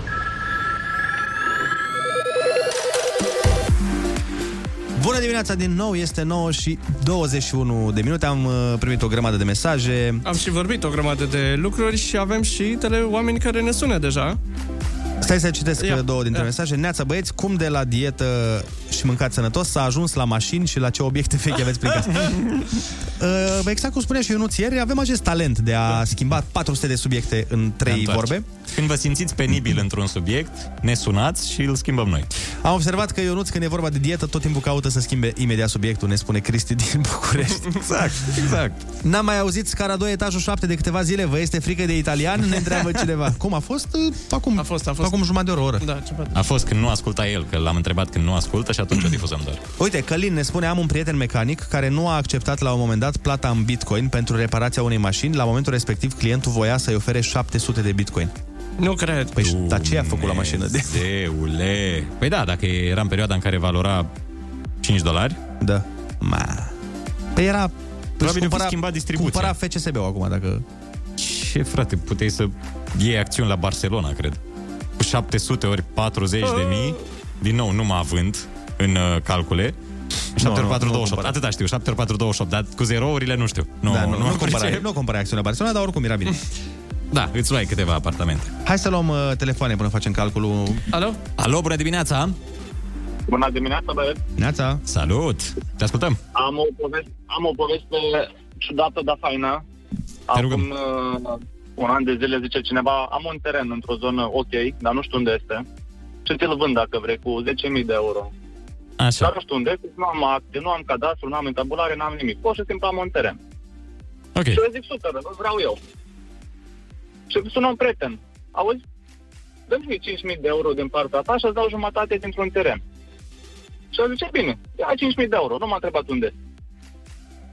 S8: Bună dimineața din nou, este 9 și 21 de minute, am uh, primit o grămadă de mesaje.
S13: Am și vorbit o grămadă de lucruri și avem și tele oameni care ne sună deja.
S8: Stai să citesc Ia. două dintre Ia. mesaje. Neața băieți, cum de la dietă și mâncat sănătos s-a ajuns la mașini și la ce obiecte vechi aveți prin casă?
S9: *laughs*
S8: Uh, exact cum spunea și Ionuț ieri, avem acest talent de a schimba 400 de subiecte în 3
S9: întoarce.
S8: vorbe.
S9: Când vă simțiți
S8: *laughs*
S9: penibil într-un subiect, ne sunați și îl schimbăm noi.
S8: Am observat că Ionuț, când e vorba de dietă, tot timpul caută să schimbe imediat subiectul, ne spune Cristi din București.
S9: Exact, exact.
S8: N-am mai auzit scara 2, etajul 7 de câteva zile, vă este frică de italian? Ne *laughs* întreabă cineva. Cum a fost? Uh, Acum, a fost, a fost. acum jumătate de oră, o oră.
S13: Da, ce
S9: A fost când nu asculta el, că l-am întrebat când nu ascultă și atunci o difuzăm
S8: *clears throat*
S9: doar.
S8: Uite, Călin ne spune, am un prieten mecanic care nu a acceptat la un moment dat plata în bitcoin pentru reparația unei mașini. La momentul respectiv, clientul voia să-i ofere 700 de bitcoin.
S13: Nu cred.
S8: Păi, și- dar ce a făcut la mașină? De...
S9: Zeule! Păi da, dacă era în perioada în care valora 5 dolari...
S8: Da. Ma. Păi era...
S9: Probabil
S8: își
S9: a fost schimbat distribuția.
S8: Cumpăra FCSB-ul acum, dacă...
S9: Ce, frate, puteai să iei acțiuni la Barcelona, cred. Cu 700 ori 40 de mii,
S8: Ah.
S9: din nou, nu mă având în uh, calcule. 7 ori 4, 28. Atâta știu, 7 ori 4, 28, dar cu zerourile nu știu. Nu,
S8: Da, nu,
S9: nu,
S8: nu
S9: am
S8: cumpărai-
S9: pricep.
S8: nu cumpărai acțiuni la Barcelona, dar oricum era bine.
S9: Da, îți luai câteva apartamente.
S8: Hai să luăm uh, telefoane până facem calculul.
S13: Alo?
S9: Alo, bună dimineața!
S19: Bună dimineața, băieți!
S8: Neața!
S9: Salut! Te ascultăm!
S19: Am o poveste, am o poveste ciudată, dar faină. Acum uh, un an de zile zice cineva, am un teren într-o zonă ok, dar nu știu unde este. Și ți-l vând dacă vrei, cu 10.000 de euro.
S9: Așa.
S19: Dar nu știu unde este, nu am acte, nu am cadastru, nu am intabulare, nu am nimic. Pur și simplu am un teren.
S9: Ok.
S19: Și eu zic, super, îl vreau eu. Și sună un prieten. Auzi? Dă-mi 5.000 de euro din partea ta și îți dau jumătate dintr-un teren. Și el zice, bine, ia 5.000 de euro, nu m-a întrebat unde.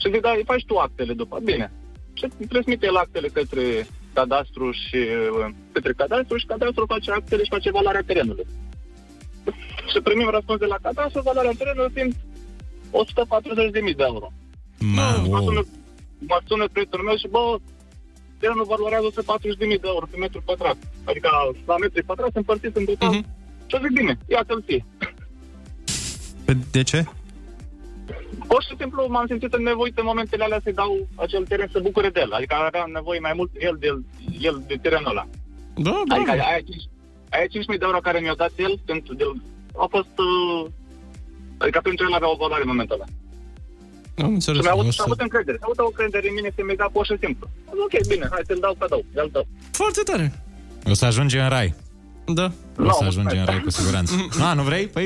S19: Și zic, da, îi faci tu actele după. Bine. Și transmite el actele către cadastru și uh, către cadastru și cadastru face actele și face valoarea terenului. Și primim răspuns de la cadastru, valoarea terenului fiind 140.000 de euro.
S9: Mamă!
S19: Mă sună prietenul meu și, bă, terenul valorează 140.000 de euro pe metru pătrat. Adică la metri pătrat împărțit în total. Mm-hmm. Și eu zic, bine, ia-te-l ție.
S8: De ce?
S19: Pur și simplu m-am simțit în nevoit în momentele alea să-i dau acel teren să bucure de el. Adică avea nevoie mai mult el de, el de terenul ăla.
S13: Da,
S19: da. Adică aia, 5, aia 5.000 de euro care mi-a dat el, pentru de, a fost... Uh, adică pentru el avea o valoare în momentul ăla.
S13: Am înțeles.
S19: și mi-a avut, a avut încredere. A avut o încredere în mine că mi-a dat pur și simplu. Am zis, ok, bine, hai să-l dau cadou, el dau.
S13: Foarte
S9: *laughs*
S13: tare.
S9: O să ajungi în rai.
S13: Da.
S9: O să ajungi în rai cu siguranță. A, nu vrei?
S19: Da.
S9: Păi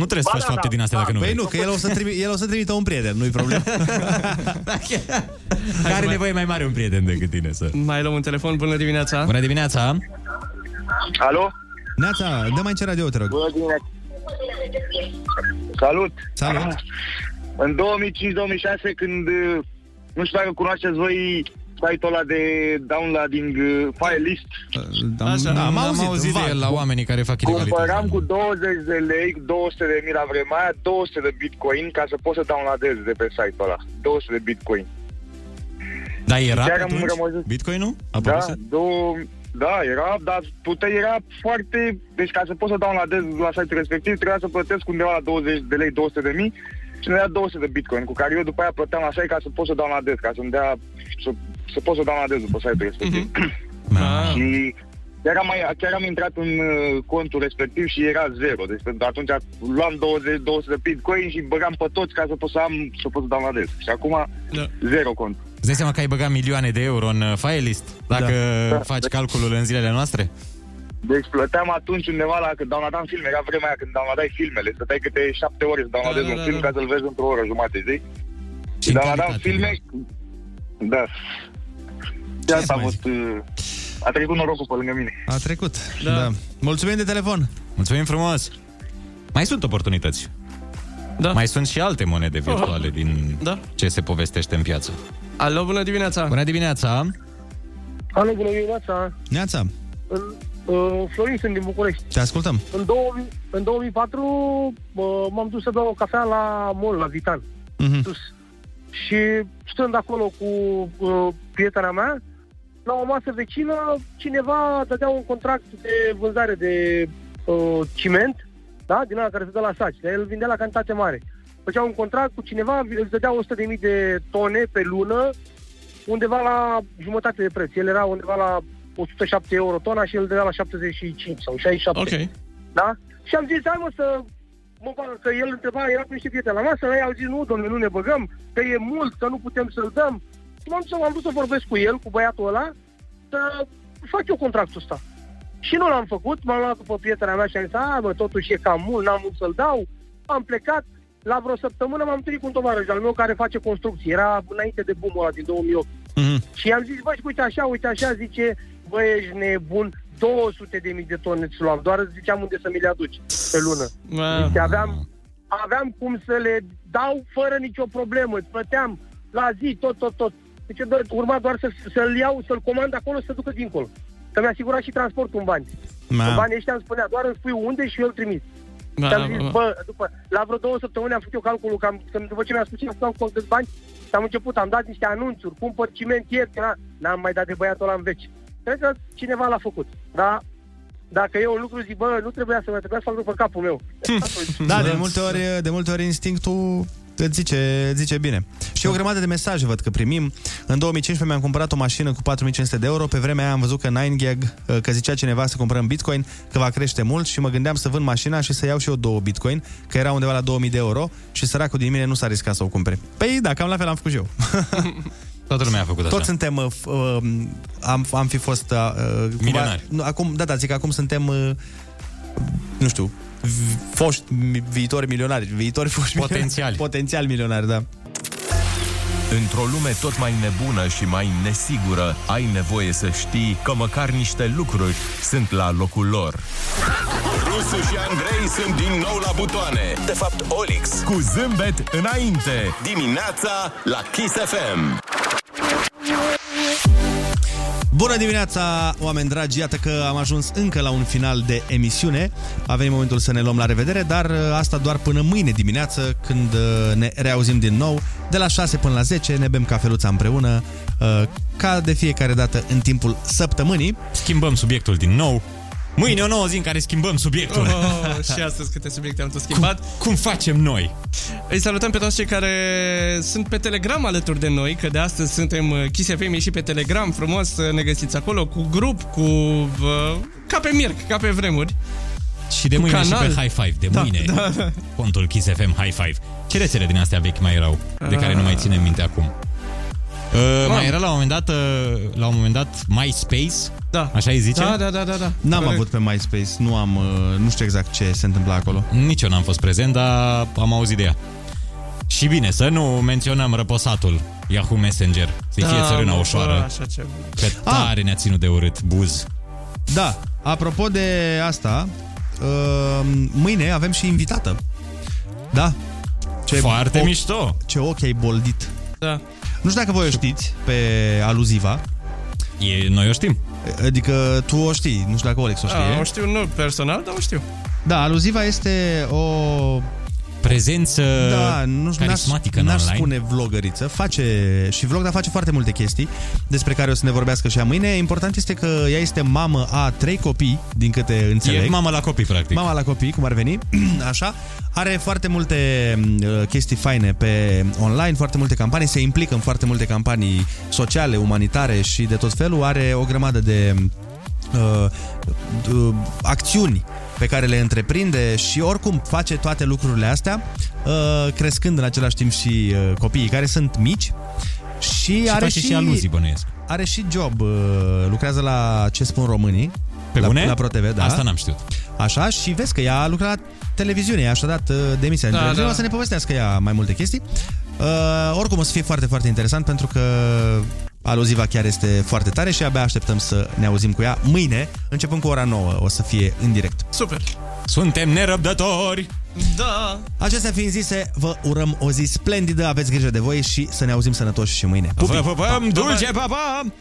S9: nu trebuie să
S8: Ba
S9: faci
S8: da,
S9: fapte
S8: da.
S9: din astea dacă nu
S8: Păi
S9: vrei.
S8: nu, că el o să, trimi, el o să trimită un prieten,
S13: *laughs*
S8: nu-i problemă.
S9: *laughs* Care are nevoie mai mare un prieten decât tine să...
S13: Mai luăm un telefon. Bună dimineața.
S9: Bună dimineața.
S19: Alo?
S8: Neața, dă mai ce radio, te rog.
S19: Bună dimineața. Salut!
S8: Salut!
S19: *clears throat* În 2005-2006, când, uh, nu știu dacă cunoașteți voi site-ul ăla de downloading uh, file list,
S8: Am, Așa, da, am,
S9: am
S8: auzit,
S9: auzit
S8: vag.
S9: de el la oamenii care fac ilegalități.
S19: cumpăram cu 20 de lei, 200 de mii la vremea aia, 200 de bitcoin ca să pot să downloadez de pe site-ul ăla. 200 de bitcoin.
S9: Da, era
S19: Chiar
S9: pe
S19: am
S9: atunci?
S19: rămas-
S9: Bitcoin-ul?
S19: Da,
S9: Apăruse?
S19: două, da, era, dar puteai, era foarte... Deci ca să pot să downloadez la site-ul respectiv, trebuia să plătesc undeva la 20 de lei, 200 de mii și ne dea 200 de bitcoin, cu care eu după aia plăteam la site ca să pot să downloadez, ca să-mi dea... să, să pot să downloadez după site-ul respectiv.
S9: Mhm.
S19: *clears throat*
S9: Da.
S19: și chiar am, mai- chiar am intrat în uh, contul respectiv și era zero. Deci pentru atunci luam 20, 200 de bitcoin și băgam pe toți ca să pot să am, să pot să downloadez. Și acum
S13: da.
S19: zero cont.
S9: Îți dai seama că ai băgat milioane de euro în uh, file list dacă
S19: Da.
S9: faci calculul în zilele noastre?
S19: Deci plăteam atunci undeva la când downloadam filme, era vremea aia când downloadai filmele, stăteai câte șapte ore să downloadezi
S9: Da,
S19: da,
S9: da,
S19: un
S9: da,
S19: film
S9: da.
S19: ca să-l vezi într-o oră jumate, știi? Și downloadam filme, da. Și asta a fost, uh, a trecut norocul pe lângă mine.
S8: A trecut, da. da. Mulțumim de telefon!
S9: Mulțumim frumos! Mai sunt oportunități.
S13: Da.
S9: Mai sunt și alte monede virtuale din
S13: da.
S9: ce se povestește în piață.
S13: Alo, bună dimineața.
S9: Bună dimineața!
S30: Alo, bună dimineața!
S8: Neața!
S30: În, Uh, Florin sunt din București.
S8: Te ascultăm.
S30: În, 2000, în 2004 uh, m-am dus să beau o cafea la mall, la Vitan.
S8: Mhm.
S30: Sus. Și stând acolo cu uh, prietena mea, la o masă vecină, cineva dădea un contract de vânzare de uh, ciment, da? din ăla care se dă la saci, dar el vindea la cantitate mare. Făcea un contract cu cineva, îți dădea 100.000 de tone pe lună, undeva la jumătate de preț. El era undeva la 107 euro tona și el dădea la 75 sau 67.
S13: Ok.
S30: Da? Și am zis, hai mă să mă bag, că el întreba, era cu niște prieteni la masă, ei au zis, nu, domnule, nu ne băgăm, că e mult, că nu putem să-l dăm. Și m-am dus, am vrut să vorbesc cu el, cu băiatul ăla, să fac eu contractul ăsta. Și nu l-am făcut, m-am luat după prietena mea și am zis, a, mă, totuși e cam mult, n-am vrut să-l dau. Am plecat, la vreo săptămână m-am întâlnit cu un tovarăș al meu care face construcții, era înainte de boom ăla din 2008.
S9: Mhm.
S30: Și i-am zis, bă, și uite așa, uite așa, zice, bă, ești nebun, 200 de mii de tone ți luam, doar îți ziceam unde să mi le aduci pe lună.
S13: Wow.
S30: Zice, Deci aveam, aveam cum să le dau fără nicio problemă, îți plăteam la zi, tot, tot, tot. Deci eu doar, urma doar să, să-l iau, să-l comand acolo, să se ducă dincolo. Că mi-a asigurat și transportul în bani.
S13: Ma.
S30: În banii ăștia îmi spunea, doar îmi spui unde și eu îl trimit.
S13: Ma,
S30: Și am zis,
S13: ma.
S30: bă, după, la vreo două săptămâni am făcut eu calculul, că, am, că după ce mi-a spus că am cont de bani, și am început, am dat niște anunțuri, cumpăr ciment ieftin, na, n-am mai dat de băiatul ăla în veci. Cred că cineva l-a făcut, da? Dacă eu un lucru zic, bă, nu trebuia să mă trebuia să fac după capul meu.
S9: Hm.
S8: Da, de multe ori, de multe ori instinctul îți zice, îți zice bine. Și o grămadă de mesaje văd că primim. În 2015 mi-am cumpărat o mașină cu 4500 de euro. Pe vremea aia am văzut că 9gag, că zicea cineva să cumpărăm bitcoin, că va crește mult și mă gândeam să vând mașina și să iau și eu două bitcoin, că era undeva la 2000 de euro și săracul din mine nu s-a riscat să o cumpere. Păi da, cam la fel am făcut și eu.
S9: Toată lumea a făcut
S8: Toți
S9: așa.
S8: suntem, uh, f- uh, am, am fi fost... Uh, uh, cumva-
S9: Milionari.
S8: Nu, acum, da, da, zic, acum suntem, uh, nu știu, v- foști mi- viitori milionari, viitori foști
S1: Potențiali.
S8: Milionari, potențial milionari, da.
S1: Într-o lume tot mai nebună și mai nesigură, ai nevoie să știi că măcar niște lucruri sunt la locul lor.
S31: Rusu și Andrei sunt din nou la butoane.
S1: De fapt, Olix.
S31: Cu zâmbet înainte.
S1: Dimineața la Kiss FM.
S8: Bună dimineața, oameni dragi! Iată că am ajuns încă la un final de emisiune. A venit momentul să ne luăm la revedere, dar uh, asta doar până mâine dimineață, când uh, ne reauzim din nou. De la 6 până la 10 ne bem cafeluța împreună, uh, ca de fiecare dată în timpul săptămânii.
S9: Schimbăm subiectul din nou. Mâine o nouă zi în care schimbăm subiectul.
S13: Oh, și astăzi câte subiecte am tot schimbat. Cum,
S9: cum facem noi?
S13: Îi salutăm pe toți cei care sunt pe Telegram alături de noi, că de astăzi suntem uh, Kiss FM și pe Telegram, frumos uh, ne găsiți acolo, cu grup, cu... uh, ca pe Mirc, ca pe vremuri.
S9: Și de
S13: Cu
S9: mâine
S13: canal.
S9: și pe High Five, de
S13: Da,
S9: mâine.
S13: da.
S9: Contul Kiss FM High Five. Ce rețele din astea vechi mai erau, de care
S13: Ah.
S9: nu mai ținem minte acum? Uh, mai era la un moment dat, uh, la un moment dat MySpace?
S13: Da.
S9: Așa îi zice?
S13: Da, da, da, da. da.
S8: N-am
S9: Corect.
S8: avut pe MySpace, nu am, uh, nu știu exact ce se întâmplă acolo.
S9: Nici eu n-am fost prezent, dar am auzit de ea. Și bine, să nu menționăm răposatul Yahoo Messenger, să-i fie
S13: Da,
S9: țărâna
S13: mă, bă,
S9: ușoară.
S13: Așa ceva.
S9: Că tare
S8: Ah.
S9: ne-a ținut de urât, buz.
S8: Da, apropo de asta, uh, mâine avem și invitată. Da.
S9: Foarte mișto.
S8: Ce ochi ai boldit.
S13: Da.
S8: Nu știu dacă voi o știți pe aluziva.
S9: E, noi o știm.
S8: Adică tu o știi, nu știu dacă Olex o știe.
S13: A, o știu, nu um personal, um dar o știu.
S8: Da, aluziva este o...
S9: Prezență
S8: da, nu, n-aș-
S9: carismatică în
S8: n-aș
S9: online.
S8: spune vlogăriță, face și vlog, dar face foarte multe chestii despre care o să ne vorbească și ea mâine. Important este că ea este mamă a trei copii, din câte înțeleg.
S9: E mamă la copii, practic.
S8: Mama la copii, cum ar veni, *clears throat* așa. Are foarte multe uh, chestii faine pe online, foarte multe campanii, se implică în foarte multe campanii sociale, umanitare și de tot felul. Are o grămadă de uh, uh, acțiuni pe care le întreprinde și oricum face toate lucrurile astea, uh, crescând în același timp și uh, copiii care sunt mici. Și,
S9: Și
S8: are
S9: face și aluzii, bănuiesc.
S8: Are și job, uh, lucrează la ce spun românii.
S9: Pe
S8: la,
S9: bune?
S8: La ProTV, da.
S9: Asta n-am știut.
S8: Așa, și vezi că ea a lucrat la televiziune, ea și-a dat uh, demisia da,
S9: Da,
S8: televiziune,
S9: da.
S8: o să ne povestească ea mai multe chestii. Uh, oricum o să fie foarte, foarte interesant pentru că aluziva chiar este foarte tare și abia așteptăm să ne auzim cu ea mâine, începând cu ora 9, o să fie în direct.
S13: Super!
S9: Suntem nerăbdători!
S13: Da!
S8: Acestea fiind zise, vă urăm o zi splendidă, aveți grijă de voi și să ne auzim sănătoși și mâine.
S9: Vă pupăm, dulce, pa, pa!